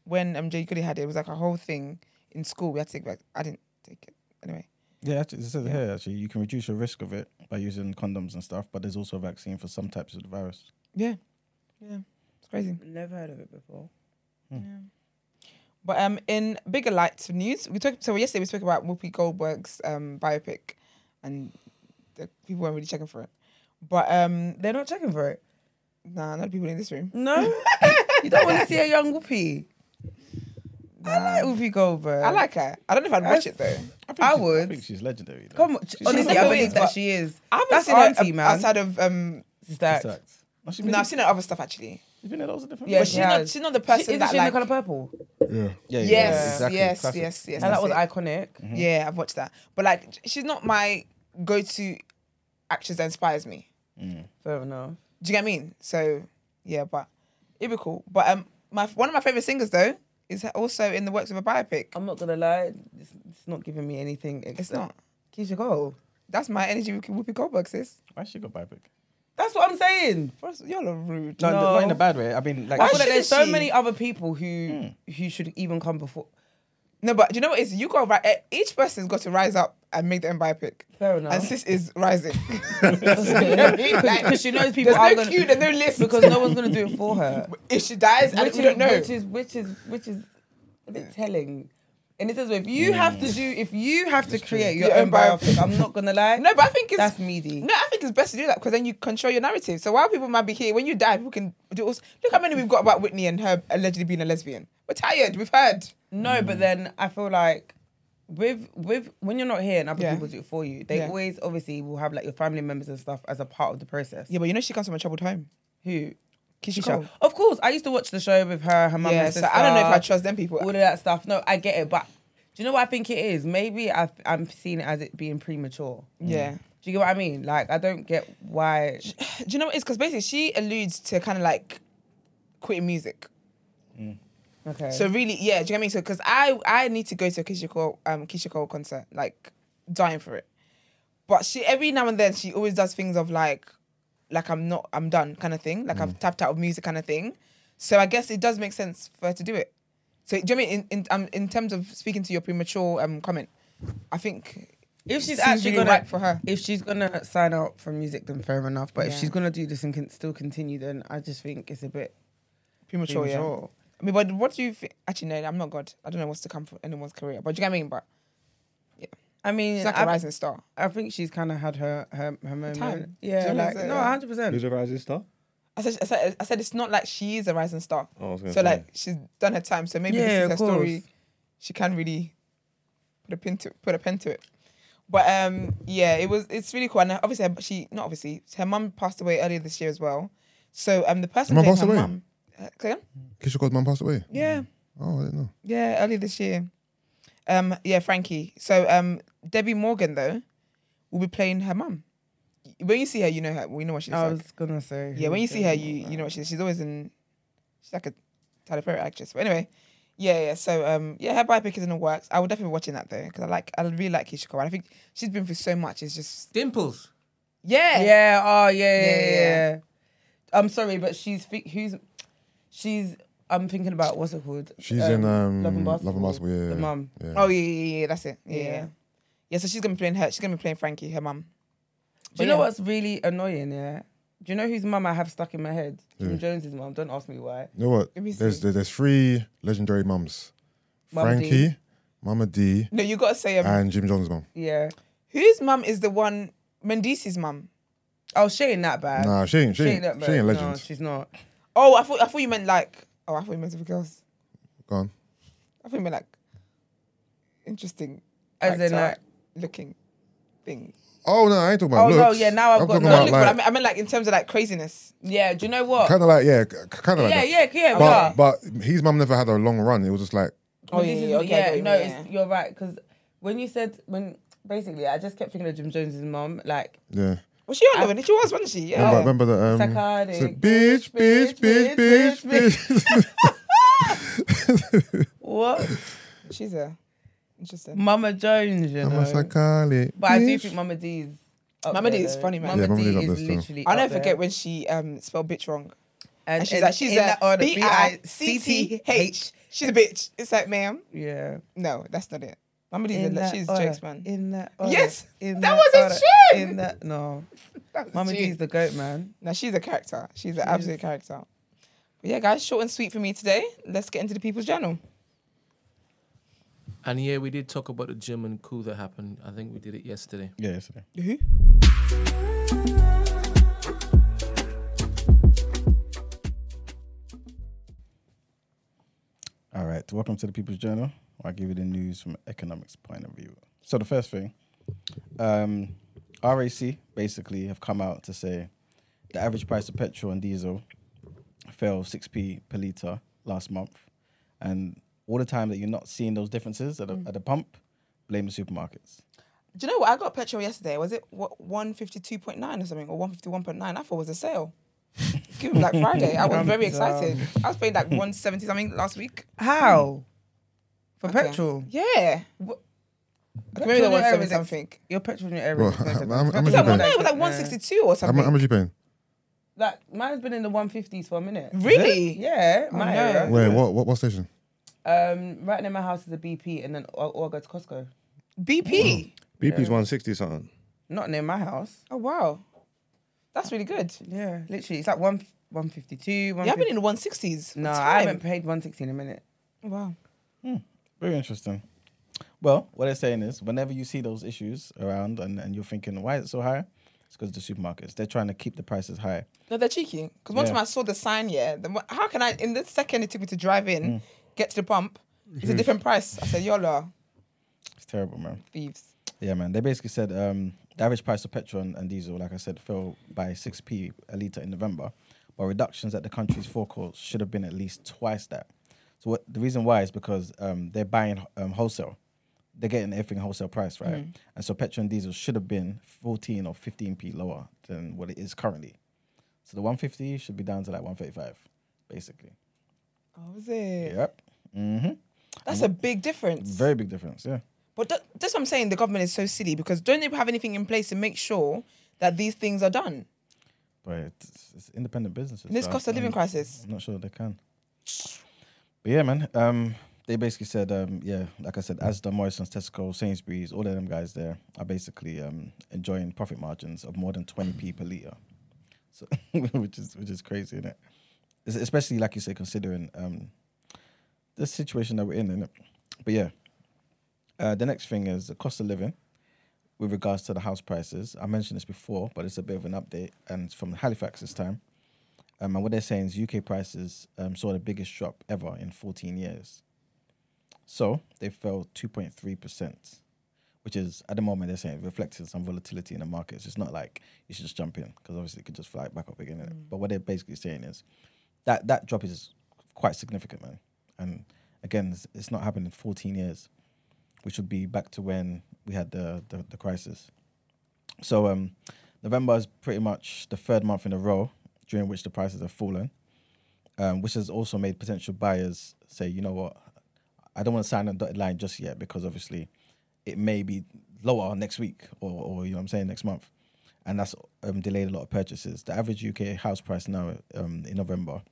Speaker 1: when MJ Goody had it. It was like a whole thing in school. We had to take. Vac- I didn't take it anyway.
Speaker 4: Yeah, actually, it says here actually you can reduce your risk of it by using condoms and stuff, but there's also a vaccine for some types of the virus.
Speaker 1: Yeah, yeah, it's crazy.
Speaker 2: Never heard of it before.
Speaker 1: But um, in bigger light news, we talked. So yesterday we spoke about Whoopi Goldberg's um biopic, and the people weren't really checking for it. But um,
Speaker 2: They're not checking for it.
Speaker 1: nah, not the people in this room.
Speaker 2: No, you don't want to see a young Whoopi. I like Whoopi Goldberg.
Speaker 1: I like her. I don't know if I'd watch it though.
Speaker 2: I
Speaker 4: she- I
Speaker 2: would.
Speaker 4: think she's legendary. Though.
Speaker 2: Come on, honestly,
Speaker 1: not
Speaker 2: I
Speaker 1: who
Speaker 2: believe
Speaker 1: is,
Speaker 2: that
Speaker 1: but-
Speaker 2: she is.
Speaker 1: I haven't
Speaker 2: That's
Speaker 1: seen her,
Speaker 2: auntie,
Speaker 1: uh,
Speaker 2: man.
Speaker 1: outside of um.
Speaker 2: Stacked.
Speaker 4: Fact. No, she's been,
Speaker 1: No, I've seen her other stuff actually.
Speaker 4: she's been in loads of different.
Speaker 1: Yeah,
Speaker 2: But
Speaker 4: films.
Speaker 1: she's
Speaker 2: she
Speaker 1: not.
Speaker 2: has-
Speaker 1: She's not the person
Speaker 2: Isn't
Speaker 1: that
Speaker 2: she in
Speaker 1: like.
Speaker 2: the color purple?
Speaker 6: Yeah.
Speaker 4: yeah, yeah,
Speaker 1: Yes,
Speaker 4: yeah, exactly.
Speaker 1: yes,
Speaker 4: Classic.
Speaker 1: yes, yes,
Speaker 2: And that
Speaker 1: that's
Speaker 2: was
Speaker 1: it. Mm.
Speaker 2: iconic.
Speaker 1: Yeah, I've watched that. But like, she's not my go-to actress that inspires me.
Speaker 2: Fair enough.
Speaker 1: Do you get what I mean? So yeah, but it'd be cool. But um, my one of my favorite singers though is also in the works of a biopic.
Speaker 2: I'm not gonna lie, it's, it's not giving me anything. Except
Speaker 1: it's not.
Speaker 2: Keisha Cole.
Speaker 1: That's my energy with Whoopi Goldberg, sis.
Speaker 4: Why she got biopic?
Speaker 2: That's what I'm saying.
Speaker 1: First, y'all are rude.
Speaker 4: No,
Speaker 2: No.
Speaker 4: not in a bad way. I mean, like
Speaker 2: I
Speaker 1: Why
Speaker 2: feel like
Speaker 1: shouldn't
Speaker 2: there's so
Speaker 1: she?
Speaker 2: many other people who
Speaker 1: Hmm.
Speaker 2: who should even come before.
Speaker 1: No, but do you know what it is? You got right. Each person's got to rise up and make their own biopic.
Speaker 2: Fair enough.
Speaker 1: And sis is rising.
Speaker 2: Because she knows people
Speaker 1: There's
Speaker 2: are
Speaker 1: no
Speaker 2: gonna
Speaker 1: queue, there's no list.
Speaker 2: because no one's gonna do it for her.
Speaker 1: if she dies, and
Speaker 2: which
Speaker 1: we
Speaker 2: is,
Speaker 1: don't know.
Speaker 2: Which is which is which is a bit telling. And it says if you have
Speaker 1: Hmm.
Speaker 2: to do if you have to create your
Speaker 1: Your
Speaker 2: own
Speaker 1: own bio-
Speaker 2: biopic, I'm not gonna lie.
Speaker 1: no, but I think it's
Speaker 2: that's meaty.
Speaker 1: No, I think it's best to do that because then you control your narrative. So while people might be here, when you die, people can do all. Look how many we've got about Whitney and her allegedly being a lesbian. We're tired. We've heard.
Speaker 2: No,
Speaker 1: Mm.
Speaker 2: but then I feel like with with when you're not here and other
Speaker 1: Yeah.
Speaker 2: people do it for you, they
Speaker 1: Yeah.
Speaker 2: always obviously will have like your family members and stuff as a part of the process.
Speaker 1: Yeah, but you know she comes from a troubled home.
Speaker 2: Who?
Speaker 1: Keisha
Speaker 2: Michelle.
Speaker 1: Cole.
Speaker 2: Of course, I used to watch the show with her, her mum,
Speaker 1: Yeah,
Speaker 2: and
Speaker 1: so
Speaker 2: sister.
Speaker 1: I don't know if I trust them people.
Speaker 2: all of that stuff. No, I get it, but do you know what I think it is? Maybe I've, I'm seeing it as it being premature.
Speaker 1: Yeah.
Speaker 2: Do you get what I mean? Like I don't get why.
Speaker 1: Do you know what it is? Because basically she alludes to kind of like quitting music.
Speaker 2: Okay.
Speaker 1: So really, yeah, do you know what I mean? So because I I need to go to a Keisha Cole um Keisha Cole concert, like dying for it. But she every now and then she always does things of like like I'm not I'm done kind of thing, like I've tapped out of music kind of thing. So I guess it does make sense for her to do it. So do you know what I mean in in, um, in terms of speaking to your premature um comment, I think
Speaker 2: if she's
Speaker 1: seems
Speaker 2: actually
Speaker 1: really
Speaker 2: gonna
Speaker 1: right for her.
Speaker 2: if she's gonna sign out for music, then fair enough. But if
Speaker 1: Yeah.
Speaker 2: she's gonna do this and can still continue, then I just think it's a bit
Speaker 1: premature,
Speaker 2: Premature.
Speaker 1: yeah. I mean, but what do you think? Actually, no, I'm not God. I don't know what's to come for anyone's career. But do you get what I mean? But
Speaker 2: I mean,
Speaker 1: she's like a
Speaker 2: I,
Speaker 1: rising star.
Speaker 2: I think she's kind of had her her, her moment.
Speaker 1: time. Do you know
Speaker 2: Yeah,
Speaker 1: what I'm
Speaker 2: like
Speaker 1: saying?
Speaker 2: no, hundred percent.
Speaker 3: Who's a rising star?
Speaker 1: I said, I said, I said, it's not like she is a rising star.
Speaker 3: Oh, I was gonna
Speaker 1: so
Speaker 3: say.
Speaker 1: like she's done her time. So maybe
Speaker 2: Yeah,
Speaker 1: this is her
Speaker 2: of course.
Speaker 1: story. She can really put a pin to put a pen to it. But um, yeah, it was it's really cool. And obviously, her- she not obviously her mum passed away earlier this year as well. So um, the person
Speaker 6: Her
Speaker 1: playing
Speaker 6: mum passed
Speaker 1: her
Speaker 6: away?
Speaker 1: mum, uh, say again?
Speaker 6: Keisha Cole's mum passed away.
Speaker 1: yeah,
Speaker 6: Oh, I didn't know.
Speaker 1: yeah, earlier this year. Um, yeah, Frankie. So um, Debbie Morgan though will be playing her mum. When you see her, you know her. We know what she looks
Speaker 2: I
Speaker 1: like.
Speaker 2: was gonna say.
Speaker 1: Yeah,
Speaker 2: who
Speaker 1: when you see her,
Speaker 2: did
Speaker 1: you
Speaker 2: that.
Speaker 1: you know what she's she's always in. She's like a Tyler Perry actress, but anyway, yeah, yeah. So um, yeah, her biopic is in the works. I would definitely be watching that though because I like I really like Keisha Cole. and I think she's been through so much. It's just
Speaker 5: Dimples.
Speaker 1: yeah,
Speaker 2: Yeah. Oh yeah. Yeah.
Speaker 1: Yeah,
Speaker 2: yeah,
Speaker 1: yeah.
Speaker 2: yeah. I'm sorry, but she's fi- who's she's. I'm thinking about what's it called.
Speaker 6: She's in um,
Speaker 2: Uh, Love and Basketball.
Speaker 6: Yeah,
Speaker 2: The mum.
Speaker 6: Yeah.
Speaker 1: Oh yeah, yeah, yeah, yeah. That's it. Yeah. yeah.
Speaker 2: Yeah.
Speaker 1: Yeah, so she's gonna be playing her. She's gonna be playing Frankie, her mum.
Speaker 2: Do
Speaker 1: But
Speaker 2: you know
Speaker 1: yeah.
Speaker 2: what's really annoying? Yeah. Do you know whose mum I have stuck in my head? Kim Jones's mum. Don't ask me why.
Speaker 6: You know what?
Speaker 1: Let me
Speaker 6: There's
Speaker 1: see.
Speaker 6: there's three legendary mums:
Speaker 2: Mama D.
Speaker 6: Frankie, Mama D,
Speaker 1: No, you gotta say um,
Speaker 6: and Jim Jones' mum.
Speaker 2: Yeah.
Speaker 1: whose mum is the one Mendice's mum?
Speaker 2: Oh, she ain't that bad.
Speaker 6: Nah, she ain't she, ain't,
Speaker 2: that
Speaker 6: she ain't
Speaker 2: bad.
Speaker 6: legend.
Speaker 2: No, she's not.
Speaker 1: Oh, I thought I thought you meant like oh I thought you meant something else.
Speaker 6: Go on.
Speaker 1: I thought you meant like interesting
Speaker 2: As in,
Speaker 1: actor
Speaker 2: like-
Speaker 1: looking thing.
Speaker 6: Oh no, I ain't talking about
Speaker 2: Oh,
Speaker 6: looks.
Speaker 2: no, yeah, now I've
Speaker 6: I'm
Speaker 2: got-
Speaker 6: talking
Speaker 2: no,
Speaker 1: No,
Speaker 6: about
Speaker 1: look, but I
Speaker 6: like
Speaker 1: mean, I mean, like in terms of like craziness.
Speaker 2: Yeah. Do you know what?
Speaker 6: kind of like yeah, kind of like
Speaker 2: yeah,
Speaker 6: that.
Speaker 2: yeah, yeah.
Speaker 6: But
Speaker 2: but,
Speaker 6: but his mum never had a long run. It was just like
Speaker 1: Oh,
Speaker 2: this
Speaker 1: yeah,
Speaker 2: is-
Speaker 1: yeah, okay, I get what you
Speaker 2: no,
Speaker 1: mean,
Speaker 2: it's, you're right. Because when you said when basically, I just kept thinking of Jim Jones's mum. Like
Speaker 6: yeah.
Speaker 1: Was she on Love? She was, wasn't she? Yeah.
Speaker 6: Remember, remember the um,
Speaker 2: Psychotic.
Speaker 6: it's like, bitch, bitch, bitch, bitch, bitch.
Speaker 2: Ooh, What?
Speaker 1: She's a interesting.
Speaker 2: Mama Jones, you know.
Speaker 6: Mama Sakali.
Speaker 2: But I do think Mama D's. up
Speaker 1: Mama
Speaker 2: there,
Speaker 1: D is
Speaker 2: though.
Speaker 1: funny, man.
Speaker 2: Mama
Speaker 6: Yeah, Mama
Speaker 2: D
Speaker 6: D's up
Speaker 2: is
Speaker 6: there still.
Speaker 2: literally.
Speaker 1: I'll
Speaker 2: up
Speaker 1: never
Speaker 2: there.
Speaker 1: forget when she um spelled bitch wrong.
Speaker 2: And,
Speaker 1: And she's
Speaker 2: and
Speaker 1: like, she's
Speaker 2: in
Speaker 1: a
Speaker 2: that order,
Speaker 1: B I C T H. She's a bitch. It's like, ma'am,
Speaker 2: Yeah.
Speaker 1: no, that's not it. Mama D's
Speaker 2: In
Speaker 1: a,
Speaker 2: that
Speaker 1: she's
Speaker 2: order,
Speaker 1: jokes, man.
Speaker 2: In that order,
Speaker 1: Yes,
Speaker 2: in
Speaker 1: that was a
Speaker 2: order,
Speaker 1: tune.
Speaker 2: In that no,
Speaker 1: That was
Speaker 2: Mama
Speaker 1: cute.
Speaker 2: D's the goat man.
Speaker 1: No, she's a character. She's an absolute character. But yeah, guys, short and sweet for me today. Let's get into the people's journal.
Speaker 5: And yeah, we did talk about the gym and coup that happened. I think we did it yesterday.
Speaker 4: Yeah, yesterday. All right, welcome to the People's Journal. I give you the news from an economics point of view. So the first thing, um, RAC basically have come out to say the average price of petrol and diesel fell six p per liter last month, and all the time that you're not seeing those differences at the, at the pump, blame the supermarkets.
Speaker 1: Do you know what? I got petrol yesterday. Was it what one fifty two point nine or something, or one fifty one point nine? I thought it was a sale. It's Given Black Friday, I was very excited. I was paying like one seventy something last week.
Speaker 2: How? For
Speaker 1: Hmm. Okay.
Speaker 2: petrol.
Speaker 1: Yeah.
Speaker 2: What-
Speaker 1: I can remember
Speaker 2: Petrol
Speaker 1: one
Speaker 2: in your area
Speaker 1: seventy
Speaker 2: is
Speaker 1: something.
Speaker 2: Your petrol in your area.
Speaker 6: Well,
Speaker 2: is expensive.
Speaker 6: how- how much
Speaker 1: It was
Speaker 6: you
Speaker 1: like,
Speaker 6: paying?
Speaker 1: no, it was like one sixty two or
Speaker 6: How, mu-
Speaker 1: something.
Speaker 6: how much you paying?
Speaker 2: Like mine's been in the one fifties for a minute.
Speaker 1: really?
Speaker 2: Yeah, my
Speaker 1: no.
Speaker 2: area.
Speaker 6: Where? What? What? What station?
Speaker 2: Um, right near my house is a BP, and then or, or I go to Costco.
Speaker 1: BP.
Speaker 9: BP's 160 something.
Speaker 2: Not near my house.
Speaker 1: Oh wow, that's really good.
Speaker 2: Yeah, literally, it's like one one fifty two.
Speaker 1: You haven't been in the one sixties.
Speaker 2: No, I haven't paid one sixty in a minute.
Speaker 1: Wow.
Speaker 4: Very interesting. Well, what they're saying is, whenever you see those issues around and, and you're thinking, why is it so high? It's because the supermarkets. They're trying to keep the prices high.
Speaker 1: No, they're cheeky. Because one
Speaker 4: Yeah.
Speaker 1: time I saw the sign, yeah. The, mo- how can I, in the second it took me to drive in, get to the pump, it's a different price. I said, y'all are
Speaker 4: It's terrible, man.
Speaker 1: thieves.
Speaker 4: Yeah, man. They basically said um, the average price of petrol and, and diesel, like I said, fell by 6p a litre in November, but reductions at the country's forecourt should have been at least twice that. So what, the reason why is because um, they're buying um, wholesale. They're getting everything wholesale price, right? And so petrol and diesel should have been 14 or 15p lower than what it is currently. So the 150 should be down to like 135, basically.
Speaker 1: Oh, was it?
Speaker 4: Yep. hmm
Speaker 1: That's a big difference.
Speaker 4: Very big difference, yeah.
Speaker 1: but that, that's what I'm saying. The government is so silly because don't they have anything in place to make sure that these things are done?
Speaker 4: But it's, it's independent businesses.
Speaker 1: In this
Speaker 4: so
Speaker 1: cost of living
Speaker 4: I'm-
Speaker 1: crisis.
Speaker 4: I'm not sure they can. But yeah, man. Um, they basically said, um, yeah, like I said, Asda, Morrison's, Tesco, Sainsbury's, all of them guys there are basically um, enjoying profit margins of more than 20p per litre. So, which is which is crazy, isn't it? Especially like you say, considering um, the situation that we're in, innit? But yeah, uh, the next thing is the cost of living with regards to the house prices. I mentioned this before, but it's a bit of an update, and it's from Halifax this time. Um, and what they're saying is UK prices um, saw the biggest drop ever in 14 years. So they fell 2.3%, which is, at the moment, they're saying reflecting some volatility in the markets. It's not like you should just jump in because obviously it could just fly back up again. innit? But what they're basically saying is that that drop is quite significant, man. And again, it's, it's not happened in 14 years, which would be back to when we had the, the, the crisis. So um, November is pretty much the third month in a row during which the prices have fallen, um, which has also made potential buyers say, you know what, I don't want to sign a dotted line just yet because obviously it may be lower next week or, or you know what I'm saying, next month. And that's um, delayed a lot of purchases. The average UK house price now um, in November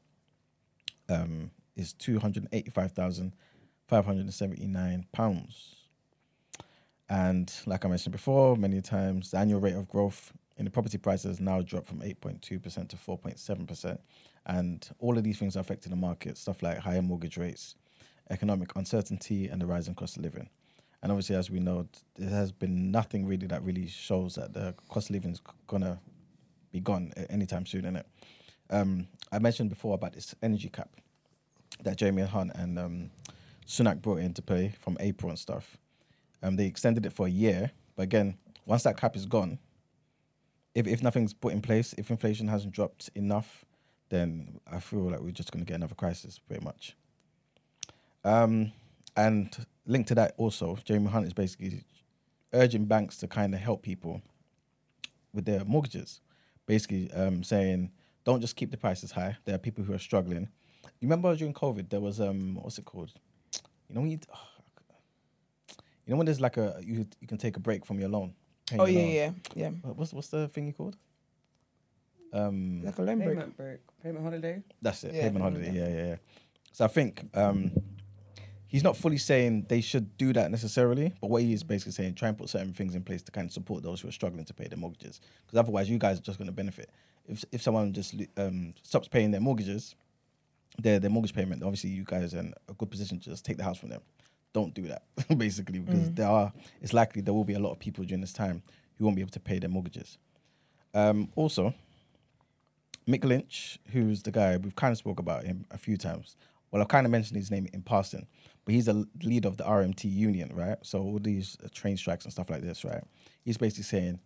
Speaker 4: um, is two hundred eighty-five thousand five hundred seventy-nine pounds. And like I mentioned before, many times, the annual rate of growth in the property prices now dropped from 8.2% to 4.7%. And all of these things are affecting the market, stuff like higher mortgage rates, economic uncertainty, and the rising cost of living. And obviously, as we know, there has been nothing really that really shows that the cost of living is going to be gone a- anytime soon, innit? Um, I mentioned before about this energy cap that Jeremy Hunt and um, Sunak brought into play from April and stuff. Um, they extended it for a year, but again, once that cap is gone, if, if nothing's put in place, if inflation hasn't dropped enough, then I feel like we're just going to get another crisis, pretty much. Um, and linked to that also, Jeremy Hunt is basically urging banks to kind of help people with their mortgages, basically um, saying don't just keep the prices high. There are people who are struggling. You remember during COVID, there was um, what's it called? You know when you, you know when there's like a you you can take a break from your loan. paying
Speaker 1: Oh
Speaker 4: your
Speaker 1: yeah,
Speaker 4: loan.
Speaker 1: yeah, yeah.
Speaker 4: What- What's what's the thing you called? Um,
Speaker 1: Like a loan break.
Speaker 2: Payment break. Payment holiday.
Speaker 4: that's it.
Speaker 1: Yeah,
Speaker 4: payment
Speaker 1: I
Speaker 4: holiday. Yeah, yeah, yeah. So I think um, he's not fully saying they should do that necessarily, but what he is basically saying, try and put certain things in place to kind of support those who are struggling to pay their mortgages, because otherwise you guys are just going to benefit. If if someone just um, stops paying their mortgages, their their mortgage payment, obviously you guys are in a good position to just take the house from them. Don't do that, basically, because there are it's likely there will be a lot of people during this time who won't be able to pay their mortgages. Um, also, Mick Lynch, who's the guy we've kind of spoke about him a few times. Well, I've kind of mentioned his name in passing, but he's the leader of the RMT union, right? So all these uh, train strikes and stuff like this, right? He's basically saying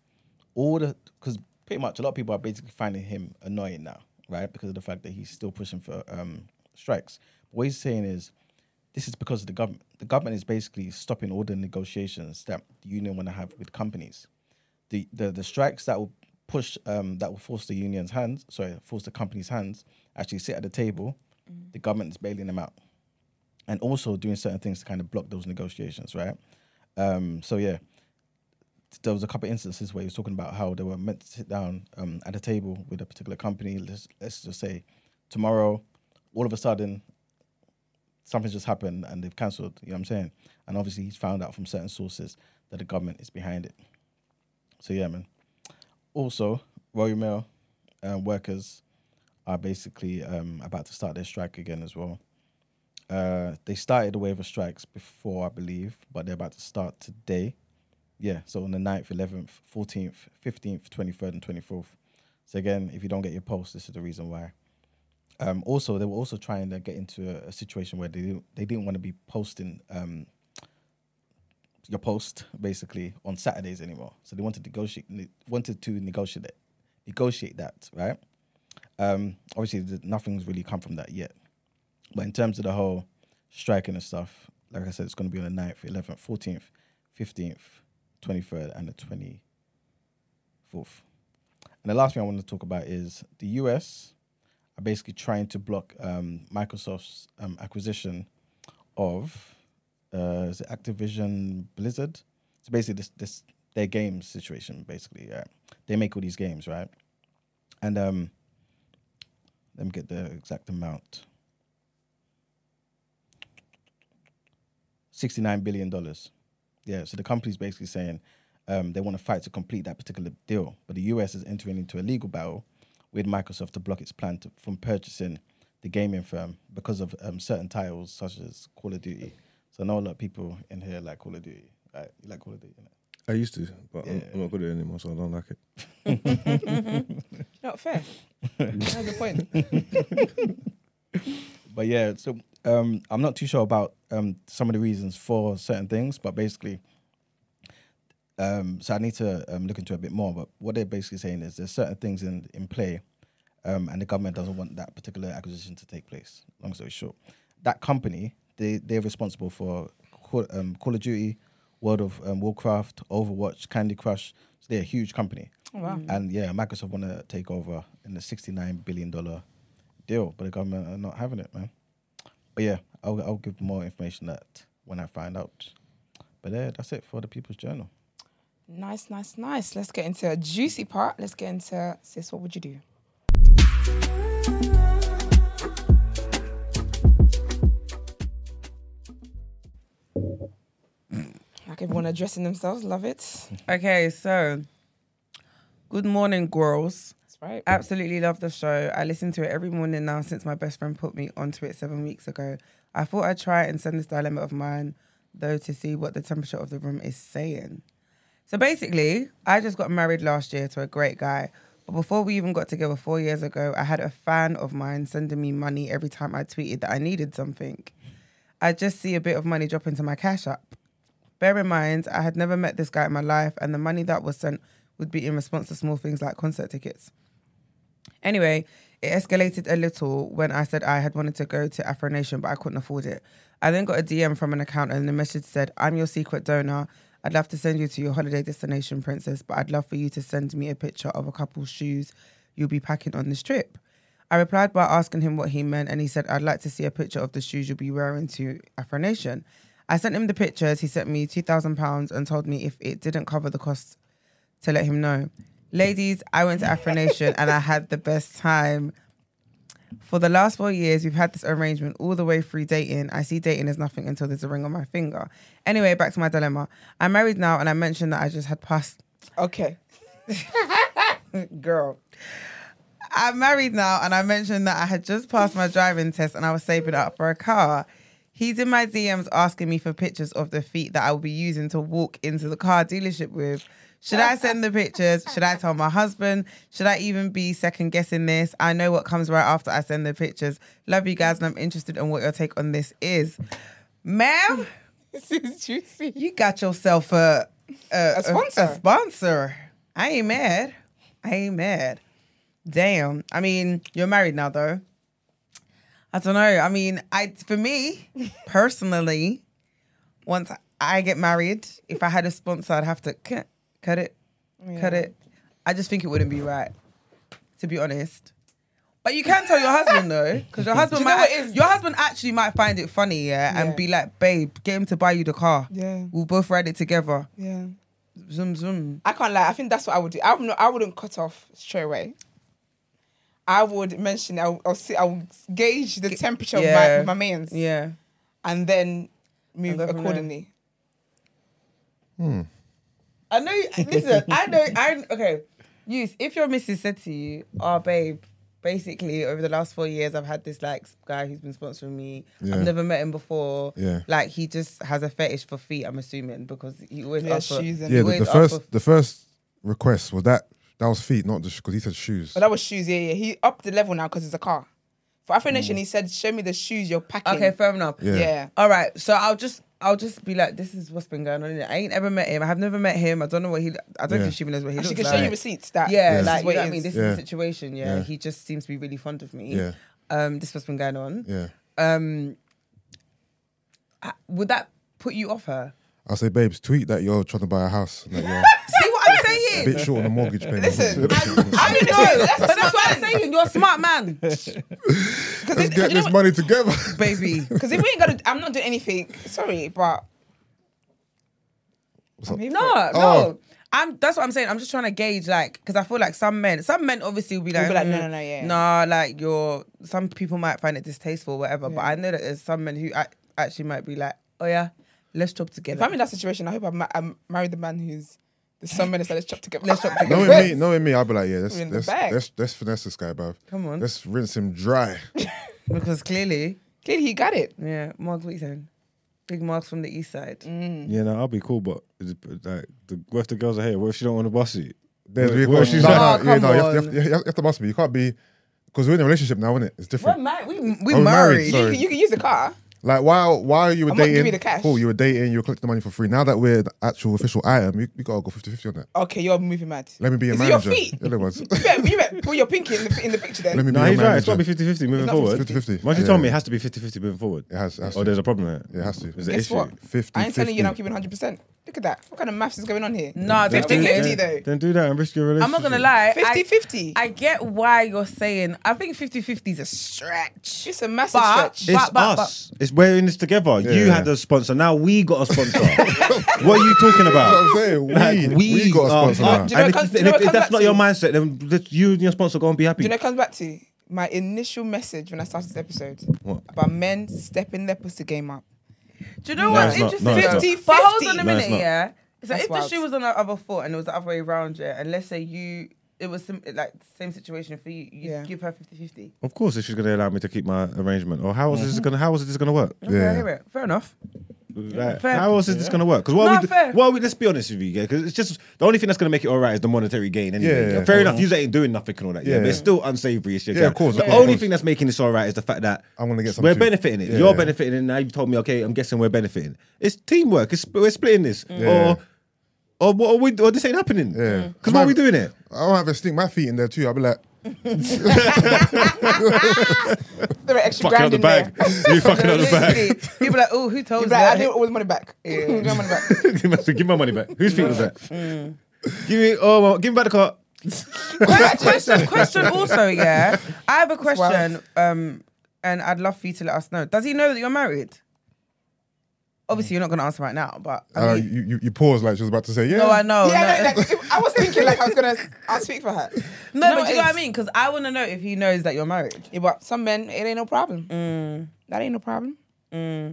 Speaker 4: all the because pretty much a lot of people are basically finding him annoying now, right? Because of the fact that he's still pushing for um, strikes. What he's saying is this is because of the government. The government is basically stopping all the negotiations that the union want to have with companies. The the, the strikes that will push um, that will force the union's hands, sorry, force the company's hands actually sit at the table. The government is bailing them out, and also doing certain things to kind of block those negotiations, right? Um, so yeah, there was a couple of instances where he was talking about how they were meant to sit down um, at a table with a particular company. Let's let's just say tomorrow, all of a sudden, something's just happened and they've cancelled. You know what I'm saying? And obviously, he's found out from certain sources that the government is behind it. So yeah, man. Also, Royal Mail um, workers are basically um, about to start their strike again as well. Uh, they started a wave of strikes before, I believe, but they're about to start today. Yeah, so on the 9th, 11th, 14th, 15th, 23rd, and 24th. So again, if you don't get your post, this is the reason why. Um, also, they were also trying to get into a, a situation where they didn't, they didn't want to be posting um, your post basically on Saturdays anymore. So they wanted to negotiate, ne- wanted to negotiate it, negotiate that, right? Um, obviously, th- nothing's really come from that yet. But in terms of the whole striking and stuff, like I said, it's going to be on the 9th, 11th, 14th, 15th, 23rd, and the 24th. And the last thing I want to talk about is the US are basically trying to block um, Microsoft's um, acquisition of uh, is it Activision Blizzard. So basically, this this their game situation. Basically, yeah. they make all these games, right? And um, let me get the exact amount. $69 billion. Yeah, so the company's basically saying um, they want to fight to complete that particular deal. But the US is entering into a legal battle with Microsoft to block its plan to, from purchasing the gaming firm because of um, certain titles such as Call of Duty. So I know a lot of people in here like Call of Duty. Right? You like Call of Duty, innit?
Speaker 3: I used to, but I'm, I'm not good at it anymore, so I don't like it.
Speaker 1: Not fair. That's the point.
Speaker 4: but yeah, so um, I'm not too sure about um, some of the reasons for certain things, but basically, um, so I need to um, look into it a bit more. But what they're basically saying is there's certain things in in play, um, and the government doesn't want that particular acquisition to take place. Long story short, that company they they're responsible for Call, um, Call of Duty, World of um, Warcraft, Overwatch, Candy Crush. So they're a huge company.
Speaker 1: wow.
Speaker 4: And yeah, Microsoft want to take over in the $69 billion deal, but the government are not having it, man. But yeah, I'll, I'll give more information that when I find out. But yeah, that's it for the People's Journal.
Speaker 1: Nice, nice, nice. Let's get into a juicy part. Let's get into sis. What would you do? Like everyone addressing themselves, love it.
Speaker 2: Okay, so good morning, girls.
Speaker 1: That's right.
Speaker 2: Absolutely love the show. I listen to it every morning now since my best friend put me onto it seven weeks ago. I thought I'd try and send this dilemma of mine, though, to see what the temperature of the room is saying. So basically, I just got married last year to a great guy. But before we even got together four years ago, I had a fan of mine sending me money every time I tweeted that I needed something. I just see a bit of money drop into my cash app. Bear in mind, I had never met this guy in my life, and the money that was sent would be in response to small things like concert tickets. Anyway, it escalated a little when I said I had wanted to go to Afro Nation, but I couldn't afford it. I then got a DM from an account, and the message said, I'm your secret donor. I'd love to send you to your holiday destination, princess, but I'd love for you to send me a picture of a couple shoes you'll be packing on this trip. I replied by asking him what he meant, and he said, I'd like to see a picture of the shoes you'll be wearing to Afro Nation. I sent him the pictures. He sent me £2,000 and told me if it didn't cover the cost to let him know. Ladies, I went to Afro Nation and I had the best time. For the last four years, we've had this arrangement all the way through dating. I see dating as nothing until there's a ring on my finger. Anyway, back to my dilemma. I'm married now, and I mentioned that I just had passed
Speaker 1: Okay.
Speaker 2: girl. I'm married now, and I mentioned that I had just passed my driving test and I was saving up for a car. He's in my DMs asking me for pictures of the feet that I will be using to walk into the car dealership with. Should I send the pictures? Should I tell my husband? Should I even be second guessing this? I know what comes right after I send the pictures. Love you guys, and I'm interested in what your take on this is. Ma'am,
Speaker 1: This is juicy.
Speaker 2: you got yourself a a,
Speaker 1: sponsor.
Speaker 2: a sponsor. I ain't mad. I ain't mad. Damn. I mean, you're married now though. I don't know. I mean, I for me personally, once I get married, if I had a sponsor, I'd have to cut, cut it, cut it. I just think it wouldn't be right, to be honest. But you can tell your husband though, because your husband
Speaker 1: know
Speaker 2: might
Speaker 1: what it is?
Speaker 2: your husband actually might find it funny, yeah,
Speaker 1: Yeah.
Speaker 2: and be like, babe, get him to buy you the car.
Speaker 1: Yeah.
Speaker 2: we'll both ride it together.
Speaker 1: Yeah.
Speaker 2: Zoom zoom.
Speaker 1: I can't lie. I think that's what I would do. I wouldn't, I wouldn't cut off straight away. I would mention, I'll, I'll see, I'll gauge the temperature of my,
Speaker 2: yeah.
Speaker 1: with my mains
Speaker 2: Yeah,
Speaker 1: and then move
Speaker 2: go from there.
Speaker 1: accordingly.
Speaker 2: I know. Listen, I know. I okay. Use if your missus said to you, "Oh, babe." Basically, over the last four years, I've had this like guy who's been sponsoring me.
Speaker 6: Yeah.
Speaker 2: I've never met him before.
Speaker 6: Yeah.
Speaker 2: like he just has a fetish for feet. I'm assuming because he always
Speaker 1: Yeah,
Speaker 2: asks for
Speaker 1: shoes and
Speaker 6: Yeah,
Speaker 2: Wait,
Speaker 6: the, the
Speaker 2: oh,
Speaker 6: first
Speaker 2: for-
Speaker 6: the first request was that that was feet, not just because he said shoes.
Speaker 1: But that was shoes, yeah, yeah. He upped the level now because it's a car. For Afro Nation, he said, "Show me the shoes you're packing."
Speaker 2: Mm. Okay, fair enough.
Speaker 6: Yeah.
Speaker 1: yeah.
Speaker 2: All right, so I'll just I'll just be like, this is what's been going on. innit? I ain't ever met him. I have never met him. I don't know what he. I don't
Speaker 6: Yeah.
Speaker 2: think she even knows what he
Speaker 1: She
Speaker 2: looks
Speaker 1: can
Speaker 2: like.
Speaker 1: show you receipts that.
Speaker 2: yeah,
Speaker 1: this is
Speaker 2: like you
Speaker 1: what
Speaker 2: know
Speaker 1: it
Speaker 2: what I mean.
Speaker 1: is.
Speaker 2: This
Speaker 6: Yeah.
Speaker 2: is the situation. Yeah?
Speaker 6: Yeah.
Speaker 2: he just seems to be really fond of me.
Speaker 6: Yeah,
Speaker 2: Um, this is what's been going on.
Speaker 6: yeah.
Speaker 2: Um, h- would that put you off her?
Speaker 6: I say, babes, tweet that you're trying to buy a house and that
Speaker 2: See what I'm
Speaker 6: you're a
Speaker 2: saying?
Speaker 6: bit short on the mortgage payment.
Speaker 1: Listen,
Speaker 2: I don't know. That's, that's what I'm saying. You're a smart man,
Speaker 6: Let's get this money together.
Speaker 2: baby.
Speaker 1: Because if we ain't gonna, I'm not doing anything. Sorry, but
Speaker 2: No, no.
Speaker 6: Oh.
Speaker 2: I'm. That's what I'm saying. I'm just trying to gauge, like, because I feel like some men, some men obviously will be like,
Speaker 1: be like,
Speaker 2: "Mm,
Speaker 1: no, no, no, yeah, yeah."
Speaker 2: nah, like you're. Some people might find it distasteful, whatever. But I know that there's some men who ac- actually might be like, oh yeah, let's job
Speaker 1: if
Speaker 2: together.
Speaker 1: I'm in that situation, I hope I'm, I'm married the man who's the son minister. Let's chop together.
Speaker 2: Let's chop together.
Speaker 6: Knowing me, knowing me, I'll be like, yeah, let's
Speaker 1: We're in the
Speaker 6: let's,
Speaker 1: bag.
Speaker 6: let's let's finesse this guy, bruv.
Speaker 2: Come on.
Speaker 6: let's rinse him dry.
Speaker 2: because clearly,
Speaker 1: Clearly, he got it.
Speaker 2: yeah, Mark Wheaton, big marks from the east side.
Speaker 1: Mm.
Speaker 3: Yeah, no, I'll be cool, but it's- it's like, the, what if the girls are here? What if she don't want to bust it?
Speaker 6: There's
Speaker 3: Where-
Speaker 6: we
Speaker 3: where
Speaker 6: got
Speaker 3: she's
Speaker 6: no,
Speaker 3: at?
Speaker 2: Oh,
Speaker 6: no, yeah, no, you
Speaker 2: come
Speaker 6: have, to, you, have, you have to bust me. You can't be because we're in a relationship now, isn't it? It's
Speaker 2: We're
Speaker 6: different.
Speaker 2: married. We, we
Speaker 6: Oh, we're
Speaker 2: married.
Speaker 6: married,
Speaker 1: You,
Speaker 6: sorry.
Speaker 1: can- you can use the car.
Speaker 6: Like while while you were
Speaker 1: I'm not
Speaker 6: dating,
Speaker 1: giving you the cash.
Speaker 6: cool, you were dating, you were collecting the money for free. Now that we're the actual official item, you, you gotta go 50-50 on that.
Speaker 1: Okay, you're moving mad.
Speaker 6: Let me be a
Speaker 1: Is it your
Speaker 6: manager.
Speaker 1: feet?
Speaker 6: Yeah, there was.
Speaker 1: You better, you better put your pinky in the in the picture then.
Speaker 6: Let me
Speaker 3: No,
Speaker 6: be a
Speaker 3: he's
Speaker 6: manager.
Speaker 3: right. It's got to be 50 50 moving
Speaker 1: not
Speaker 3: forward.
Speaker 6: 50-50.
Speaker 3: Once you
Speaker 6: Yeah.
Speaker 3: told me it has to be 50 50 moving forward.
Speaker 6: It has- it has
Speaker 3: oh,
Speaker 6: to.
Speaker 3: there's a problem there.
Speaker 6: Yeah, it has to.
Speaker 3: There's an
Speaker 1: Guess
Speaker 3: issue.
Speaker 1: what?
Speaker 6: 50,
Speaker 1: I ain't telling you now. I'm
Speaker 6: 50.
Speaker 1: keeping 100. percent Look at that. What kind of maths is going on here?
Speaker 2: Nah, the
Speaker 1: Fifty
Speaker 2: thing
Speaker 1: fifty
Speaker 2: is,
Speaker 1: though.
Speaker 3: Then do that and risk your relationship.
Speaker 2: I'm not gonna lie. I-
Speaker 1: 50 50.
Speaker 2: I get why you're saying. I think 50-50 is a stretch.
Speaker 1: It's a massive
Speaker 2: But-
Speaker 1: stretch.
Speaker 3: It's
Speaker 2: But- but-
Speaker 3: us. It's we're in this together. You
Speaker 6: Yeah.
Speaker 3: had a sponsor. Now we got a sponsor. what are you talking
Speaker 6: That's what
Speaker 3: about?
Speaker 6: I'm saying.
Speaker 3: Like,
Speaker 6: We, we, got a
Speaker 3: are
Speaker 6: sponsor
Speaker 3: up.
Speaker 6: now.
Speaker 1: Do you know
Speaker 3: And
Speaker 1: what
Speaker 3: if,
Speaker 1: comes- do you know
Speaker 3: if-
Speaker 1: what
Speaker 3: if
Speaker 1: comes
Speaker 3: that's
Speaker 1: back
Speaker 3: not
Speaker 1: to?
Speaker 3: your mindset, then let- you and your sponsor go and be happy.
Speaker 1: Do you know what it comes back to? My initial message when I started this episode
Speaker 3: What?
Speaker 1: about men stepping their pussy game up.
Speaker 2: Do you know what's
Speaker 3: it's not.
Speaker 2: interesting?
Speaker 3: No,
Speaker 1: 50-50.
Speaker 3: it's not.
Speaker 2: But hold on a
Speaker 1: No,
Speaker 3: it's
Speaker 2: minute,
Speaker 3: not.
Speaker 2: yeah. So
Speaker 1: That's
Speaker 2: if the
Speaker 1: wild.
Speaker 2: shoe was on the other foot and it was the other way around, yeah, and let's say you, it was sim- like the same situation for you, you
Speaker 1: Yeah.
Speaker 2: give her 50-50.
Speaker 3: of course, if she's gonna allow me to keep my arrangement, or how else
Speaker 1: Mm-hmm.
Speaker 3: is this gonna how else is this gonna work?
Speaker 2: Okay, I hear it. Fair enough.
Speaker 3: Like,
Speaker 2: Fair.
Speaker 3: how else is this gonna work? Because what
Speaker 2: Nah,
Speaker 3: are we?
Speaker 2: fair.
Speaker 3: What are we? Let's be honest with you, yeah. Because it's just the only thing that's gonna make it alright is the monetary gain. Anyway.
Speaker 6: Yeah, yeah,
Speaker 3: fair
Speaker 6: of
Speaker 3: enough. You ain't doing nothing and all that. Yeah,
Speaker 6: Yeah.
Speaker 3: but it's still unsavory. It's your
Speaker 6: Yeah,
Speaker 3: gang.
Speaker 6: of course, of
Speaker 3: The
Speaker 6: course, of
Speaker 3: only
Speaker 6: course.
Speaker 3: thing that's making this alright is the fact that
Speaker 6: I'm gonna get something
Speaker 3: We're
Speaker 6: too.
Speaker 3: benefiting it.
Speaker 6: Yeah,
Speaker 3: You're
Speaker 6: yeah.
Speaker 3: benefiting, and now you've told me, okay, I'm guessing we're benefiting. It's teamwork. It's we're splitting this, or or what? Or, we, or this ain't happening.
Speaker 6: Yeah.
Speaker 3: Because why are we doing it?
Speaker 6: I don't have to stick my feet in there too. I'll be like,
Speaker 1: There are extra
Speaker 3: Fucking
Speaker 1: grand
Speaker 3: out the
Speaker 1: in
Speaker 3: bag.
Speaker 1: there.
Speaker 3: you fucking out the bag.
Speaker 2: Literally, People are like, oh, who told
Speaker 1: You'd
Speaker 2: you
Speaker 1: be like, I
Speaker 2: that? Oh,
Speaker 1: didn't always money back. Give me my money back.
Speaker 3: Mm. You must Give my money back. Whose feet was that? Give me. Oh, well, give me back the car.
Speaker 2: question, question also, yeah. I have a question, um, and I'd love for you to let us know. Does he know that you're married? Obviously, you're not going to answer right now, but I
Speaker 6: Uh,
Speaker 2: mean,
Speaker 6: you, you, you paused like she was about to say, yeah.
Speaker 2: no, I know.
Speaker 1: yeah,
Speaker 2: no.
Speaker 1: no, like, I was thinking like I was gonna. I'll speak for her.
Speaker 2: No,
Speaker 1: No,
Speaker 2: but do you know
Speaker 1: it's-
Speaker 2: what I mean? Because I want to know if he knows that you're married.
Speaker 1: Yeah, but some men, it ain't no problem.
Speaker 2: Mm.
Speaker 1: That ain't no problem.
Speaker 2: But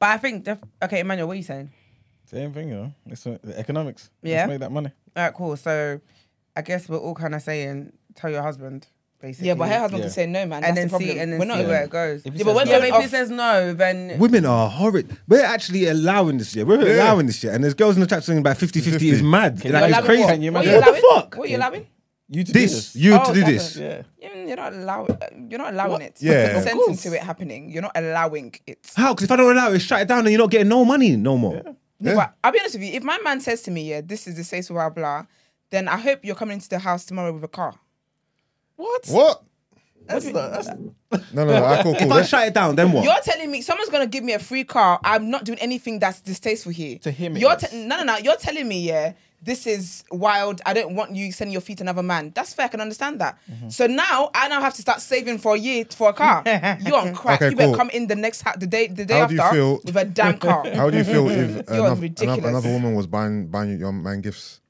Speaker 2: I think, def- okay, Emmanuel, what are you saying?
Speaker 4: Same thing, you know. It's uh, the economics. Let's
Speaker 2: Yeah.
Speaker 4: make that money.
Speaker 2: All right, cool. So I guess we're all kind of saying, tell your husband, basically.
Speaker 1: Yeah, but her husband
Speaker 4: Yeah.
Speaker 1: can say no, man. That's
Speaker 2: and then
Speaker 1: the problem.
Speaker 2: see, and then
Speaker 1: We're
Speaker 2: see
Speaker 1: not
Speaker 2: where it goes.
Speaker 4: If he
Speaker 2: Yeah,
Speaker 1: but Oh. we're
Speaker 4: says no.
Speaker 2: but
Speaker 1: going
Speaker 2: if he
Speaker 1: off.
Speaker 2: says no, then
Speaker 3: Women are horrid. We're actually allowing this year. We're
Speaker 6: Yeah.
Speaker 3: allowing this year. And there's girls in the chat singing about 50 50 is mad.
Speaker 4: Can
Speaker 3: Like,
Speaker 4: you
Speaker 3: it's
Speaker 4: allowing
Speaker 3: crazy.
Speaker 4: what? Can you
Speaker 1: What
Speaker 4: imagine?
Speaker 1: you
Speaker 3: What the
Speaker 1: allowing?
Speaker 3: fuck?
Speaker 1: What you allowing?
Speaker 4: You to
Speaker 3: This,
Speaker 4: do this.
Speaker 3: you
Speaker 1: Oh,
Speaker 3: to do
Speaker 1: seven.
Speaker 3: this.
Speaker 4: Yeah.
Speaker 1: You- You're not allowing. You're not allowing it.
Speaker 6: Yeah.
Speaker 1: You're
Speaker 6: Of
Speaker 1: consenting to it happening. You're not allowing it.
Speaker 3: How? Because if I don't allow it, shut it down and you're not getting no money no more.
Speaker 1: No, but I'll be honest with you. If my man says to me, "Yeah, this is the safe blah blah," then I hope you're coming into the house tomorrow with a car.
Speaker 4: What?
Speaker 6: What?
Speaker 4: That's the, that's
Speaker 6: No, no, no. I call cool.
Speaker 3: If I shut it down, then what?
Speaker 1: You're telling me someone's gonna give me a free car. I'm not doing anything that's distasteful here.
Speaker 4: To him it
Speaker 1: you're
Speaker 4: is.
Speaker 1: te- no, no, no. You're telling me, yeah, this is wild. I don't want you sending your feet to another man. That's fair. I can understand that. So now I now have to start saving for a year for a car. you're on crack.
Speaker 6: Okay,
Speaker 1: you better
Speaker 6: cool.
Speaker 1: come in the next ha- the day the day
Speaker 6: How do
Speaker 1: after
Speaker 6: you feel-
Speaker 1: with a damn car.
Speaker 6: How do you feel if another,
Speaker 1: ridiculous.
Speaker 6: another, another woman was buying buying your man gifts?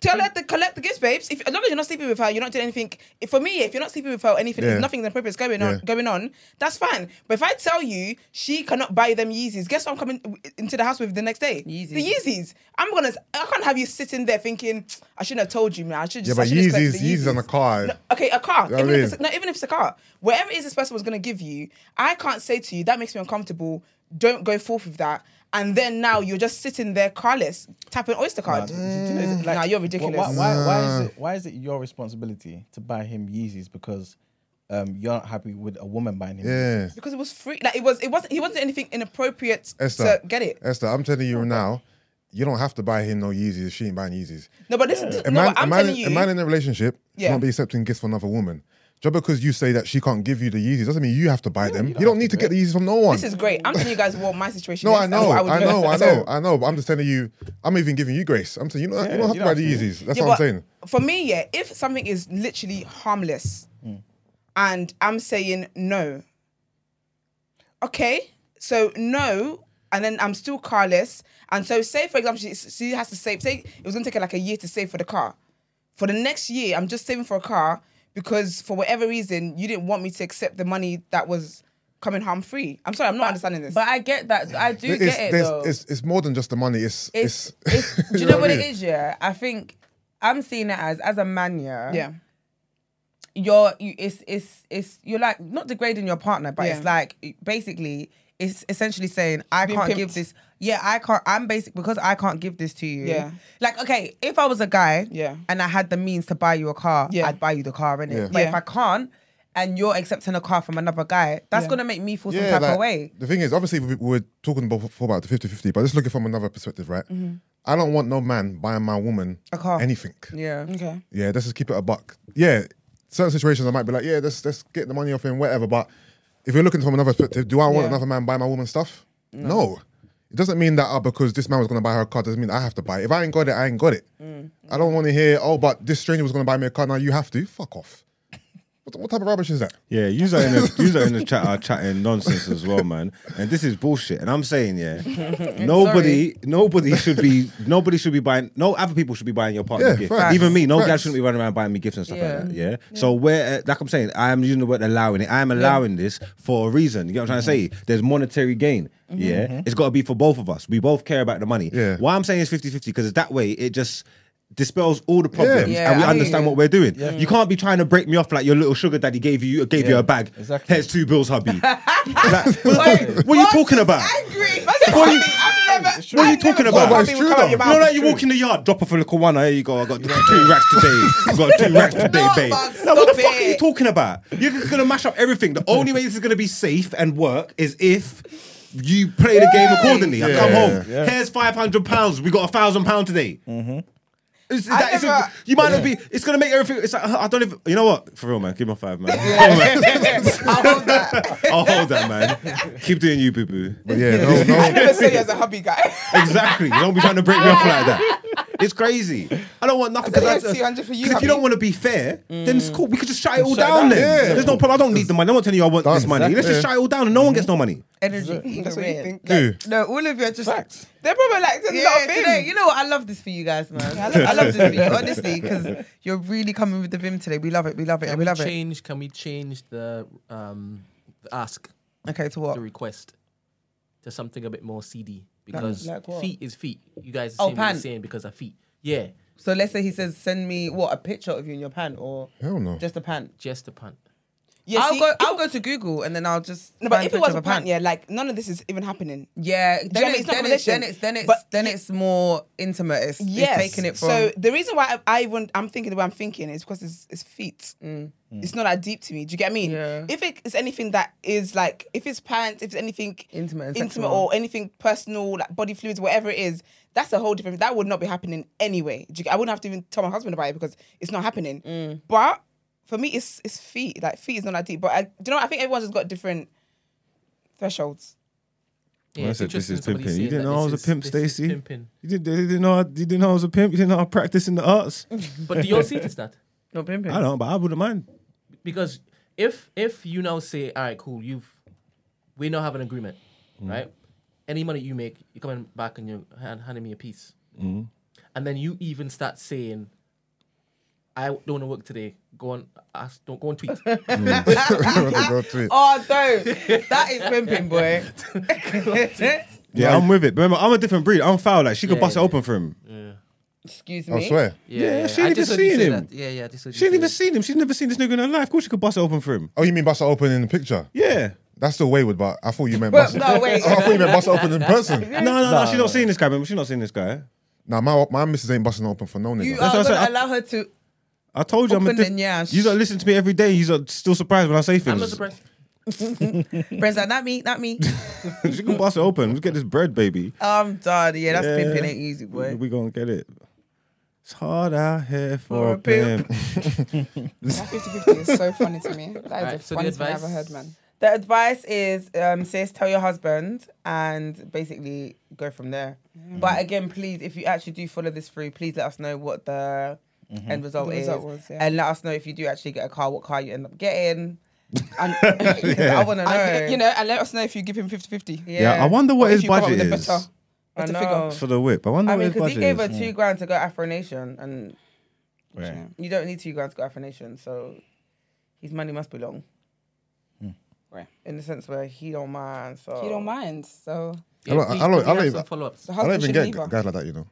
Speaker 1: Tell her to collect the gifts, babes. If as long as you're not sleeping with her, you're not doing anything. If, for me, if you're not sleeping with her, or anything,
Speaker 6: Yeah.
Speaker 1: if nothing inappropriate is going on,
Speaker 6: Yeah.
Speaker 1: going on, that's fine. But if I tell you she cannot buy you them Yeezys, guess what I'm coming w- into the house with the next day?
Speaker 2: Yeezys.
Speaker 1: The Yeezys. I'm gonna. I can't have you sitting there thinking I shouldn't have told you, man. I should
Speaker 6: Yeah,
Speaker 1: just. I
Speaker 6: but
Speaker 1: should just collect
Speaker 6: Yeezys, Yeezys
Speaker 1: the
Speaker 6: on the car.
Speaker 1: No, okay, a car.
Speaker 6: You know
Speaker 1: even
Speaker 6: what I
Speaker 1: if
Speaker 6: mean?
Speaker 1: it's, no, even if it's a car, whatever it is this person was gonna give you, I can't say to you that makes me uncomfortable. Don't go forth with that. And then now you're just sitting there carless, tapping Oyster card. mm, nah, you're ridiculous.
Speaker 4: Why, why, why is it? Why is it your responsibility to buy him Yeezys because um, you're not happy with a woman buying him? Yeezys?
Speaker 6: Yeah.
Speaker 1: because it was free. Like it was, it wasn't. He wasn't anything inappropriate
Speaker 6: Esther.
Speaker 1: to get it.
Speaker 6: Esther, I'm telling you now, you don't have to buy him no Yeezys if she ain't buying Yeezys.
Speaker 1: No, but this, no,
Speaker 6: A man,
Speaker 1: but I'm
Speaker 6: a man,
Speaker 1: telling you.
Speaker 6: a man in a relationship
Speaker 1: Yeah.
Speaker 6: should not be accepting gifts from another woman. Just because you say that she can't give you the Yeezys doesn't mean you have to buy them. You don't, need to get the Yeezys from no one.
Speaker 1: this is great. I'm telling you guys what my situation
Speaker 6: no,
Speaker 1: is.
Speaker 6: I
Speaker 1: and
Speaker 6: know,
Speaker 1: what
Speaker 6: I,
Speaker 1: would do.
Speaker 6: know, I
Speaker 1: So-
Speaker 6: know, I know. But I'm just telling you, I'm even giving you grace. I'm saying you, don't- you don't have
Speaker 4: you
Speaker 6: to buy
Speaker 4: don't
Speaker 6: the
Speaker 4: have to.
Speaker 6: Yeezys. That's
Speaker 1: Yeah,
Speaker 6: what I'm
Speaker 1: but
Speaker 6: saying.
Speaker 1: For me, yeah, if something is literally harmless and I'm saying no, okay, so no, and then I'm still carless. And so, say, for example, she, she has to save, say it was gonna take her like a year to save for the car. For the next year, I'm just saving for a car because for whatever reason, you didn't want me to accept the money that was coming harm free. I'm sorry, I'm not understanding this.
Speaker 2: But I get that. I do
Speaker 6: It's,
Speaker 2: get it
Speaker 6: there's-
Speaker 2: though.
Speaker 6: it's, it's more than just the money. It's
Speaker 2: it's,
Speaker 6: it's.
Speaker 2: it's, do you know what
Speaker 6: I
Speaker 2: it
Speaker 6: mean?
Speaker 2: is? Yeah, I think I'm seeing it as as a man. Yeah,
Speaker 1: yeah.
Speaker 2: You're you, it's it's it's you're like not degrading your partner, but it's
Speaker 1: Yeah.
Speaker 2: like basically it's essentially saying I
Speaker 1: Being
Speaker 2: can't
Speaker 1: pimped.
Speaker 2: give this. Yeah, I can't. I'm basic because I can't give this to you.
Speaker 1: Yeah.
Speaker 2: Like okay, if I was a guy,
Speaker 1: Yeah.
Speaker 2: and I had the means to buy you a car,
Speaker 1: Yeah.
Speaker 2: I'd buy you the car, innit?
Speaker 6: Yeah.
Speaker 2: But if
Speaker 1: Yeah.
Speaker 2: I can't. And you're accepting a car from another guy, that's
Speaker 1: Yeah.
Speaker 2: gonna make me feel some type
Speaker 6: like,
Speaker 2: of way.
Speaker 6: The thing is, obviously, we, we're talking about, before about the 50 50, but let's look at it from another perspective, right? I don't want no man buying my woman
Speaker 2: Mm-hmm. A car.
Speaker 6: anything.
Speaker 2: Yeah.
Speaker 1: Okay.
Speaker 6: Yeah, let's just keep it a buck. Yeah, certain situations I might be like, yeah, let's, let's get the money off him, whatever. But if you're looking from another perspective, do I want
Speaker 1: Yeah.
Speaker 6: another man buy my woman stuff? No. It doesn't mean that uh, because this man was going to buy her a car doesn't mean I have to buy it. If I ain't got it, I ain't got it.
Speaker 2: Mm.
Speaker 6: I don't want to hear, oh, but this stranger was going to buy me a car, now you have to. Fuck off. What, what type of rubbish is that?
Speaker 3: Yeah, you are in the, you are in the chat are chatting nonsense as well, man. And this is bullshit. And I'm saying, yeah, nobody, nobody should be, nobody should be buying. No other people should be buying your partner
Speaker 6: Yeah,
Speaker 3: gifts.
Speaker 6: facts,
Speaker 3: Even me, no guy
Speaker 6: facts.
Speaker 3: shouldn't be running around buying me gifts and stuff
Speaker 2: Yeah.
Speaker 3: like that. Yeah. So where, uh, like I'm saying, I am using the word allowing it. I am allowing this for a reason. You know what I'm trying to say? There's monetary gain. Yeah, it's got to be for both of us. We both care about the money.
Speaker 6: Yeah.
Speaker 3: Why I'm saying it's 50-50 because that way it just dispels all the problems
Speaker 2: Yeah,
Speaker 3: and we
Speaker 2: I hear
Speaker 3: understand
Speaker 2: you.
Speaker 3: what we're doing. You can't be trying to break me off like your little sugar daddy gave you gave you
Speaker 4: Yeah,
Speaker 3: a bag.
Speaker 4: exactly.
Speaker 3: Here's two bills, hubby. Like, what, the fuck- what are you talking about?
Speaker 1: Angry.
Speaker 3: What are you,
Speaker 1: I've never.
Speaker 3: what are you talking about?
Speaker 6: but it's true though.
Speaker 3: You know, like you walk in the yard, drop off a little one. Here you go. I got two racks today. I got two racks today,
Speaker 1: No, man,
Speaker 3: babe. Now, what
Speaker 1: stop
Speaker 3: the fuck are you
Speaker 1: it.
Speaker 3: talking about? You're just gonna mash up everything. The only way this is gonna be safe and work is if you play the game accordingly. I come home. Here's five hundred pounds. We got a thousand pound today. It's,
Speaker 1: Mm-hmm. I
Speaker 3: that, it's-
Speaker 1: never-
Speaker 3: you might not be. It's gonna make everything. It's like, I don't even. You know what? For real, man. Give me five, man. Come on, man.
Speaker 1: I'll hold that.
Speaker 3: I'll hold that, man. Keep doing you, boo boo.
Speaker 6: But yeah, no, no.
Speaker 1: I never saw you as a hubby guy.
Speaker 3: Exactly. Don't be trying to break me off like that. It's crazy. I don't want nothing because
Speaker 1: That's only 200 for you,
Speaker 3: if
Speaker 1: Habib.
Speaker 3: you don't want to be fair, then it's cool. We could just shut it all
Speaker 4: shut it
Speaker 3: down.
Speaker 4: down.
Speaker 3: Then
Speaker 6: Yeah.
Speaker 3: there's no problem. I don't need the money. I'm not telling you I want this
Speaker 6: Done.
Speaker 3: money. Let's just
Speaker 6: Exactly.
Speaker 3: shut it all down and no one gets no money.
Speaker 2: Energy.
Speaker 1: That's what you think.
Speaker 6: Yeah.
Speaker 2: No, all of you are just.
Speaker 4: Facts.
Speaker 1: They're probably like, this is not
Speaker 2: Yeah,
Speaker 1: a thing.
Speaker 2: today. You know what? I love this for you guys, man. I love, I love this for you, honestly, because you're really coming with the vim today. We love it. We love it.
Speaker 5: Can
Speaker 2: we
Speaker 5: we
Speaker 2: love it.
Speaker 5: change? Can we change the um the ask
Speaker 2: Okay, to what?
Speaker 5: the request to something a bit more seedy because
Speaker 2: like what?
Speaker 5: feet is feet. You guys
Speaker 2: Oh,
Speaker 5: are saying what
Speaker 2: pant.
Speaker 5: you're saying because of feet. Yeah,
Speaker 2: So let's say he says, send me what a picture of you in your pant or
Speaker 6: Hell no.
Speaker 2: just a pant.
Speaker 5: just a pant.
Speaker 1: Yeah,
Speaker 2: I'll
Speaker 1: see,
Speaker 2: go. I'll go to Google and then I'll just.
Speaker 1: No,
Speaker 2: find
Speaker 1: but if it
Speaker 2: picture
Speaker 1: was
Speaker 2: of
Speaker 1: a pant, yeah, like none of this is even happening.
Speaker 2: Yeah,
Speaker 1: Do you know what I
Speaker 2: then
Speaker 1: mean?
Speaker 2: it's
Speaker 1: It's not
Speaker 2: then it's then
Speaker 1: competition.
Speaker 2: it's then it's,
Speaker 1: But-
Speaker 2: then it's more intimate. It's, it's
Speaker 1: Yes.
Speaker 2: taking it from.
Speaker 1: So the reason why I, I even I'm thinking the way I'm thinking is because it's, it's feet. It's not that deep to me. Do you get what I mean?
Speaker 2: Mm. Yeah.
Speaker 1: If it is anything that is like, if it's pants, if it's anything
Speaker 2: Intimate and
Speaker 1: intimate
Speaker 2: sexual.
Speaker 1: or anything personal, like body fluids, whatever it is, that's a whole different. That would not be happening anyway. Do you, get- I wouldn't have to even tell my husband about it because it's not happening.
Speaker 2: Mm.
Speaker 1: But for me, it's it's feet. Like feet is not that deep. But I, do you know? What? I think everyone's just got different thresholds.
Speaker 5: Yeah,
Speaker 3: I
Speaker 5: it's
Speaker 3: said this
Speaker 5: interesting
Speaker 3: is
Speaker 5: somebody
Speaker 3: pimping. You
Speaker 5: saying
Speaker 3: didn't
Speaker 5: that
Speaker 3: know I
Speaker 5: this
Speaker 3: was a
Speaker 5: is-
Speaker 3: pimp,
Speaker 5: this is
Speaker 3: Stacey.
Speaker 5: pimping.
Speaker 3: You didn't, you didn't know I, you didn't know I was a pimp. You didn't know I practiced in the arts.
Speaker 5: But do y'all see this that?
Speaker 2: Not pimping.
Speaker 3: I don't, but I wouldn't mind.
Speaker 5: because if if you now say, all right, cool, you've we now have an agreement,
Speaker 3: Mm.
Speaker 5: right? Any money you make, you're coming back and you're hand, handing me a piece,
Speaker 3: Mm.
Speaker 5: and then you even start saying, I don't want to work today. Go on, ask, don't go on tweet.
Speaker 6: Rather go to it.
Speaker 2: Oh, though that is pimping, boy.
Speaker 3: Yeah, I'm with it. But remember, I'm a different breed. I'm foul. Like she could
Speaker 5: Yeah,
Speaker 3: bust it
Speaker 5: yeah.
Speaker 3: open for him.
Speaker 2: Excuse Oh, me.
Speaker 6: I swear.
Speaker 3: Yeah, she
Speaker 5: I
Speaker 3: ain't
Speaker 5: just
Speaker 3: even
Speaker 5: heard you
Speaker 3: seen
Speaker 5: say
Speaker 3: him.
Speaker 5: that. Yeah, yeah, I just heard
Speaker 3: She
Speaker 5: you
Speaker 3: ain't
Speaker 5: say
Speaker 3: even
Speaker 5: that.
Speaker 3: seen him. She's never seen this nigga in her life. Of course, she could bust it open for him.
Speaker 6: Oh, you mean bust it open in the picture?
Speaker 3: Yeah.
Speaker 6: That's the wayward, but I thought you meant
Speaker 2: Well,
Speaker 6: bust. it-
Speaker 2: no, wait.
Speaker 6: I thought you meant bust it open in person.
Speaker 3: No, no, no. She's not seen this guy. Remember, she's not seen this guy.
Speaker 6: Nah, my my missus ain't busting open for no nigga.
Speaker 2: You
Speaker 3: That's
Speaker 2: are
Speaker 3: what I said.
Speaker 2: gonna
Speaker 3: I-
Speaker 2: allow her to.
Speaker 3: I told you I'm a
Speaker 2: Open
Speaker 3: diff-
Speaker 2: and yes.
Speaker 3: You don't listen to me every day. You're still surprised when I say things.
Speaker 5: I'm not surprised.
Speaker 2: Friends, like, not me, not me.
Speaker 3: she can bust it open. Let's get this bread, baby.
Speaker 1: Uh,
Speaker 2: Um, done. Yeah, that's
Speaker 3: Yeah.
Speaker 2: pimping ain't easy, boy.
Speaker 3: We gonna get it. It's hard out here
Speaker 2: For
Speaker 3: for,
Speaker 2: a
Speaker 3: a pimp.
Speaker 1: That 50-50 is so funny to me. That is
Speaker 5: Alright,
Speaker 1: the
Speaker 5: so the
Speaker 1: funniest thing I
Speaker 5: advice-
Speaker 1: ever heard, man.
Speaker 2: The advice is, um, sis, tell your husband and basically go from there.
Speaker 1: Mm.
Speaker 2: But again, please, if you actually do follow this through, please let us know what the end result
Speaker 1: Mm-hmm. The
Speaker 2: is,
Speaker 1: result was, yeah.
Speaker 2: and let us know if you do actually get a car, what car you end up getting.
Speaker 1: And,
Speaker 2: 'Cause I want to know.
Speaker 1: and, you know, and let us know if you give him 50-50.
Speaker 3: Yeah. I wonder
Speaker 1: Or
Speaker 3: what
Speaker 1: if
Speaker 3: his
Speaker 1: you come up
Speaker 3: budget
Speaker 1: with a
Speaker 3: is
Speaker 1: better-
Speaker 2: I
Speaker 1: better
Speaker 2: know.
Speaker 1: figure.
Speaker 3: for the whip. I wonder
Speaker 2: I
Speaker 3: what
Speaker 2: mean,
Speaker 3: his
Speaker 2: because he
Speaker 3: budget
Speaker 2: gave
Speaker 3: is.
Speaker 2: her
Speaker 1: Mm.
Speaker 2: two grand to go Afro Nation, and
Speaker 4: Right.
Speaker 2: you don't need two grand to go Afro Nation, so his money must belong.
Speaker 1: Hmm. Right.
Speaker 2: In the sense where he don't mind, so
Speaker 1: You don't mind, so
Speaker 5: Yeah,
Speaker 6: don't- I
Speaker 5: please, can
Speaker 6: don't-
Speaker 5: we
Speaker 6: I don't
Speaker 5: have
Speaker 6: even-
Speaker 5: some follow-ups.
Speaker 1: the
Speaker 6: I don't
Speaker 1: husband
Speaker 6: even
Speaker 1: should
Speaker 6: get
Speaker 1: leave her.
Speaker 6: guys like that, you know.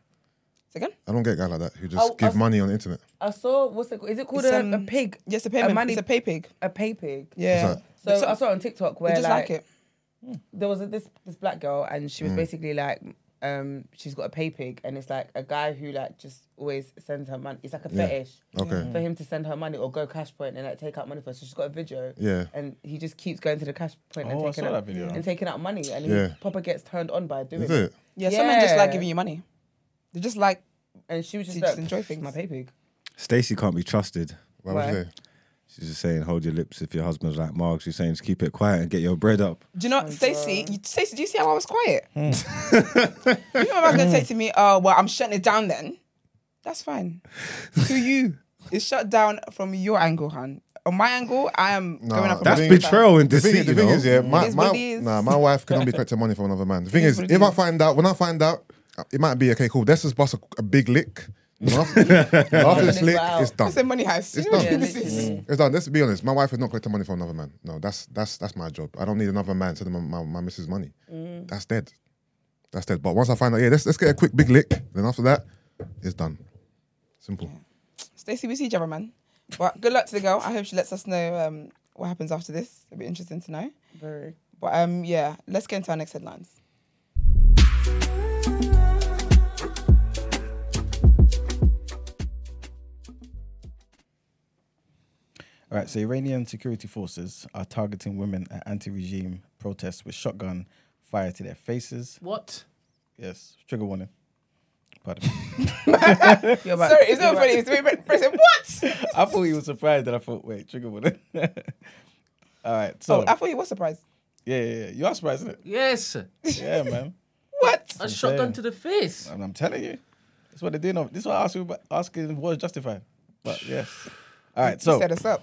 Speaker 1: Say again?
Speaker 6: I don't get guys like that who
Speaker 2: Oh,
Speaker 6: just give
Speaker 2: I've-
Speaker 6: money on the internet.
Speaker 2: I saw what's it? called? Is it called
Speaker 1: It's,
Speaker 2: a,
Speaker 1: um,
Speaker 2: a pig?
Speaker 1: Yes, a payment.
Speaker 2: money-
Speaker 1: it's a pay pig.
Speaker 2: A pay pig.
Speaker 1: Yeah.
Speaker 6: that?
Speaker 2: So
Speaker 1: So-
Speaker 2: I saw it on TikTok
Speaker 1: We
Speaker 2: where
Speaker 1: just like,
Speaker 2: like,
Speaker 1: it.
Speaker 2: there was a, this this black girl and she was
Speaker 6: Mm.
Speaker 2: basically like um she's got a pay pig and it's like a guy who like just always sends her money. It's like a fetish.
Speaker 6: Okay.
Speaker 2: For him to send her money or go cash point and like take out money for her. So she's got a video.
Speaker 6: Yeah.
Speaker 2: And he just keeps going to the cash point and
Speaker 4: Oh, I
Speaker 2: taking
Speaker 4: saw
Speaker 2: out
Speaker 4: that video.
Speaker 2: and taking out money and
Speaker 6: Yeah.
Speaker 2: he proper gets turned on by doing
Speaker 6: Is
Speaker 2: it.
Speaker 6: it?
Speaker 1: Yeah, some men just
Speaker 2: Yeah.
Speaker 1: like giving you money. They just like
Speaker 2: And she was just
Speaker 1: She
Speaker 2: like,
Speaker 1: just enjoy
Speaker 2: "Pff,
Speaker 1: things."
Speaker 2: My pay pig.
Speaker 3: Stacey can't be trusted.
Speaker 6: Why would
Speaker 2: Why?
Speaker 6: you say?
Speaker 3: She's just saying, hold your lips if your husband's like Mark. She's saying, just keep it quiet and get your bread up.
Speaker 1: Do you know, Stacey? You, Stacey, do you see how I was quiet?
Speaker 6: Hmm.
Speaker 1: you know, I was going to say to me, "Oh, well, I'm shutting it down." Then that's fine. to you, it's shut down from your angle, hon. On my angle, I am
Speaker 6: Nah,
Speaker 1: going up. from
Speaker 3: That's
Speaker 1: my
Speaker 6: thing-
Speaker 3: betrayal and
Speaker 6: The thing,
Speaker 3: deceit.
Speaker 6: the
Speaker 3: you
Speaker 6: thing
Speaker 3: know?
Speaker 6: is, yeah, my,
Speaker 1: is
Speaker 6: my,
Speaker 1: what it is.
Speaker 6: nah, my wife cannot be collecting money from another man. The thing is,
Speaker 1: what it
Speaker 6: if I
Speaker 1: is.
Speaker 6: find out, when I find out, it might be okay, cool. Let's just bust a, a big lick. After, after this lick,
Speaker 2: Wow.
Speaker 6: it's done.
Speaker 1: It's a money heist.
Speaker 6: It's
Speaker 1: You know
Speaker 6: done.
Speaker 1: what this is?
Speaker 6: It's done. Let's be honest. My wife is not collecting money from another man. No, that's that's that's my job. I don't need another man sending my, my, my missus money. That's dead. That's dead. But once I find out, yeah, let's let's get a quick big lick. Then after that, it's done. Simple.
Speaker 1: Stacey, we see each other, man. But good luck to the girl. I hope she lets us know um, what happens after this. It'll be interesting to know.
Speaker 2: Very.
Speaker 1: But um, yeah, let's get into our next headlines.
Speaker 4: All right, so Iranian security forces are targeting women at anti regime protests with shotgun fire to their faces.
Speaker 5: What?
Speaker 4: Yes, trigger warning. Pardon me.
Speaker 2: You're about-
Speaker 1: Sorry, it's not funny. It's very impressive. What?
Speaker 4: I thought he was surprised that I thought, wait, trigger warning. All right, so
Speaker 1: Oh, I thought you were surprised.
Speaker 4: yeah, yeah, yeah. You are surprised, isn't it?
Speaker 5: Yes, a
Speaker 4: Yeah, man.
Speaker 1: What?
Speaker 5: shotgun
Speaker 4: saying.
Speaker 5: to the face.
Speaker 4: And I'm telling you. That's what they're doing. This is what I asked you about asking was justified. But yes. All right. So
Speaker 1: set us up.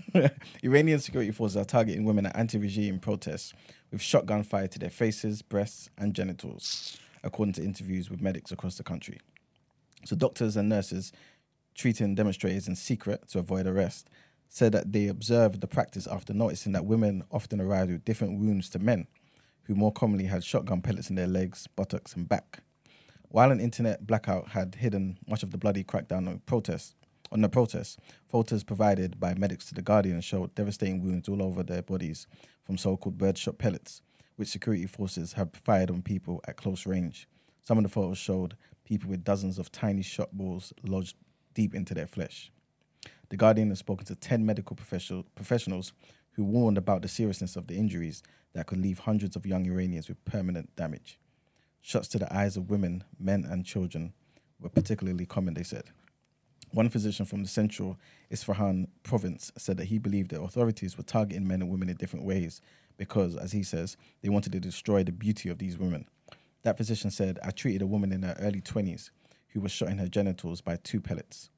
Speaker 4: Iranian security forces are targeting women at anti-regime protests with shotgun fire to their faces, breasts, and genitals, according to interviews with medics across the country. So doctors and nurses treating demonstrators in secret to avoid arrest said that they observed the practice after noticing that women often arrived with different wounds to men, who more commonly had shotgun pellets in their legs, buttocks, and back. While an internet blackout had hidden much of the bloody crackdown on protests, on the protests, photos provided by medics to the Guardian showed devastating wounds all over their bodies from so-called birdshot pellets, which security forces have fired on people at close range. Some of the photos showed people with dozens of tiny shot balls lodged deep into their flesh. The Guardian has spoken to 10 medical professional, professionals who warned about the seriousness of the injuries that could leave hundreds of young Iranians with permanent damage. Shots to the eyes of women, men, and children were particularly common, they said. One physician from the central Isfahan province said that he believed the authorities were targeting men and women in different ways because, as he says, they wanted to destroy the beauty of these women. That physician said, I treated a woman in her early 20s who was shot in her genitals by two pellets.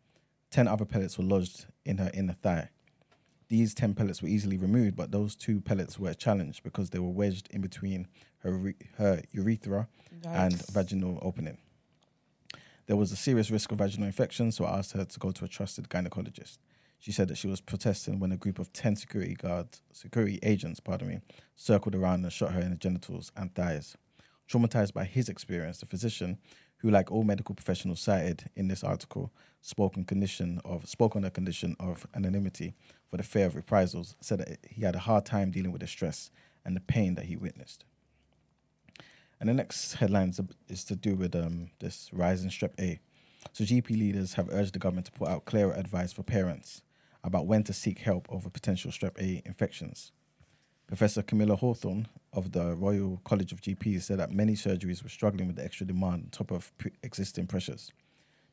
Speaker 4: Ten other pellets were lodged in her inner thigh. These 10 pellets were easily removed, but those two pellets were a challenge because they were wedged in between her, re- her urethra and vaginal opening. There was a serious risk of vaginal infection, so I asked her to go to a trusted gynecologist. She said that she was protesting when a group of 10 security guards, security agents, pardon me, circled around and shot her in the genitals and thighs. Traumatized by his experience, the physician, who, like all medical professionals cited in this article, spoke on condition of spoke on a condition of anonymity for the fear of reprisals, said that he had a hard time dealing with the stress and the pain that he witnessed. And the next headline is, is to do with um, this rise in strep A. So GP leaders have urged the government to put out clearer advice for parents about when to seek help over potential strep A infections. Professor Camilla Hawthorne of the Royal College of GPs said that many surgeries were struggling with the extra demand on top of pre- existing pressures.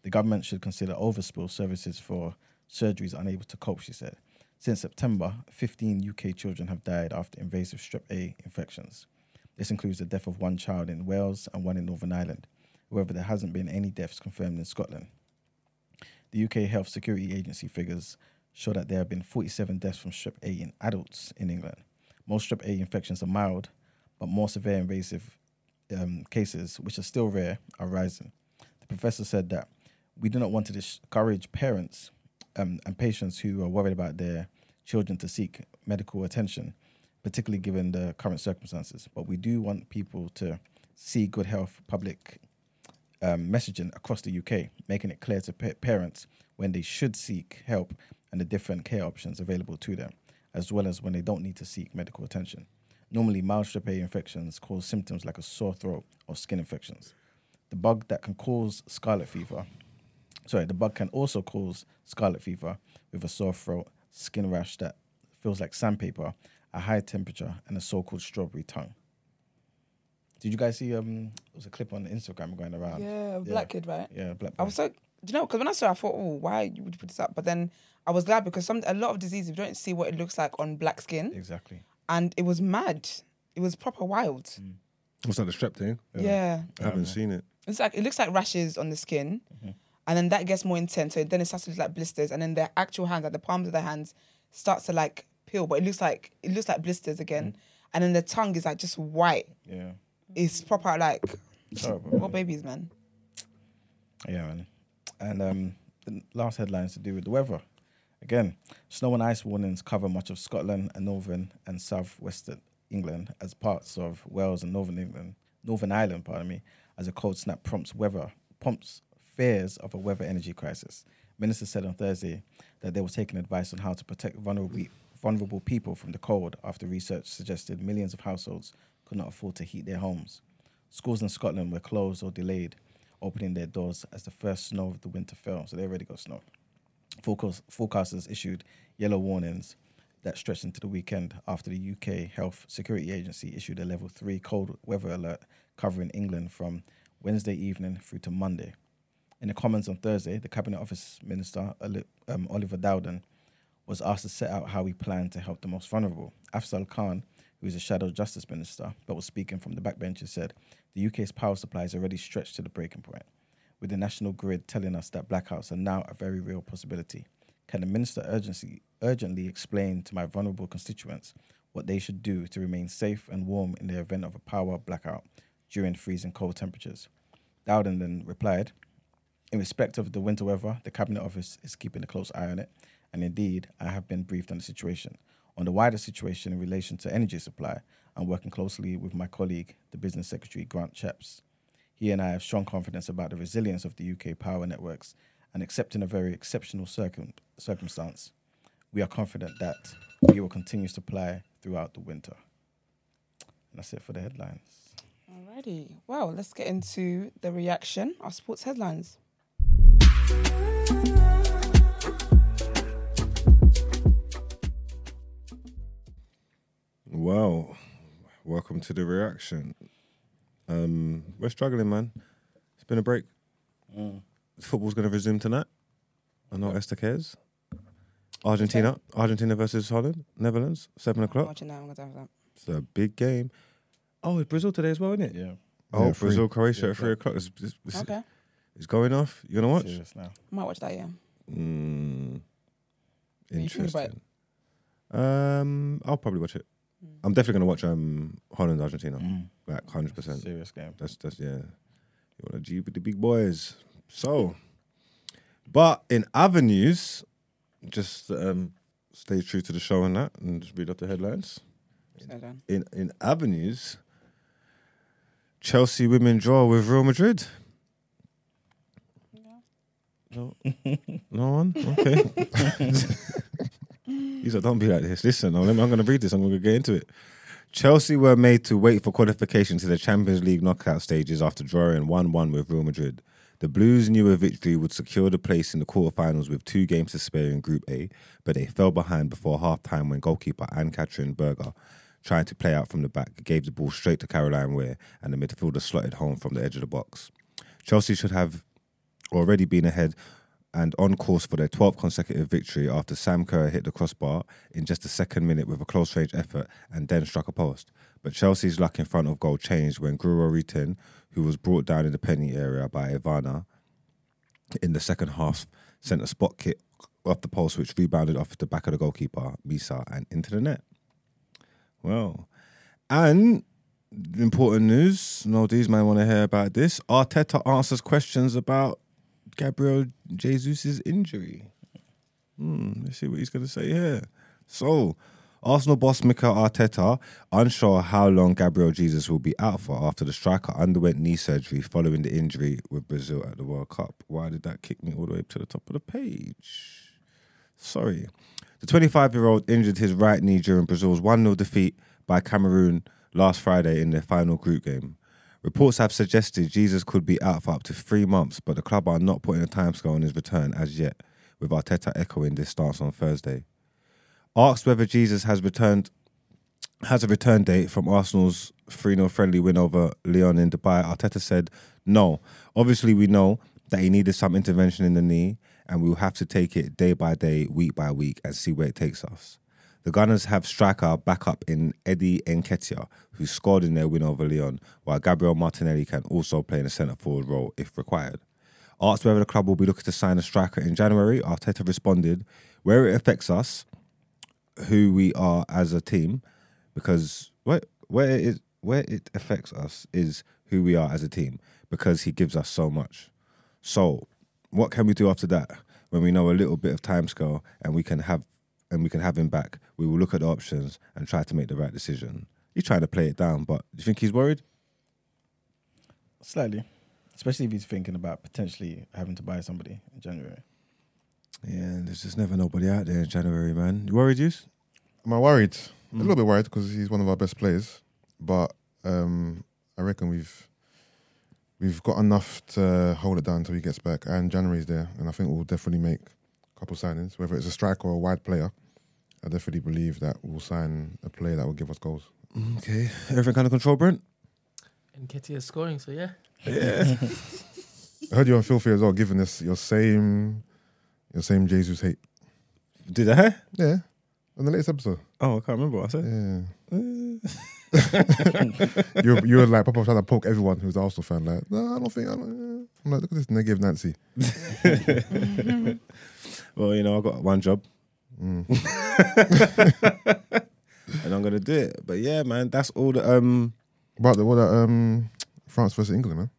Speaker 4: The government should consider overspill services for surgeries unable to cope, she said. Since September, 15 UK children have died after invasive strep A infections. This includes the death of one child in Wales and one in Northern Ireland. However, there hasn't been any deaths confirmed in Scotland. The UK Health Security Agency figures show that there have been 47 deaths from strep A in adults in England. Most strep A infections are mild, but more severe invasive um, cases, which are still rare, are rising. The professor said that we do not want to discourage parents um, and patients who are worried about their children to seek medical attention, particularly given the current circumstances. But we do want people to see good health public um, messaging across the UK, making it clear to pa- parents when they should seek help and the different care options available to them, as well as when they don't need to seek medical attention. Normally, mild strep A infections cause symptoms like a sore throat or skin infections. The bug that can cause scarlet fever, sorry, the bug can also cause scarlet fever with a sore throat, skin rash that feels like sandpaper, a high temperature, and a so-called strawberry tongue. Did you guys see? Um, it was a clip on Instagram going around.
Speaker 1: Yeah, black kid, right?
Speaker 4: Yeah, black.
Speaker 1: I
Speaker 4: boy.
Speaker 1: was so do you know because when I saw, it, I thought, oh, why you would put this up? But then I was glad because some a lot of diseases we don't see what it looks like on black skin,
Speaker 4: exactly.
Speaker 1: and it was mad. It was proper wild.
Speaker 3: What's that, the strep thing?
Speaker 1: Yeah,
Speaker 3: I haven't seen it.
Speaker 1: it's like it looks like rashes on the skin, and then that gets more intense. So then it starts to look like blisters, and then their actual hands, like the palms of their hands, starts to like peel, but it looks like it looks like blisters again. And then the tongue is like just white.
Speaker 4: Yeah,
Speaker 1: It's proper like
Speaker 4: Terrible.
Speaker 1: what babies, man.
Speaker 4: Yeah, man. And um, the last headline is to do with the weather. Again, snow and ice warnings cover much of Scotland and northern and southwestern England, as parts of Wales and northern England, Northern Ireland, pardon me, as a cold snap prompts weather prompts fears of a weather energy crisis. Minister said on Thursday that they were taking advice on how to protect vulnerable vulnerable people from the cold after research suggested millions of households could not afford to heat their homes. Schools in Scotland were closed or delayed, opening their doors as the first snow of the winter fell. So they already got snow. Forecast, forecasters issued yellow warnings that stretched into the weekend after the UK Health Security Agency issued a level three cold weather alert covering England from Wednesday evening through to Monday. In the Commons on Thursday, the Cabinet Office Minister Oli- um, Oliver Dowden was asked to set out how he planned to help the most vulnerable. Afzal Khan, who is a shadow justice minister but was speaking from the backbenches, said the UK's power supply is already stretched to the breaking point. with the national grid telling us that blackouts are now a very real possibility. Can the minister urgency, urgently explain to my vulnerable constituents what they should do to remain safe and warm in the event of a power blackout during freezing cold temperatures? Dowden then replied, in respect of the winter weather, the Cabinet Office is keeping a close eye on it, and indeed, I have been briefed on the situation. On the wider situation in relation to energy supply, I'm working closely with my colleague, the Business Secretary Grant Chaps. He and I have strong confidence about the resilience of the UK power networks, and except in a very exceptional circum- circumstance, we are confident that we will continue to supply throughout the winter. And that's it for the headlines.
Speaker 1: Alrighty. Well, let's get into the reaction, our sports headlines.
Speaker 3: Well, welcome to the reaction. Um, we're struggling, man. It's been a break. Football's going to resume tonight. I know Esther cares. Argentina, Argentina versus Holland, Netherlands, seven
Speaker 1: I'm
Speaker 3: o'clock.
Speaker 1: watching that. I'm gonna have that.
Speaker 3: It's a big game. Oh, it's Brazil today as well, isn't it?
Speaker 4: Yeah,
Speaker 3: Oh,
Speaker 6: Yeah, three.
Speaker 3: Brazil, Croatia at three o'clock. It's, it's- it's-
Speaker 1: Okay,
Speaker 3: it's going off. You gonna watch?
Speaker 4: serious now.
Speaker 1: might watch that. Yeah. you
Speaker 3: Mm,
Speaker 1: think about it?
Speaker 3: interesting. Um, I'll probably watch it. I'm definitely gonna watch um Holland Argentina. Like hundred percent.
Speaker 4: Serious game.
Speaker 3: That's that's yeah. You wanna G with the big boys. So, but in other news, just um, stay true to the show and that, and just read up the headlines.
Speaker 1: So done.
Speaker 3: In in other news, Chelsea women draw with Real Madrid. No, no one. Okay. He's like, don't be like this. Listen, I'm, I'm going to read this. I'm going to get into it. Chelsea were made to wait for qualification to the Champions League knockout stages after drawing 1 1 with Real Madrid. The Blues knew a victory would secure the place in the quarterfinals with two games to spare in Group A, but they fell behind before half time when goalkeeper Anne Katrin Berger, trying to play out from the back, gave the ball straight to Caroline Weir and the midfielder slotted home from the edge of the box. Chelsea should have already been ahead and on course for their 12th consecutive victory after Sam Kerr hit the crossbar in just the second minute with a close range effort and then struck a post. But Chelsea's luck in front of goal changed when Gruro Ritin, who was brought down in the penalty area by Ivana in the second half, sent a spot kick off the post, which rebounded off the back of the goalkeeper, Misa, and into the net. Well, and important news. No, these men want to hear about this. Arteta answers questions about Gabriel Jesus' injury. Hmm, let's see what he's going to say here. So, Arsenal boss Mikel Arteta unsure how long Gabriel Jesus will be out for after the striker underwent knee surgery following the injury with Brazil at the World Cup. Why did that kick me all the way up to the top of the page? Sorry. The 25 year old injured his right knee during Brazil's 1 0 defeat by Cameroon last Friday in their final group game. Reports have suggested Jesus could be out for up to three months, but the club are not putting a timescale on his return as yet, with Arteta echoing this stance on Thursday. Asked whether Jesus has returned has a return date from Arsenal's 3 0 friendly win over Leon in Dubai, Arteta said, No. Obviously, we know that he needed some intervention in the knee, and we'll have to take it day by day, week by week, and see where it takes us. The Gunners have striker backup in Eddie Nketiah, who scored in their win over Leon, while Gabriel Martinelli can also play in a centre forward role if required. Asked whether the club will be looking to sign a striker in January, Arteta responded, Where it affects us, who we are as a team because where where it is where it affects us is who we are as a team because he gives us so much. So what can we do after that when we know a little bit of time scale and we can have and we can have him back? We will look at the options and try to make the right decision. He's trying to play it down, but do you think he's worried?
Speaker 4: Slightly. Especially if he's thinking about potentially having to buy somebody in January.
Speaker 3: Yeah, there's just never nobody out there in January, man. You worried, Juice?
Speaker 6: Am I worried? A little bit worried because he's one of our best players, but um, I reckon we've we've got enough to hold it down until he gets back. And January's there, and I think we'll definitely make a couple signings, whether it's a striker or a wide player. I definitely believe that we'll sign a player that will give us goals.
Speaker 3: Okay, everything kind of control, Brent.
Speaker 5: And Ketty is scoring, so yeah.
Speaker 6: I heard you on filthy as well, giving us your same your same Jesus hate.
Speaker 3: Did I?
Speaker 6: Yeah, on the latest episode.
Speaker 3: Oh, I can't remember what I said.
Speaker 6: Yeah. you were, you were like Papa was trying to poke everyone who's an Arsenal fan. Like, no, I don't think. I don't, I'm like, look at this negative Nancy.
Speaker 3: Well, you know, I got one job,
Speaker 6: Mm.
Speaker 3: and I'm gonna do it. But yeah, man, that's all the um.
Speaker 6: But the what that um France versus England, man.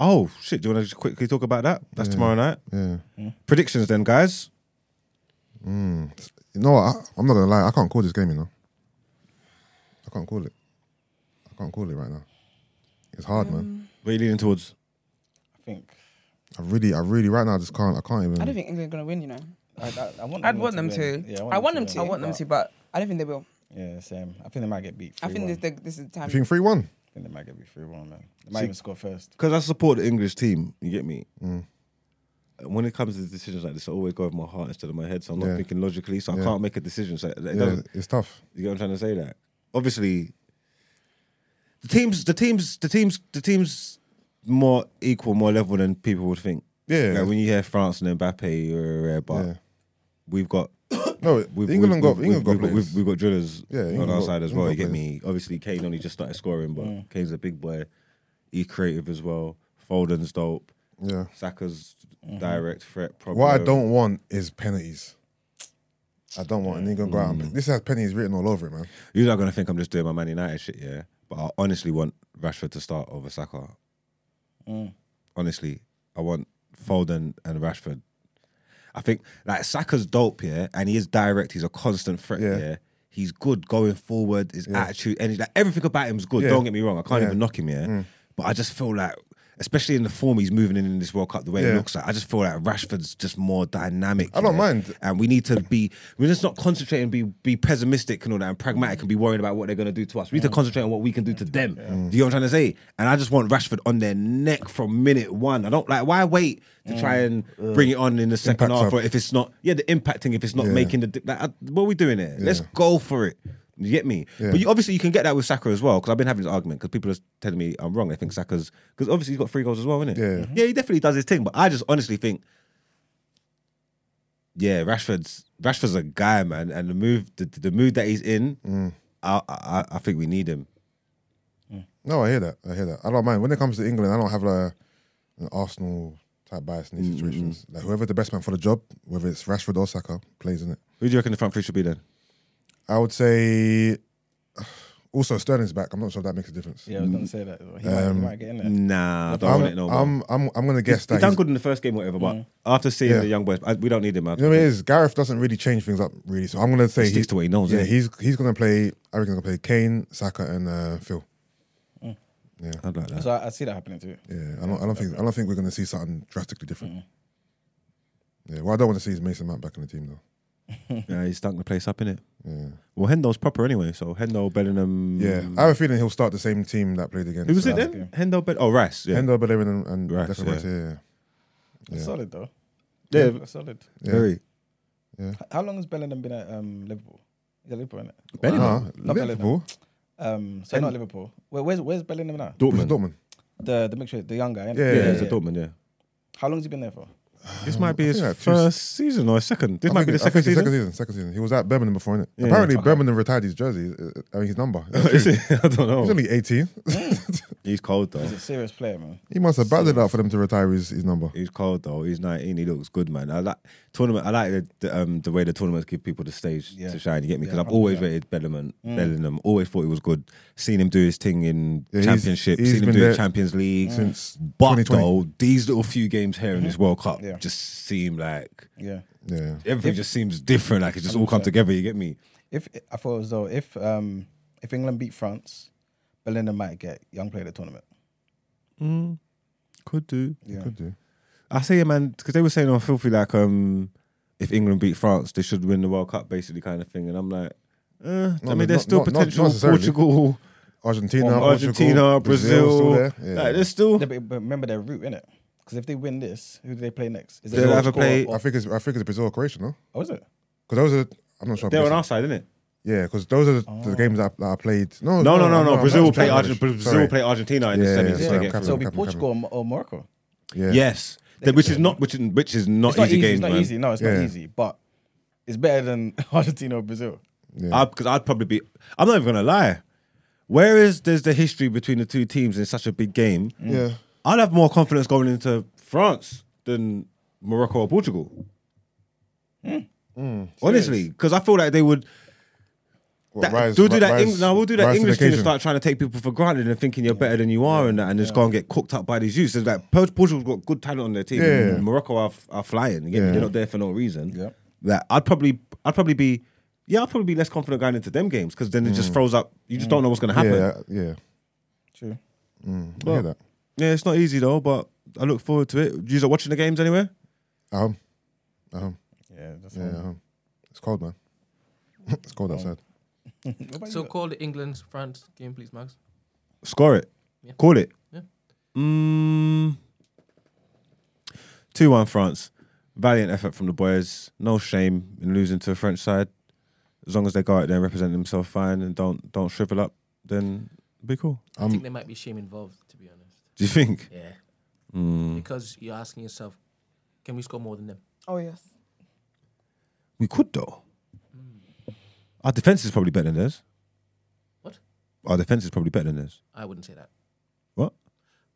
Speaker 3: Oh shit! Do you want to just quickly talk about that? That's tomorrow night.
Speaker 6: Yeah.
Speaker 3: Predictions, then, guys.
Speaker 6: You know what? I, I'm not gonna lie. I can't call this game. You know, I can't call it. I can't call it right now. It's hard, man.
Speaker 3: What are you leaning towards?
Speaker 4: I think.
Speaker 6: I really, I really, right now, I just can't. I can't even.
Speaker 1: I don't think England are going to win, you know.
Speaker 4: I, I, I want
Speaker 2: I'd want them to.
Speaker 4: win.
Speaker 1: I want them to.
Speaker 4: win,
Speaker 2: I want them
Speaker 4: but-
Speaker 2: to, but
Speaker 1: I don't think they will.
Speaker 4: Yeah, same. I think they might get beat.
Speaker 1: I think this,
Speaker 4: 3-1.
Speaker 1: the, this is the time.
Speaker 6: you think three one?
Speaker 4: I think they might get beat three one, man. They might even score first.
Speaker 3: Because I support the English team. You get me.
Speaker 6: Mm.
Speaker 3: And When it comes to decisions like this, I always go with my heart instead of my head. So I'm not
Speaker 6: Yeah.
Speaker 3: thinking logically. So I
Speaker 6: Yeah.
Speaker 3: can't make a decision. So it it
Speaker 6: Yeah,
Speaker 3: doesn't.
Speaker 6: it's tough.
Speaker 3: You get what I'm trying to say? That obviously, the teams, the teams, the teams, the teams more equal, more level than people would think.
Speaker 6: Yeah.
Speaker 3: Like when you hear France and Mbappe, you're rare, but
Speaker 6: Yeah.
Speaker 3: we've got
Speaker 6: No,
Speaker 3: we've,
Speaker 6: England
Speaker 3: we've,
Speaker 6: got
Speaker 3: we've,
Speaker 6: England got
Speaker 3: we've,
Speaker 6: players.
Speaker 3: we've, we've got drillers
Speaker 6: Yeah,
Speaker 3: on
Speaker 6: England
Speaker 3: our
Speaker 6: got-
Speaker 3: side as well. You
Speaker 6: England
Speaker 3: get
Speaker 6: got
Speaker 3: me? Obviously, Kane only just started scoring, but Kane's a big boy. He's creative as well. Foden's dope.
Speaker 6: yeah.
Speaker 3: Saka's direct threat. Problem.
Speaker 6: What I don't want is penalties. I don't want an England go
Speaker 3: Mm.
Speaker 6: out. And, this has penalties written all over it, man.
Speaker 3: You're not gonna think I'm just doing my Man United shit, yeah. But I honestly want Rashford to start over Saka.
Speaker 6: Mm.
Speaker 3: Honestly, I want Foden and Rashford. I think like Saka's dope, yeah, and he is direct. He's a constant threat, yeah.
Speaker 6: Yeah.
Speaker 3: He's good going forward. His attitude, energy, like everything about him is good.
Speaker 6: Yeah.
Speaker 3: Don't get me wrong. I can't
Speaker 6: Yeah. Mm.
Speaker 3: even knock him, yeah. But I just feel like. Especially in the form he's moving in in this World Cup, the way it
Speaker 6: Yeah.
Speaker 3: looks like, I just feel like Rashford's just more dynamic.
Speaker 6: I don't
Speaker 3: yeah?
Speaker 6: mind.
Speaker 3: and we need to be we just not concentrate and be be pessimistic and all that and pragmatic and be worried about what they're gonna do to us. We need to concentrate on what we can do to them. Do you know what I'm trying to say? And I just want Rashford on their neck from minute one. I don't like why wait to try and bring it on in the second
Speaker 6: Impact
Speaker 3: half or
Speaker 6: up.
Speaker 3: if it's not yeah the impacting if it's not
Speaker 6: Yeah.
Speaker 3: making the di- like, I- what are we doing here? Let's go for it. You get me?
Speaker 6: Yeah.
Speaker 3: But you, obviously you can get that with Saka as well because I've been having this argument because people are telling me I'm wrong. They think Saka's because obviously he's got three goals as well, isn't it? Mm-hmm.
Speaker 6: Yeah.
Speaker 3: yeah, he definitely does his thing. But I just honestly think yeah, Rashford's Rashford's a guy, man, and the move, the, the mood that he's in,
Speaker 6: Mm.
Speaker 3: I, I I think we need him.
Speaker 6: No, I hear that. I hear that. I don't mind. When it comes to England, I don't have like an Arsenal type bias in these
Speaker 3: Mm-hmm.
Speaker 6: situations. Like whoever the best man for the job, whether it's Rashford or Saka, plays in it.
Speaker 3: Who do you reckon the front three should be then?
Speaker 6: I would say. Also, Sterling's back. I'm not sure if that makes a difference.
Speaker 4: Yeah, I was gonna say that. He, might, he might get in there.
Speaker 3: Nah, I don't
Speaker 6: I'm,
Speaker 3: want it no more.
Speaker 6: I'm, I'm, I'm gonna guess
Speaker 3: he's
Speaker 6: that.
Speaker 3: done
Speaker 6: he's-
Speaker 3: good in the first game, whatever. But after seeing
Speaker 6: Yeah.
Speaker 3: the young boys, I, we don't need him. man.
Speaker 6: You know what it is? Gareth doesn't really change things up really. So I'm gonna say
Speaker 3: He sticks to what he knows,
Speaker 6: Yeah,
Speaker 3: innit?
Speaker 6: he's he's gonna play. I reckon he's gonna play Kane, Saka, and uh, Phil.
Speaker 3: I'd like that.
Speaker 4: So I, I see that happening too.
Speaker 6: Yeah, I don't. I don't think. I don't think we're gonna see something drastically different. Yeah. What I don't want to see is Mason Mount back in the team though.
Speaker 3: Yeah, he's stunk the place up in it.
Speaker 6: Yeah.
Speaker 3: Well, Hendo's proper anyway. So Hendo, Bellingham.
Speaker 6: Yeah. I have a feeling he'll start the same team that played against.
Speaker 3: who was it
Speaker 6: uh,
Speaker 3: then? Hendo, Bell. Oh, Rice. Yeah.
Speaker 6: Hendo, Bellerin, and, and
Speaker 3: Right,
Speaker 6: Declan
Speaker 3: yeah.
Speaker 6: Rice, yeah.
Speaker 4: That's Solid though.
Speaker 3: Yeah.
Speaker 4: That's solid.
Speaker 6: yeah.
Speaker 3: Very.
Speaker 4: H- How long has Bellingham been at um, Liverpool? Is it Liverpool? Isn't it?
Speaker 6: Nah,
Speaker 4: Not
Speaker 6: Uh-huh. Liverpool.
Speaker 4: Um, so not Liverpool. Where, where's Where's Bellingham now?
Speaker 6: Was
Speaker 3: Dortmund.
Speaker 6: it Dortmund.
Speaker 4: The the mixture, the young guy. innit?
Speaker 6: Yeah,
Speaker 3: Yeah,
Speaker 6: yeah,
Speaker 3: it's a Dortmund. Yeah.
Speaker 4: How long's he been there for?
Speaker 3: This might be
Speaker 6: I
Speaker 3: his
Speaker 6: think like two-
Speaker 3: first season or his second. This
Speaker 6: I
Speaker 3: might
Speaker 6: think-
Speaker 3: be the
Speaker 6: I
Speaker 3: second
Speaker 6: think
Speaker 3: season.
Speaker 6: it's Second season. Second season. He was at Birmingham before, innit?
Speaker 3: Yeah.
Speaker 6: Apparently, Birmingham retired his jersey. uh, I mean, his number.
Speaker 3: Is
Speaker 6: He's
Speaker 3: it? Oh. I don't know.
Speaker 6: only 18.
Speaker 3: He's cold though.
Speaker 4: He's a serious player, man.
Speaker 6: He must have battled it out for them to retire his, his number.
Speaker 3: He's cold though. He's 19. He looks good, man. I like tournament. I like the, the, um, the way the tournaments give people the stage
Speaker 4: Yeah.
Speaker 3: to shine. You get me? Because
Speaker 4: Yeah,
Speaker 3: I've always
Speaker 4: 100%.
Speaker 3: rated Bellingham.
Speaker 6: Mm.
Speaker 3: Bellingham. Always thought he was good. Seen him do his thing in
Speaker 6: Yeah, he's-
Speaker 3: championships.
Speaker 6: he's
Speaker 3: seen him
Speaker 6: been
Speaker 3: do it in
Speaker 6: there
Speaker 3: Champions League. Mm.
Speaker 6: since Mm-hmm.
Speaker 3: but
Speaker 6: 2020.
Speaker 3: though, these little few games here in this World Cup
Speaker 4: Yeah.
Speaker 3: just seem like
Speaker 4: Yeah.
Speaker 6: Yeah.
Speaker 3: everything just seems different. Like it just all come together. You get me?
Speaker 4: If I thought as though if um if England beat France, Bellingham might get young player of the tournament.
Speaker 3: Could do.
Speaker 4: Yeah.
Speaker 6: Mm. Could do.
Speaker 3: I say, yeah, man, because they were saying on filthy like, um, if England beat France, they should win the World Cup, basically, kind of thing. And I'm like, uh, I
Speaker 6: No,
Speaker 3: mean,
Speaker 6: not-
Speaker 3: there's still
Speaker 6: not- not- not
Speaker 3: potential.
Speaker 6: necessarily.
Speaker 3: Portugal, um,
Speaker 6: Argentina,
Speaker 3: Argentina,
Speaker 6: Portugal, Brazil's
Speaker 3: Brazil,
Speaker 6: still there. Yeah.
Speaker 3: like, there's still.
Speaker 4: Yeah, but, but remember their route, innit? Because if they win this, who do they play next? Is it
Speaker 3: They'll
Speaker 4: Portugal
Speaker 3: either play-
Speaker 4: Or,
Speaker 6: I think it's I think it's Brazil or Croatia, no?
Speaker 4: or is it?
Speaker 6: Because those are I'm not sure.
Speaker 3: They're on our side, isn't it?
Speaker 6: Yeah, because those are the, the games that I, that I played. No,
Speaker 3: Oh. No, no, no, no.
Speaker 6: I'm
Speaker 3: Brazil will
Speaker 6: not-
Speaker 3: play. Argent-
Speaker 6: Bangladesh.
Speaker 3: Brazil
Speaker 6: Sorry.
Speaker 3: will play Argentina in the
Speaker 6: Yeah, yeah,
Speaker 3: semis.
Speaker 6: yeah,
Speaker 3: to
Speaker 6: I'm
Speaker 3: get
Speaker 6: capping,
Speaker 3: through.
Speaker 4: So it'll be
Speaker 6: Cameroon,
Speaker 4: Portugal or, or Morocco.
Speaker 6: Yeah.
Speaker 3: Yes, Th- which is not, which is which is not
Speaker 4: It's
Speaker 3: easy
Speaker 4: not easy.
Speaker 3: games,
Speaker 4: it's not
Speaker 3: man.
Speaker 4: easy. No, it's
Speaker 6: Yeah.
Speaker 4: not easy. But it's better than Argentina or Brazil.
Speaker 3: because I'd probably be. I'm not even gonna lie. Whereas there's the history between the two teams in such a big game,
Speaker 6: Yeah.
Speaker 3: I'd have more confidence going into France than Morocco or Portugal.
Speaker 6: Hmm.
Speaker 3: Honestly, because I feel like they would.
Speaker 6: What,
Speaker 3: That,
Speaker 6: rise-
Speaker 3: they'll do
Speaker 6: ri-
Speaker 3: that.
Speaker 6: rise-
Speaker 3: Eng- no, we'll do that
Speaker 6: rise to the
Speaker 3: English team and
Speaker 6: occasion.
Speaker 3: start trying to take people for granted and thinking you're better than you are and that, and just go and get cooked up by these youths. So like Port- Portugal's got good talent on their team.
Speaker 6: Yeah.
Speaker 3: and Morocco are, f- are flying. You get me?
Speaker 6: Yeah.
Speaker 3: They're not there for no reason.
Speaker 4: Yeah.
Speaker 3: That I'd probably, I'd probably be, yeah, I'd probably be less confident going into them games because then it just throws up. You just don't know what's going to happen.
Speaker 6: Hmm. Yeah, yeah.
Speaker 4: True.
Speaker 6: I hear that.
Speaker 3: Yeah, it's not easy though, but I look forward to it. You are watching the games anywhere?
Speaker 6: At home. At home.
Speaker 4: Yeah, that's
Speaker 3: Mm.
Speaker 6: Yeah, at home. It's cold, man. it's
Speaker 3: Oh.
Speaker 6: cold outside.
Speaker 5: So call the England France game, please, Max.
Speaker 3: Score it.
Speaker 5: Yeah.
Speaker 3: Call it.
Speaker 5: Yeah.
Speaker 3: Mm, 2 1 France. Valiant effort from the boys. No shame in losing to the French side. As long as they go out there and represent themselves fine and don't don't shrivel up, then it'll be cool.
Speaker 5: I think there might be shame involved, to be honest.
Speaker 3: Do you think?
Speaker 5: Yeah.
Speaker 3: Mm.
Speaker 5: Because you're asking yourself, can we score more than them?
Speaker 1: Oh yes.
Speaker 3: We could though. Our defense is probably better than theirs.
Speaker 5: Hmm. What?
Speaker 3: Our defense is probably better than theirs.
Speaker 5: I wouldn't say that.
Speaker 3: What?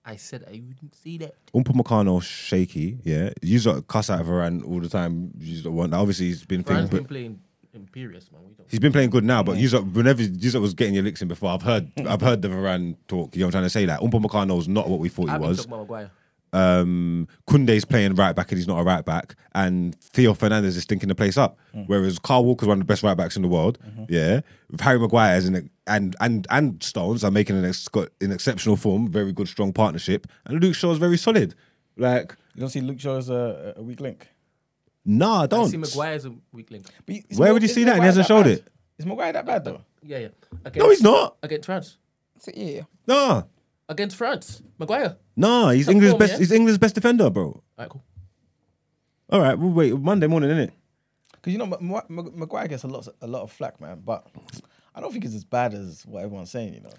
Speaker 5: I said I wouldn't say that.
Speaker 3: Upamecano shaky, yeah. You sort of cuss out of Varane all the time. You sort of want. Obviously, he's been
Speaker 5: France
Speaker 3: thinking,
Speaker 5: been playing imperious, man. We don't.
Speaker 3: he's been playing good now. But you sort of- whenever you sort of was getting your licks in before, I've heard I've heard the Varane talk. You know what I'm trying to say? Like Upamecano's not what we thought he
Speaker 5: I've been
Speaker 3: was.
Speaker 5: talking about Maguire.
Speaker 3: Um, Kunde's playing right back and he's not a right back, and Theo Fernandez is stinking the place up.
Speaker 5: Mm.
Speaker 3: Whereas Carl Walker's one of the best right backs in the world.
Speaker 5: Mm-hmm.
Speaker 3: Yeah, Harry Maguire is an, and and and Stones are making an ex- got an exceptional form, very good strong partnership, and Luke Shaw's very solid. Like.
Speaker 4: You don't see Luke Shaw as a, a weak link.
Speaker 3: Nah,
Speaker 5: I
Speaker 3: don't.
Speaker 5: see Maguire as a weak link.
Speaker 4: But is
Speaker 3: Where
Speaker 4: Mag-
Speaker 3: would you
Speaker 4: is
Speaker 3: see that? And he
Speaker 4: Maguire
Speaker 3: hasn't showed
Speaker 4: bad?
Speaker 3: it.
Speaker 4: Is Maguire that bad though?
Speaker 5: Yeah, yeah. Against,
Speaker 3: No, he's not.
Speaker 5: Against France.
Speaker 1: So, yeah.
Speaker 3: Nah,
Speaker 5: Against France. Maguire.
Speaker 3: nah. He's
Speaker 5: Top
Speaker 3: England's
Speaker 5: form,
Speaker 3: best.
Speaker 5: yeah?
Speaker 3: He's England's best defender, bro.
Speaker 5: All right, cool.
Speaker 3: All right, we'll wait. Monday morning, innit?
Speaker 4: Because you know Ma- Ma- Ma- Maguire gets a lot a lot of flack, man. But I don't think it's as bad as what everyone's saying. You know,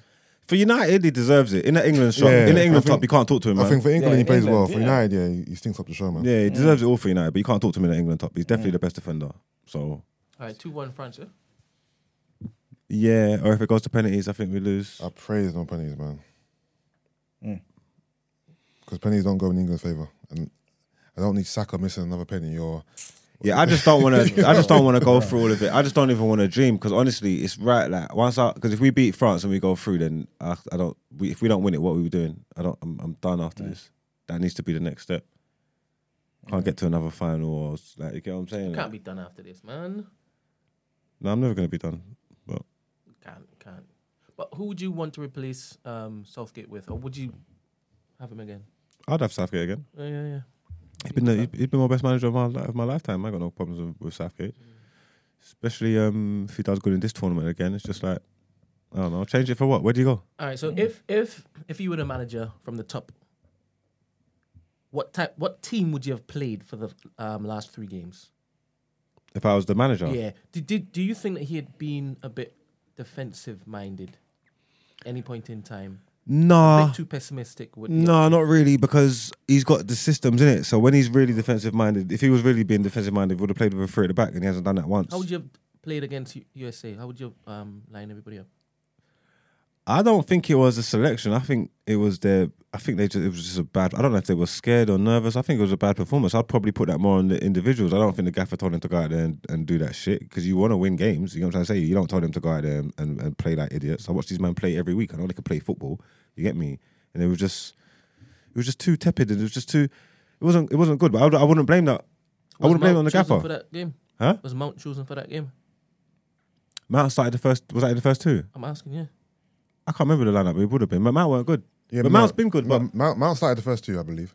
Speaker 3: For United, he deserves it. In the England shot,
Speaker 6: Yeah,
Speaker 3: in the
Speaker 6: I
Speaker 3: England
Speaker 6: think-
Speaker 3: top, you can't talk to him, man.
Speaker 6: I think for England,
Speaker 4: Yeah,
Speaker 6: he plays well.
Speaker 4: England,
Speaker 6: For
Speaker 4: yeah.
Speaker 6: United, yeah, he- he stinks up the show, man.
Speaker 3: yeah, he deserves it all for United, but you can't talk to him in the England top. He's definitely the best defender. So
Speaker 5: All right, 2 1 France, yeah?
Speaker 3: yeah, or if it goes to penalties, I think we lose.
Speaker 6: I praise no pennies, man.
Speaker 3: Mm.
Speaker 6: Because pennies don't go in England's favour. And I don't need Saka missing another penny or
Speaker 3: Yeah, I just don't want to. I just don't want to go through all of it. I just don't even want to dream because honestly, it's right. Like once I, because if we beat France and we go through, then I, I don't. We, if we don't win it, what are we doing? I don't. I'm, I'm done after this. That needs to be the next step. Can't get to another final or s- like you get what I'm saying. Like,
Speaker 5: Can't be done after this, man.
Speaker 3: no, I'm never gonna be done. But
Speaker 5: Can't, can't. But who would you want to replace um, Southgate with? Or would you have him again?
Speaker 3: I'd have Southgate again.
Speaker 5: Yeah, yeah, yeah.
Speaker 3: He's been the, he's- he's been my best manager of my li- of my lifetime. I got no problems with, with Southgate, especially um, if he does good in this tournament again. It's just like I don't know. Change it for what? Where do you go?
Speaker 5: All right. So if if if you were the manager from the top, what type what team would you have played for the um, last three games?
Speaker 3: If I was the manager,
Speaker 5: Yeah. Did, did do you think that he had been a bit defensive minded? Any point in time, a
Speaker 3: nah.
Speaker 5: bit too pessimistic. With the-
Speaker 3: Uh, No, not really, because he's got the systems in it. So when he's really defensive minded, if he was really being defensive minded, would have played with a three at the back, and he hasn't done that once.
Speaker 5: How would you have played against U- USA? How would you have, um, line everybody up?
Speaker 3: I don't think it was a selection. I think it was their. I think they just it was just a bad. I don't know if they were scared or nervous. I think it was a bad performance. I'd probably put that more on the individuals. I don't think the gaffer told him to go out there and, and do that shit because you want to win games. You know what I'm trying to say? You don't tell them to go out there and, and, and play like idiots. I watch these men play every week. I know they can play football. You get me? And it was just, it was just too tepid and it was just too. It wasn't. It wasn't good. But I, would, I wouldn't blame that. I
Speaker 5: Was
Speaker 3: wouldn't blame it on
Speaker 5: Mount
Speaker 3: the
Speaker 5: chosen
Speaker 3: gaffer.
Speaker 5: for that game.
Speaker 3: Huh?
Speaker 5: Was Mount chosen for that game?
Speaker 3: Mount started the first. Was that in the first two?
Speaker 5: I'm asking you.
Speaker 3: I can't remember the lineup. But it would have been. But Mount weren't good.
Speaker 6: Yeah,
Speaker 3: but
Speaker 6: Mount-
Speaker 3: Mount's been good. But
Speaker 6: Mount, Mount, Mount started the first two, I believe.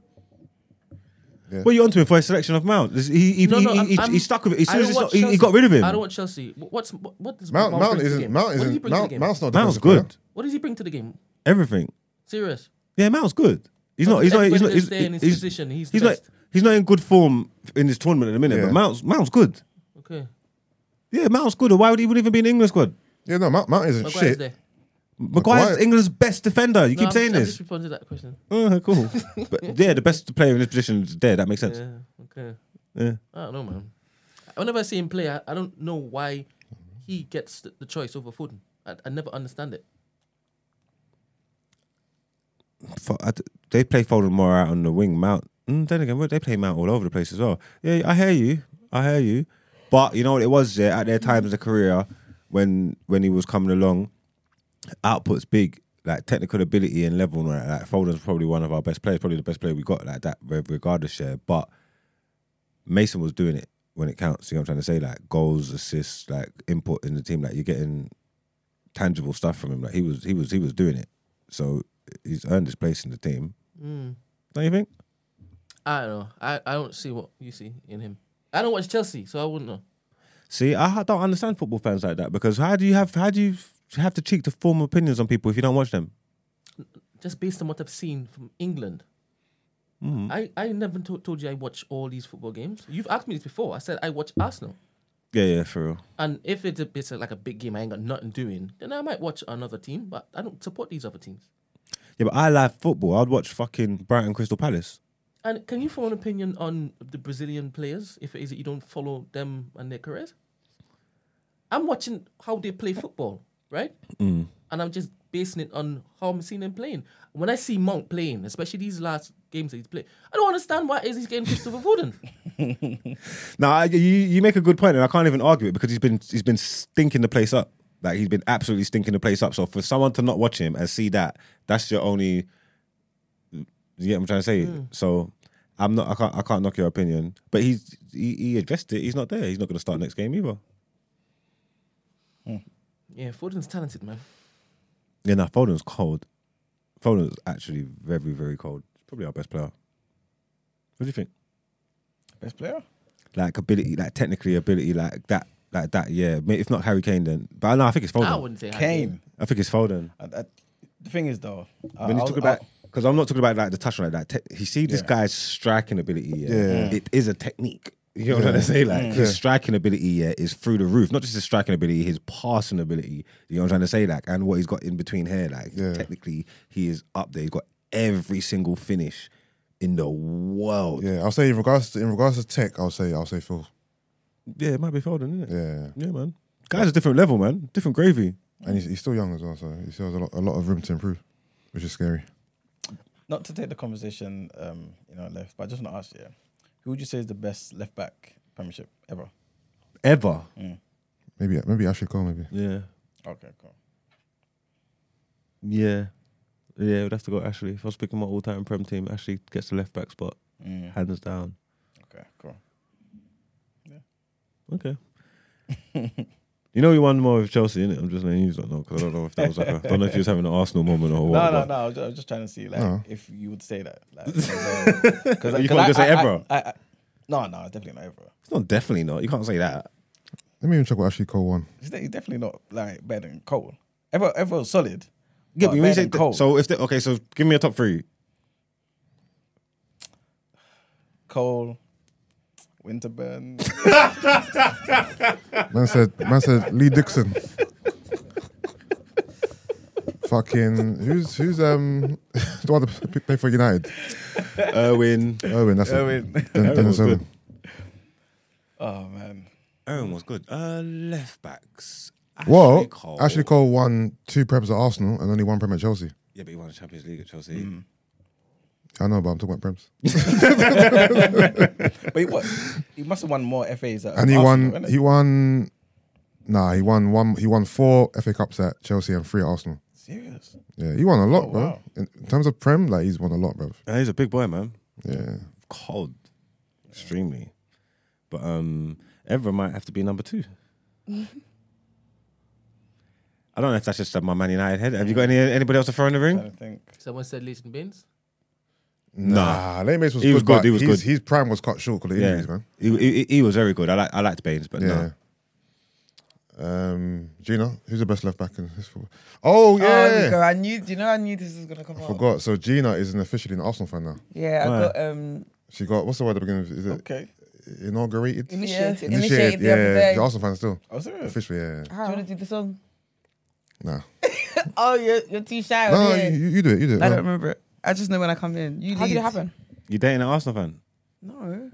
Speaker 3: What are you onto him for a selection of Mount? Is- He, he,
Speaker 5: No,
Speaker 3: he,
Speaker 5: no,
Speaker 3: he,
Speaker 5: I'm-
Speaker 3: he,
Speaker 5: I'm-
Speaker 3: he stuck with it. As
Speaker 5: I
Speaker 3: soon as
Speaker 5: don't
Speaker 3: it's
Speaker 5: watch
Speaker 3: not, he, he
Speaker 5: Chelsea.
Speaker 3: got rid of him.
Speaker 5: I don't want Chelsea. Wh- What's what? What does
Speaker 6: Mount, Mount,
Speaker 5: bring to the
Speaker 6: isn't
Speaker 5: game?
Speaker 6: Mount
Speaker 5: What does he bring to
Speaker 6: isn't
Speaker 5: the
Speaker 6: Mount,
Speaker 5: game?
Speaker 6: Mount's not the
Speaker 3: Mount's
Speaker 6: defensive player.
Speaker 3: good.
Speaker 5: What does he bring to the game?
Speaker 3: Everything.
Speaker 5: Serious.
Speaker 3: Yeah, Mount's good. He's not. He's
Speaker 5: When-
Speaker 3: not. He's
Speaker 5: when
Speaker 3: not.
Speaker 5: they
Speaker 3: He's,
Speaker 5: stay in his
Speaker 3: he's-
Speaker 5: position, he's the
Speaker 3: he's not.
Speaker 5: best.
Speaker 3: He's not in good form in this tournament at the minute.
Speaker 6: Yeah.
Speaker 3: But Mount's Mount's good.
Speaker 5: Okay.
Speaker 3: Yeah, Mount's good. Or why would he would even be in the England squad?
Speaker 6: Yeah, no, Mount, Mount isn't
Speaker 5: Maguire's
Speaker 6: shit.
Speaker 5: there.
Speaker 3: Maguire's England's best defender. You
Speaker 5: No,
Speaker 3: keep
Speaker 5: I'm-
Speaker 3: saying
Speaker 5: I'm
Speaker 3: this.
Speaker 5: just responding to that question.
Speaker 3: Uh, cool. but yeah, the best player in this position is there. That makes sense.
Speaker 5: Yeah. Okay.
Speaker 3: Yeah.
Speaker 5: I don't know, man. Whenever I see him play, I, I don't know why he gets the, the choice over Foden. I, I never understand it.
Speaker 3: Fo- I d- they play Foden more out on the wing. Mount. Mm, then again, well, they play Mount all over the place as well. Yeah, I hear you. I hear you. But you know what it was yeah, at their times of career when when he was coming along, output's big. Like technical ability and level, and all that. like Foden's probably one of our best players, probably the best player we got like that, re- regardless. Share, but Mason was doing it when it counts. You know what I'm trying to say? Like goals, assists, like input in the team. Like you're getting tangible stuff from him. Like he was, he was, he was doing it. So he's earned his place in the team. Don't you think?
Speaker 5: I don't know. I, I don't see what you see in him. I don't watch Chelsea, so I wouldn't know.
Speaker 3: See, I ha- don't understand football fans like that because how do you have how do you f- have to cheek to form opinions on people if you don't watch them?
Speaker 5: Just based on what I've seen from England. I, I never to- told you I watch all these football games. You've asked me this before. I said I watch Arsenal.
Speaker 3: Yeah, yeah, for real.
Speaker 5: And if it's a bit like a big game I ain't got nothing doing, then I might watch another team, but I don't support these other teams.
Speaker 3: Yeah, but I like football. I'd watch fucking Brighton Crystal Palace.
Speaker 5: And can you form an opinion on the Brazilian players if it is that you don't follow them and their careers? I'm watching how they play football, right?
Speaker 6: Mm.
Speaker 5: And I'm just basing it on how I'm seeing them playing. When I see Mount playing, especially these last games that he's played, I don't understand why is he's getting Christopher Foden.
Speaker 3: No, I, you you make a good point, and I can't even argue it because he's been he's been stinking the place up. Like he's been absolutely stinking the place up. So for someone to not watch him and see that, that's your only. You get what I'm trying to say. So I'm not. I can't. I can't knock your opinion. But he's he, he addressed it. He's not there. He's not going to start next game either.
Speaker 5: Yeah, Foden's talented, man.
Speaker 3: Yeah, no, Foden's cold. Foden's actually very very cold. Probably our best player. What do you think?
Speaker 4: Best player?
Speaker 3: Like ability, like technically ability, like that, like that. Yeah, Ma- if not Harry Kane, then. But no, I think it's Foden.
Speaker 5: I
Speaker 3: I,
Speaker 5: wouldn't say Harry
Speaker 4: Kane.
Speaker 3: think it's Foden.
Speaker 4: I, I, the thing is, though, I-
Speaker 3: when you
Speaker 4: I'll-
Speaker 3: talk about
Speaker 4: I'll-
Speaker 3: because I'm not talking about like the touch on like that. Te- you see this
Speaker 4: Yeah.
Speaker 3: guy's striking ability. Yeah, Mm.
Speaker 6: Yeah.
Speaker 3: it is a technique. You know what I'm trying to say? Like his striking ability, yeah, is through the roof. Not just his striking ability, his passing ability. You know what I'm trying to say? Like, and what he's got in between here, like
Speaker 6: Yeah.
Speaker 3: technically, he is up there. He's got every single finish in the world. Yeah,
Speaker 6: Yeah, I'll say in regards to in regards to tech, I'll say I'll say Phil.
Speaker 3: it might be Foden, isn't it?
Speaker 6: Yeah,
Speaker 3: Yeah, man. Guy's a different level, man. Different gravy.
Speaker 6: and he's, he's still young as well, so he still has a lot a lot of room to improve, which is scary.
Speaker 4: not to take the conversation, um, you know, left, but I just want to ask you, who would you say is the best left back Premiership ever?
Speaker 3: Ever.
Speaker 6: Maybe maybe I should go. Maybe
Speaker 3: Yeah.
Speaker 4: Okay, cool.
Speaker 3: Yeah. Yeah, we'd have to go Ashley. If I was speaking my all time Prem team, Ashley gets the left back spot,
Speaker 4: Mm,
Speaker 3: hands down.
Speaker 4: okay, cool.
Speaker 3: Okay. you know, you won more with Chelsea, innit? I'm just letting you don't know because I don't know if that was like a, I don't know if you was having an Arsenal moment or what.
Speaker 4: No, no,
Speaker 3: but-
Speaker 4: no. I was ju- I was just trying to see like
Speaker 6: No.
Speaker 4: if you would say that. Like, 'cause, uh, 'cause I-
Speaker 3: You
Speaker 4: 'cause
Speaker 3: can't
Speaker 4: I-
Speaker 3: just say
Speaker 4: I-
Speaker 3: ever.
Speaker 4: I- I- No, no, it's definitely not ever.
Speaker 3: It's not definitely not. You can't say that.
Speaker 6: let me even check what Ashley Cole won.
Speaker 4: He's de- he's definitely not like better than Cole. Ever, ever was solid.
Speaker 3: Yeah, but
Speaker 4: but
Speaker 3: when you
Speaker 4: better
Speaker 3: say
Speaker 4: than Cole.
Speaker 3: so if they, okay, so give me a top three.
Speaker 4: Cole, Winterburn.
Speaker 6: Man said man said Lee Dixon. Fucking who's who's um the one that played for United?
Speaker 3: Erwin.
Speaker 6: Owen, that's
Speaker 4: Erwin.
Speaker 6: it. Den- Dennis
Speaker 3: Erwin was
Speaker 6: Owen.
Speaker 4: oh man,
Speaker 3: Erwin was good. Uh, left backs. Ashley
Speaker 6: Well, Ashley Cole won two preps at Arsenal and only one prem at Chelsea.
Speaker 3: Yeah, but he won the Champions League at Chelsea.
Speaker 6: I know, but I'm talking about prems.
Speaker 4: but he, what, he must have won more FAs. At
Speaker 6: And he
Speaker 4: Arsenal,
Speaker 6: won.
Speaker 4: innit?
Speaker 6: He won. Nah, he won one. He won four FA Cups at Chelsea and three at Arsenal.
Speaker 4: serious.
Speaker 6: Yeah, he won a lot,
Speaker 4: Oh,
Speaker 6: bro.
Speaker 4: wow.
Speaker 6: In, in terms of Prem, like he's won a lot, bro.
Speaker 3: Yeah, Uh, he's a big boy, man.
Speaker 6: Yeah,
Speaker 3: Cold, extremely. But um, Evra might have to be number two. I don't know if that's just uh, my Man United head. Have you got any anybody else to throw in the ring?
Speaker 4: I think.
Speaker 5: Someone said Leighton Baines.
Speaker 3: Nah.
Speaker 6: nah, Lane Mace was
Speaker 3: He
Speaker 6: good.
Speaker 3: was good,
Speaker 6: but
Speaker 3: he was
Speaker 6: his,
Speaker 3: good.
Speaker 6: His prime was cut short because of injuries, man.
Speaker 3: He, he, he was very good. I like I liked Baines, but
Speaker 6: Yeah. Um, Gino, who's the best left back in his football? Oh
Speaker 2: Oh, you
Speaker 6: yeah,
Speaker 2: go. I knew. You know, I knew this was gonna come up.
Speaker 6: forgot. So Gina is an officially an Arsenal fan now.
Speaker 2: Yeah, I
Speaker 3: Why?
Speaker 2: got um
Speaker 6: She got what's the word at the beginning? Of, is it
Speaker 4: Okay.
Speaker 6: inaugurated?
Speaker 2: initiated.
Speaker 6: Initiated,
Speaker 2: Initiated the
Speaker 6: yeah,
Speaker 2: other day. Hmm.
Speaker 6: She's an Arsenal fan still.
Speaker 4: Oh, serious.
Speaker 6: Officially, yeah. yeah.
Speaker 2: Do you want to do the song?
Speaker 6: Nah.
Speaker 2: Oh, you're, you're too shy.
Speaker 6: No,
Speaker 2: yeah.
Speaker 6: you, you do it. You do it.
Speaker 2: I
Speaker 6: No.
Speaker 2: don't remember it. I just know when I come in. You
Speaker 1: How
Speaker 2: lead.
Speaker 1: did it happen?
Speaker 3: you dating an Arsenal fan?
Speaker 2: No. Oh.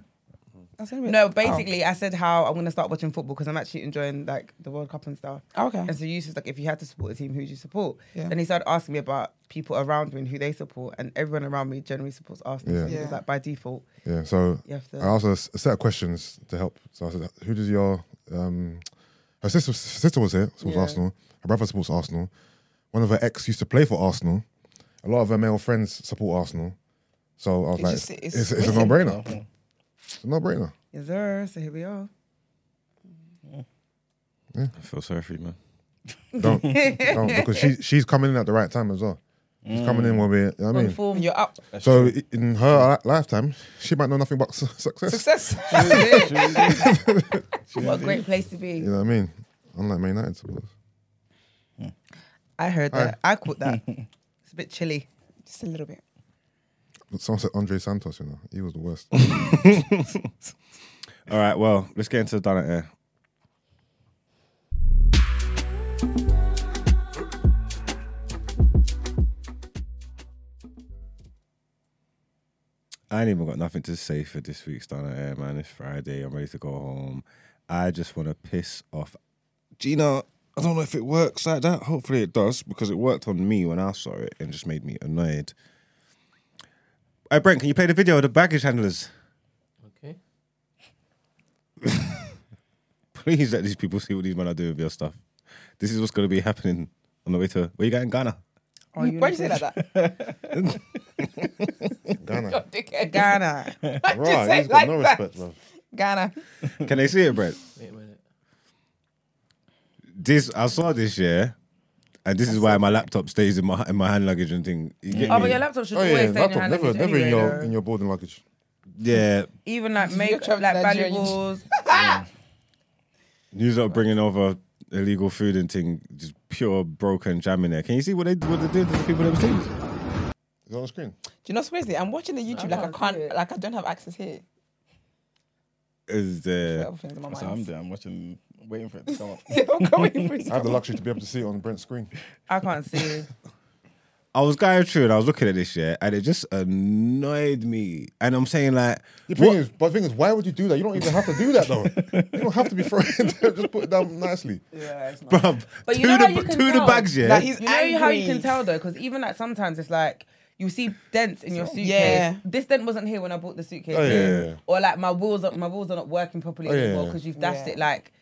Speaker 1: That's anyway.
Speaker 2: No, basically, I said how I'm gonna start watching football because I'm actually enjoying like the World Cup and stuff.
Speaker 1: Oh, okay.
Speaker 2: And so you was like, if you had to support a team, who would you support?
Speaker 1: Yeah.
Speaker 2: Then he started asking me about people around me and who they support, and everyone around me generally supports Arsenal.
Speaker 6: Yeah. Oh.
Speaker 2: So he was
Speaker 1: Yeah.
Speaker 2: like, by default,
Speaker 6: Yeah, so
Speaker 2: You have to-
Speaker 6: I asked her a s- a set of questions to help. So I said, "Who does your um, her sister her sister was here, supports
Speaker 2: Yeah.
Speaker 6: Arsenal. Her brother supports Arsenal. One of her ex used to play for Arsenal. A lot of her male friends support Arsenal. So I was
Speaker 1: It's
Speaker 6: like,
Speaker 1: just-
Speaker 6: it's,
Speaker 1: it's
Speaker 6: it's, a
Speaker 1: written.
Speaker 6: no-brainer. It's a no-brainer.
Speaker 2: yes, sir. So here we are.
Speaker 3: I feel sorry for you, man.
Speaker 6: Don't, don't because she she's coming in at the right time as well. She's coming in when we, you know what I mean.
Speaker 1: Form, you're up.
Speaker 6: So i- in her li- lifetime, she might know nothing but su- success.
Speaker 1: Success.
Speaker 2: What a great place to be.
Speaker 6: You know what I mean? Unlike Man United supporters.
Speaker 2: I heard that. I caught that. it's a bit chilly.
Speaker 1: Just a little bit.
Speaker 6: But Someone said Andre Santos. You know, he was the worst.
Speaker 3: All right, well, let's get into the done it here. I ain't even got nothing to say for this week's done it here, man. It's Friday. I'm ready to go home. I just want to piss off Gina. I don't know if it works like that. Hopefully it does because it worked on me when I saw it and just made me annoyed. Hey Brent, can you play the video of the baggage handlers?
Speaker 5: Okay.
Speaker 3: please let these people see what these men are doing with your stuff. This is what's going to be happening on the way to where you going, Ghana.
Speaker 2: Oh, you
Speaker 1: Why do you say it like that?
Speaker 6: Ghana.
Speaker 1: Dickhead.
Speaker 2: Ghana.
Speaker 1: Just say
Speaker 6: Right,
Speaker 1: it
Speaker 6: he's got
Speaker 1: like
Speaker 6: no
Speaker 1: that.
Speaker 6: respect, bro.
Speaker 1: Ghana.
Speaker 3: Can they see it, Brett?
Speaker 5: Wait a minute.
Speaker 3: This I saw this year, and this is why my laptop stays in my in my hand luggage and thing. You get
Speaker 2: Oh,
Speaker 3: me?
Speaker 2: but your laptop should
Speaker 6: Oh
Speaker 2: always stay
Speaker 6: yeah,
Speaker 2: in your
Speaker 6: laptop
Speaker 2: hand.
Speaker 6: never,
Speaker 2: luggage
Speaker 6: never in
Speaker 2: anyway,
Speaker 6: your
Speaker 2: though.
Speaker 6: in your boarding luggage.
Speaker 3: yeah,
Speaker 2: even like make like
Speaker 1: travel to Nigeria, you-
Speaker 2: valuables.
Speaker 3: news are bringing over illegal food and thing, just pure broken jam in there. Can you see what they what they did to the people that was things?
Speaker 6: Is it on screen?
Speaker 1: Do you know seriously? I'm watching the YouTube like I can't, like I don't have access here.
Speaker 3: Is
Speaker 1: Put
Speaker 3: there?
Speaker 1: other things in my
Speaker 4: So I'm
Speaker 1: mind.
Speaker 4: there. I'm watching, waiting for it to come up.
Speaker 1: Don't go in, please.
Speaker 6: I have the luxury to be able to see it on Brent's screen.
Speaker 2: I can't see.
Speaker 3: I was going through and I was looking at this year, and it just annoyed me. And I'm saying like,
Speaker 6: The
Speaker 3: what-
Speaker 6: thing is, but the thing is, why would you do that? You don't even have to do that though. you don't have to be throwing. it. Just put it down nicely.
Speaker 2: Yeah, it's not.
Speaker 3: bruv,
Speaker 2: But you
Speaker 3: to
Speaker 2: know
Speaker 3: the
Speaker 2: how you can
Speaker 3: to the
Speaker 2: tell?
Speaker 3: bags, yeah.
Speaker 1: Like, he's
Speaker 2: You know how you can
Speaker 1: angry.
Speaker 2: tell though, because even like sometimes it's like you see dents in your suitcase.
Speaker 1: Yeah.
Speaker 2: This dent wasn't here when I bought the suitcase.
Speaker 6: Oh, yeah,
Speaker 2: in.
Speaker 6: yeah, yeah.
Speaker 2: Or like my wheels, are, my wheels are not working properly
Speaker 6: Oh, yeah,
Speaker 2: anymore
Speaker 6: yeah.
Speaker 2: because you've dashed
Speaker 1: Yeah.
Speaker 2: it. Like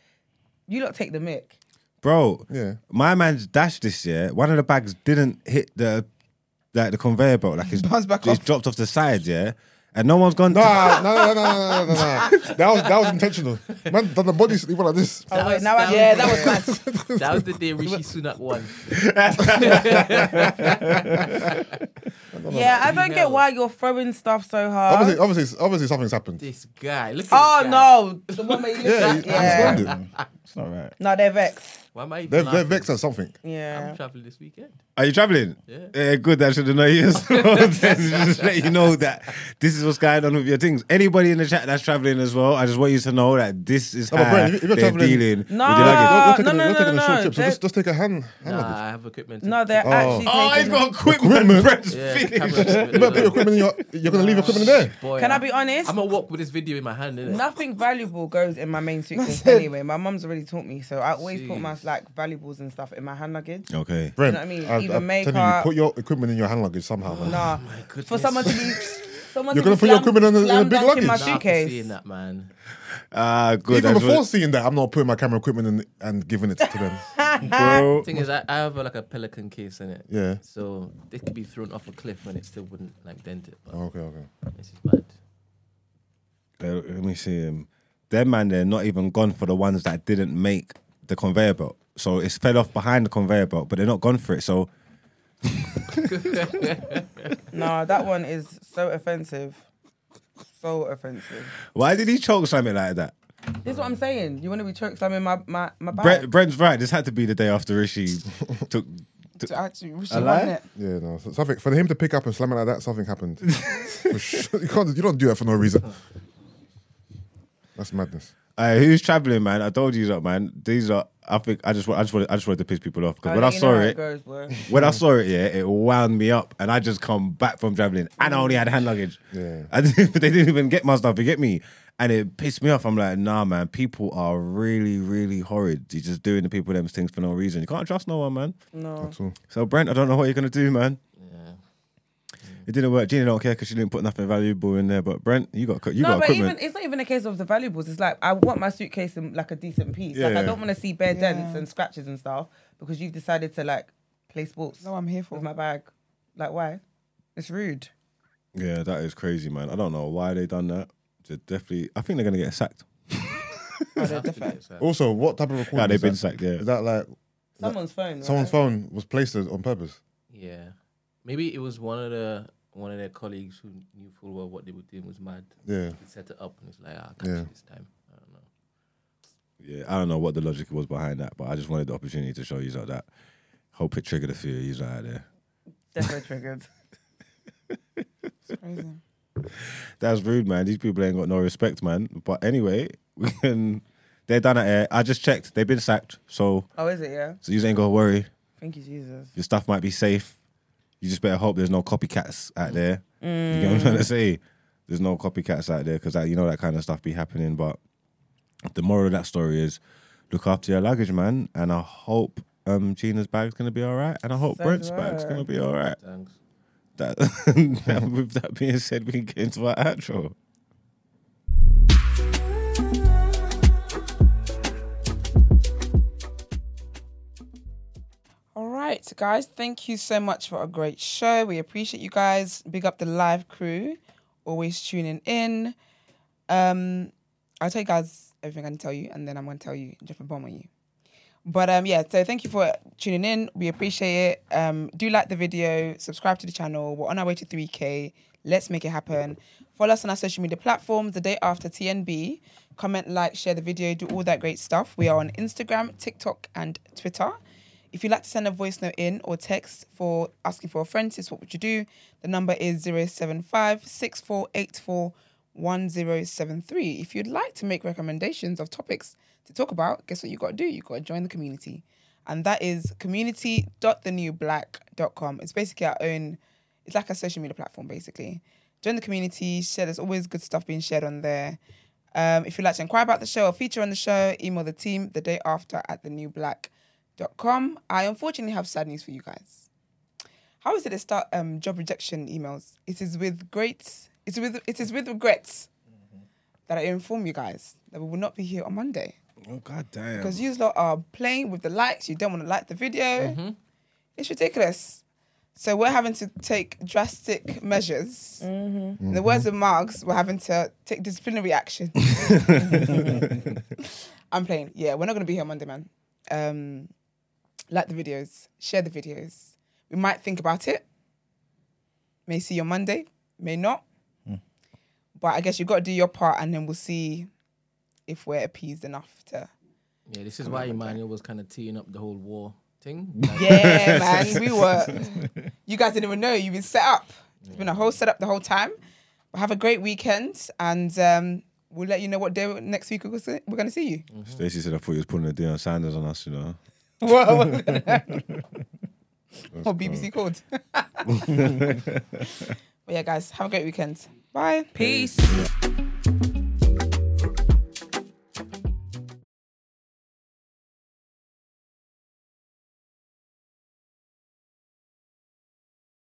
Speaker 2: you lot take the mic.
Speaker 3: bro.
Speaker 6: Yeah.
Speaker 3: My man's dash this year. One of the bags didn't hit the like the conveyor belt. Like it's,
Speaker 1: Bounced back
Speaker 3: it's
Speaker 1: off.
Speaker 3: dropped off the side. Yeah, and no one's gone.
Speaker 6: Nah, no, no, no, no, no, no, no. That was that was intentional. Man, done the body even like this.
Speaker 2: Oh, wait, now I
Speaker 1: Yeah, that was mad.
Speaker 5: That was the day Rishi Sunak won.
Speaker 2: Yeah, I don't get why you're throwing stuff so hard.
Speaker 6: Obviously, obviously, obviously, something's happened.
Speaker 5: This guy. Look at
Speaker 2: oh
Speaker 5: this guy.
Speaker 2: no, the one where you look
Speaker 6: Yeah,
Speaker 2: at-
Speaker 6: you
Speaker 2: yeah.
Speaker 6: understand it.
Speaker 4: It's not right.
Speaker 2: No, they're vexed.
Speaker 5: Why am I even
Speaker 6: They're, they're
Speaker 5: laughing?
Speaker 6: vexed at something.
Speaker 2: Yeah.
Speaker 5: I'm traveling this weekend.
Speaker 3: Are you traveling?
Speaker 5: Yeah.
Speaker 3: Uh, good. I should have known you. as well. Then just let you know that this is what's going on with your things. Anybody in the chat that's traveling as well, I just want you to know that this is
Speaker 6: No, but
Speaker 3: how
Speaker 6: Brent, if- if you're
Speaker 3: they're
Speaker 6: traveling-
Speaker 3: dealing
Speaker 2: No.
Speaker 3: with your luggage.
Speaker 2: Uh,
Speaker 6: You're- you're taking
Speaker 2: no,
Speaker 6: a-
Speaker 2: no,
Speaker 6: you're taking
Speaker 2: no,
Speaker 6: a short
Speaker 2: no,
Speaker 6: trip, so just,
Speaker 2: they're-
Speaker 6: just take a hand. hand
Speaker 5: Nah,
Speaker 6: luggage.
Speaker 5: I have equipment.
Speaker 2: No, they're
Speaker 6: Oh.
Speaker 2: actually.
Speaker 3: Oh,
Speaker 2: taking
Speaker 3: he's
Speaker 2: it.
Speaker 3: got equipment.
Speaker 6: Equipment?
Speaker 3: Brent's
Speaker 5: Yeah,
Speaker 3: finished.
Speaker 5: camera's-
Speaker 6: You better put your equipment in your. You're gonna leave your equipment in there.
Speaker 5: Boy,
Speaker 2: Can I
Speaker 5: I'm-
Speaker 2: be honest?
Speaker 5: I'm gonna walk with this video in my hand. Innit?
Speaker 2: Nothing valuable goes in my main suitcase anyway. My mum's already taught me, so I always put my
Speaker 5: Jeez.
Speaker 2: like valuables and stuff in my hand luggage.
Speaker 3: Okay.
Speaker 6: Brent,
Speaker 2: what I mean?
Speaker 6: I-
Speaker 2: Even
Speaker 6: I'm telling
Speaker 2: makeup.
Speaker 6: you, put your equipment in your hand luggage somehow. man.
Speaker 2: Nah,
Speaker 5: goodness.
Speaker 2: for someone to be, someone
Speaker 6: You're
Speaker 2: to
Speaker 6: gonna
Speaker 2: be
Speaker 6: put your
Speaker 2: slam-
Speaker 6: equipment in a- in a
Speaker 2: slam
Speaker 6: big
Speaker 2: dunk in my
Speaker 6: luggage?
Speaker 5: Nah, I'm seeing
Speaker 2: suitcase.
Speaker 5: that, man.
Speaker 3: Ah, good. I
Speaker 6: Even
Speaker 3: just
Speaker 6: before
Speaker 3: want-
Speaker 6: seeing that, I'm not putting my camera equipment in and giving it to them.
Speaker 3: bro.
Speaker 5: Thing is, I, I have a, like a pelican case in it.
Speaker 6: Yeah.
Speaker 5: So it could be thrown off a cliff and it still wouldn't like dent it. But
Speaker 6: Oh, okay, okay.
Speaker 5: this is bad.
Speaker 3: They- let me see him. Them man, they're not even gone for the ones that didn't make the conveyor belt. So it's fell off behind the conveyor belt, but they're not gone for it. So
Speaker 2: Nah, that one is so offensive, so offensive.
Speaker 3: why did he choke something like that?
Speaker 2: This is what I'm saying. You want to be choke slamming my my my bag?
Speaker 3: Brent, Brent's right. This had to be the day after Rishi took.
Speaker 1: To actually, she
Speaker 3: lie?
Speaker 1: won it.
Speaker 6: Yeah, no. So something for him to pick up and slam it like that. Something happened. For sure. you can't. You don't do that for no reason. That's madness.
Speaker 3: Hey, who's traveling, man? I told you that, man. These are. I think I just want. I just want. I just wanted to piss people off because when I
Speaker 2: let Oh, you know
Speaker 3: saw
Speaker 2: how
Speaker 3: it,
Speaker 2: goes, boy.
Speaker 3: when I saw it, yeah, it wound me up, and I just come back from traveling, and I only had hand luggage.
Speaker 6: Yeah.
Speaker 3: I didn't, they didn't even get my stuff. You get me? And it pissed me off. I'm like, nah, man. People are really, really horrid. You're just doing the people them things for no reason. You can't trust no one, man.
Speaker 2: No.
Speaker 6: That's all.
Speaker 3: So Brent, I don't know what you're gonna do, man. It didn't work. Gina don't care because she didn't put nothing valuable in there. But Brent, you got you
Speaker 2: No,
Speaker 3: got
Speaker 2: but
Speaker 3: equipment.
Speaker 2: even it's not even a case of the valuables. It's like I want my suitcase in like a decent piece. like
Speaker 3: Yeah.
Speaker 2: I don't want to see bare dents and scratches and stuff because you've decided to like play sports
Speaker 1: No, I'm here for.
Speaker 2: with my bag. Like why? It's rude.
Speaker 3: Yeah, that is crazy, man. I don't know why they done that. They're definitely, I think they're gonna get sacked.
Speaker 2: Oh,
Speaker 6: Also, what type of recording?
Speaker 3: Yeah, they've
Speaker 6: is
Speaker 3: been
Speaker 6: that?
Speaker 3: sacked. Yeah,
Speaker 6: Is that like
Speaker 2: Someone's phone.
Speaker 6: someone's
Speaker 2: right?
Speaker 6: phone was placed there on purpose?
Speaker 5: Yeah, maybe it was one of the one of their colleagues who knew full well what they were doing was mad.
Speaker 6: Yeah.
Speaker 5: He set it up and it's like, ah, I can't
Speaker 6: Yeah.
Speaker 5: do this time. I don't know.
Speaker 3: yeah. I don't know what the logic was behind that, but I just wanted the opportunity to show you like that. Hope it triggered a few of you out there.
Speaker 2: Definitely triggered.
Speaker 1: Crazy.
Speaker 3: That's rude, man. These people ain't got no respect, man. But anyway, we can. They're done at air. I just checked. They've been sacked, so
Speaker 2: Oh, is it? Yeah.
Speaker 3: so you ain't gotta worry.
Speaker 2: Thank you, Jesus.
Speaker 3: Your stuff might be safe. You just better hope there's no copycats out there. You get what I'm trying to say? There's no copycats out there because you know that kind of stuff be happening. But the moral of that story is look after your luggage, man. And I hope um, Gina's bag's gonna be all right, and I hope
Speaker 2: So
Speaker 3: Brent's
Speaker 2: do
Speaker 3: bag's
Speaker 2: I.
Speaker 3: gonna be all right.
Speaker 5: Thanks.
Speaker 3: That, that- with that being said, we can get into our outro.
Speaker 1: All right, guys. Thank you so much for a great show. We appreciate you guys. Big up the live crew, always tuning in. Um, I'll tell you guys everything I can tell you, and then I'm gonna tell you just a bomb on you. But um, yeah. So thank you for tuning in. We appreciate it. Um, do like the video, subscribe to the channel. We're on our way to 3k. Let's make it happen. Follow us on our social media platforms. The day after TNB, comment, like, share the video, do all that great stuff. We are on Instagram, TikTok, and Twitter. If you'd like to send a voice note in or text for asking for a friend, sis, what would you do? The number is 075 6484 1073. If you'd like to make recommendations of topics to talk about, guess what you got to do? you got to join the community. And that is community.thenewblack.com. It's basically our own, it's like a social media platform, basically. Join the community, share. There's always good stuff being shared on there. Um, if you'd like to inquire about the show or feature on the show, email the team the day after at thenewblack.com. I unfortunately have sad news for you guys. How is it they start um, job rejection emails? It is with great, it's with, it is with regrets that I inform you guys that we will not be here on Monday
Speaker 3: Oh god damn!
Speaker 1: because you lot are playing with the likes. You don't want to like the video. It's ridiculous. So we're having to take drastic measures. In the words of Marx, we're having to take disciplinary action. I'm playing. Yeah, we're not going to be here Monday, man. Um, like the videos, share the videos. We might think about it. May see you on Monday, may not. But I guess you've got to do your part, and then we'll see if we're appeased enough to.
Speaker 5: Yeah, this is why Emmanuel was kind of teeing up the whole war thing. Like,
Speaker 1: Yeah, man, we were. You guys didn't even know you've been set up. It's been a whole setup the whole time. But have a great weekend, and um, we'll let you know what day next week we're gonna see- we're gonna see you.
Speaker 3: Stacey said I thought you was putting a Deion Sanders on us, you know.
Speaker 1: Or BBC called. but yeah, guys, have a great weekend. Bye.
Speaker 2: Peace.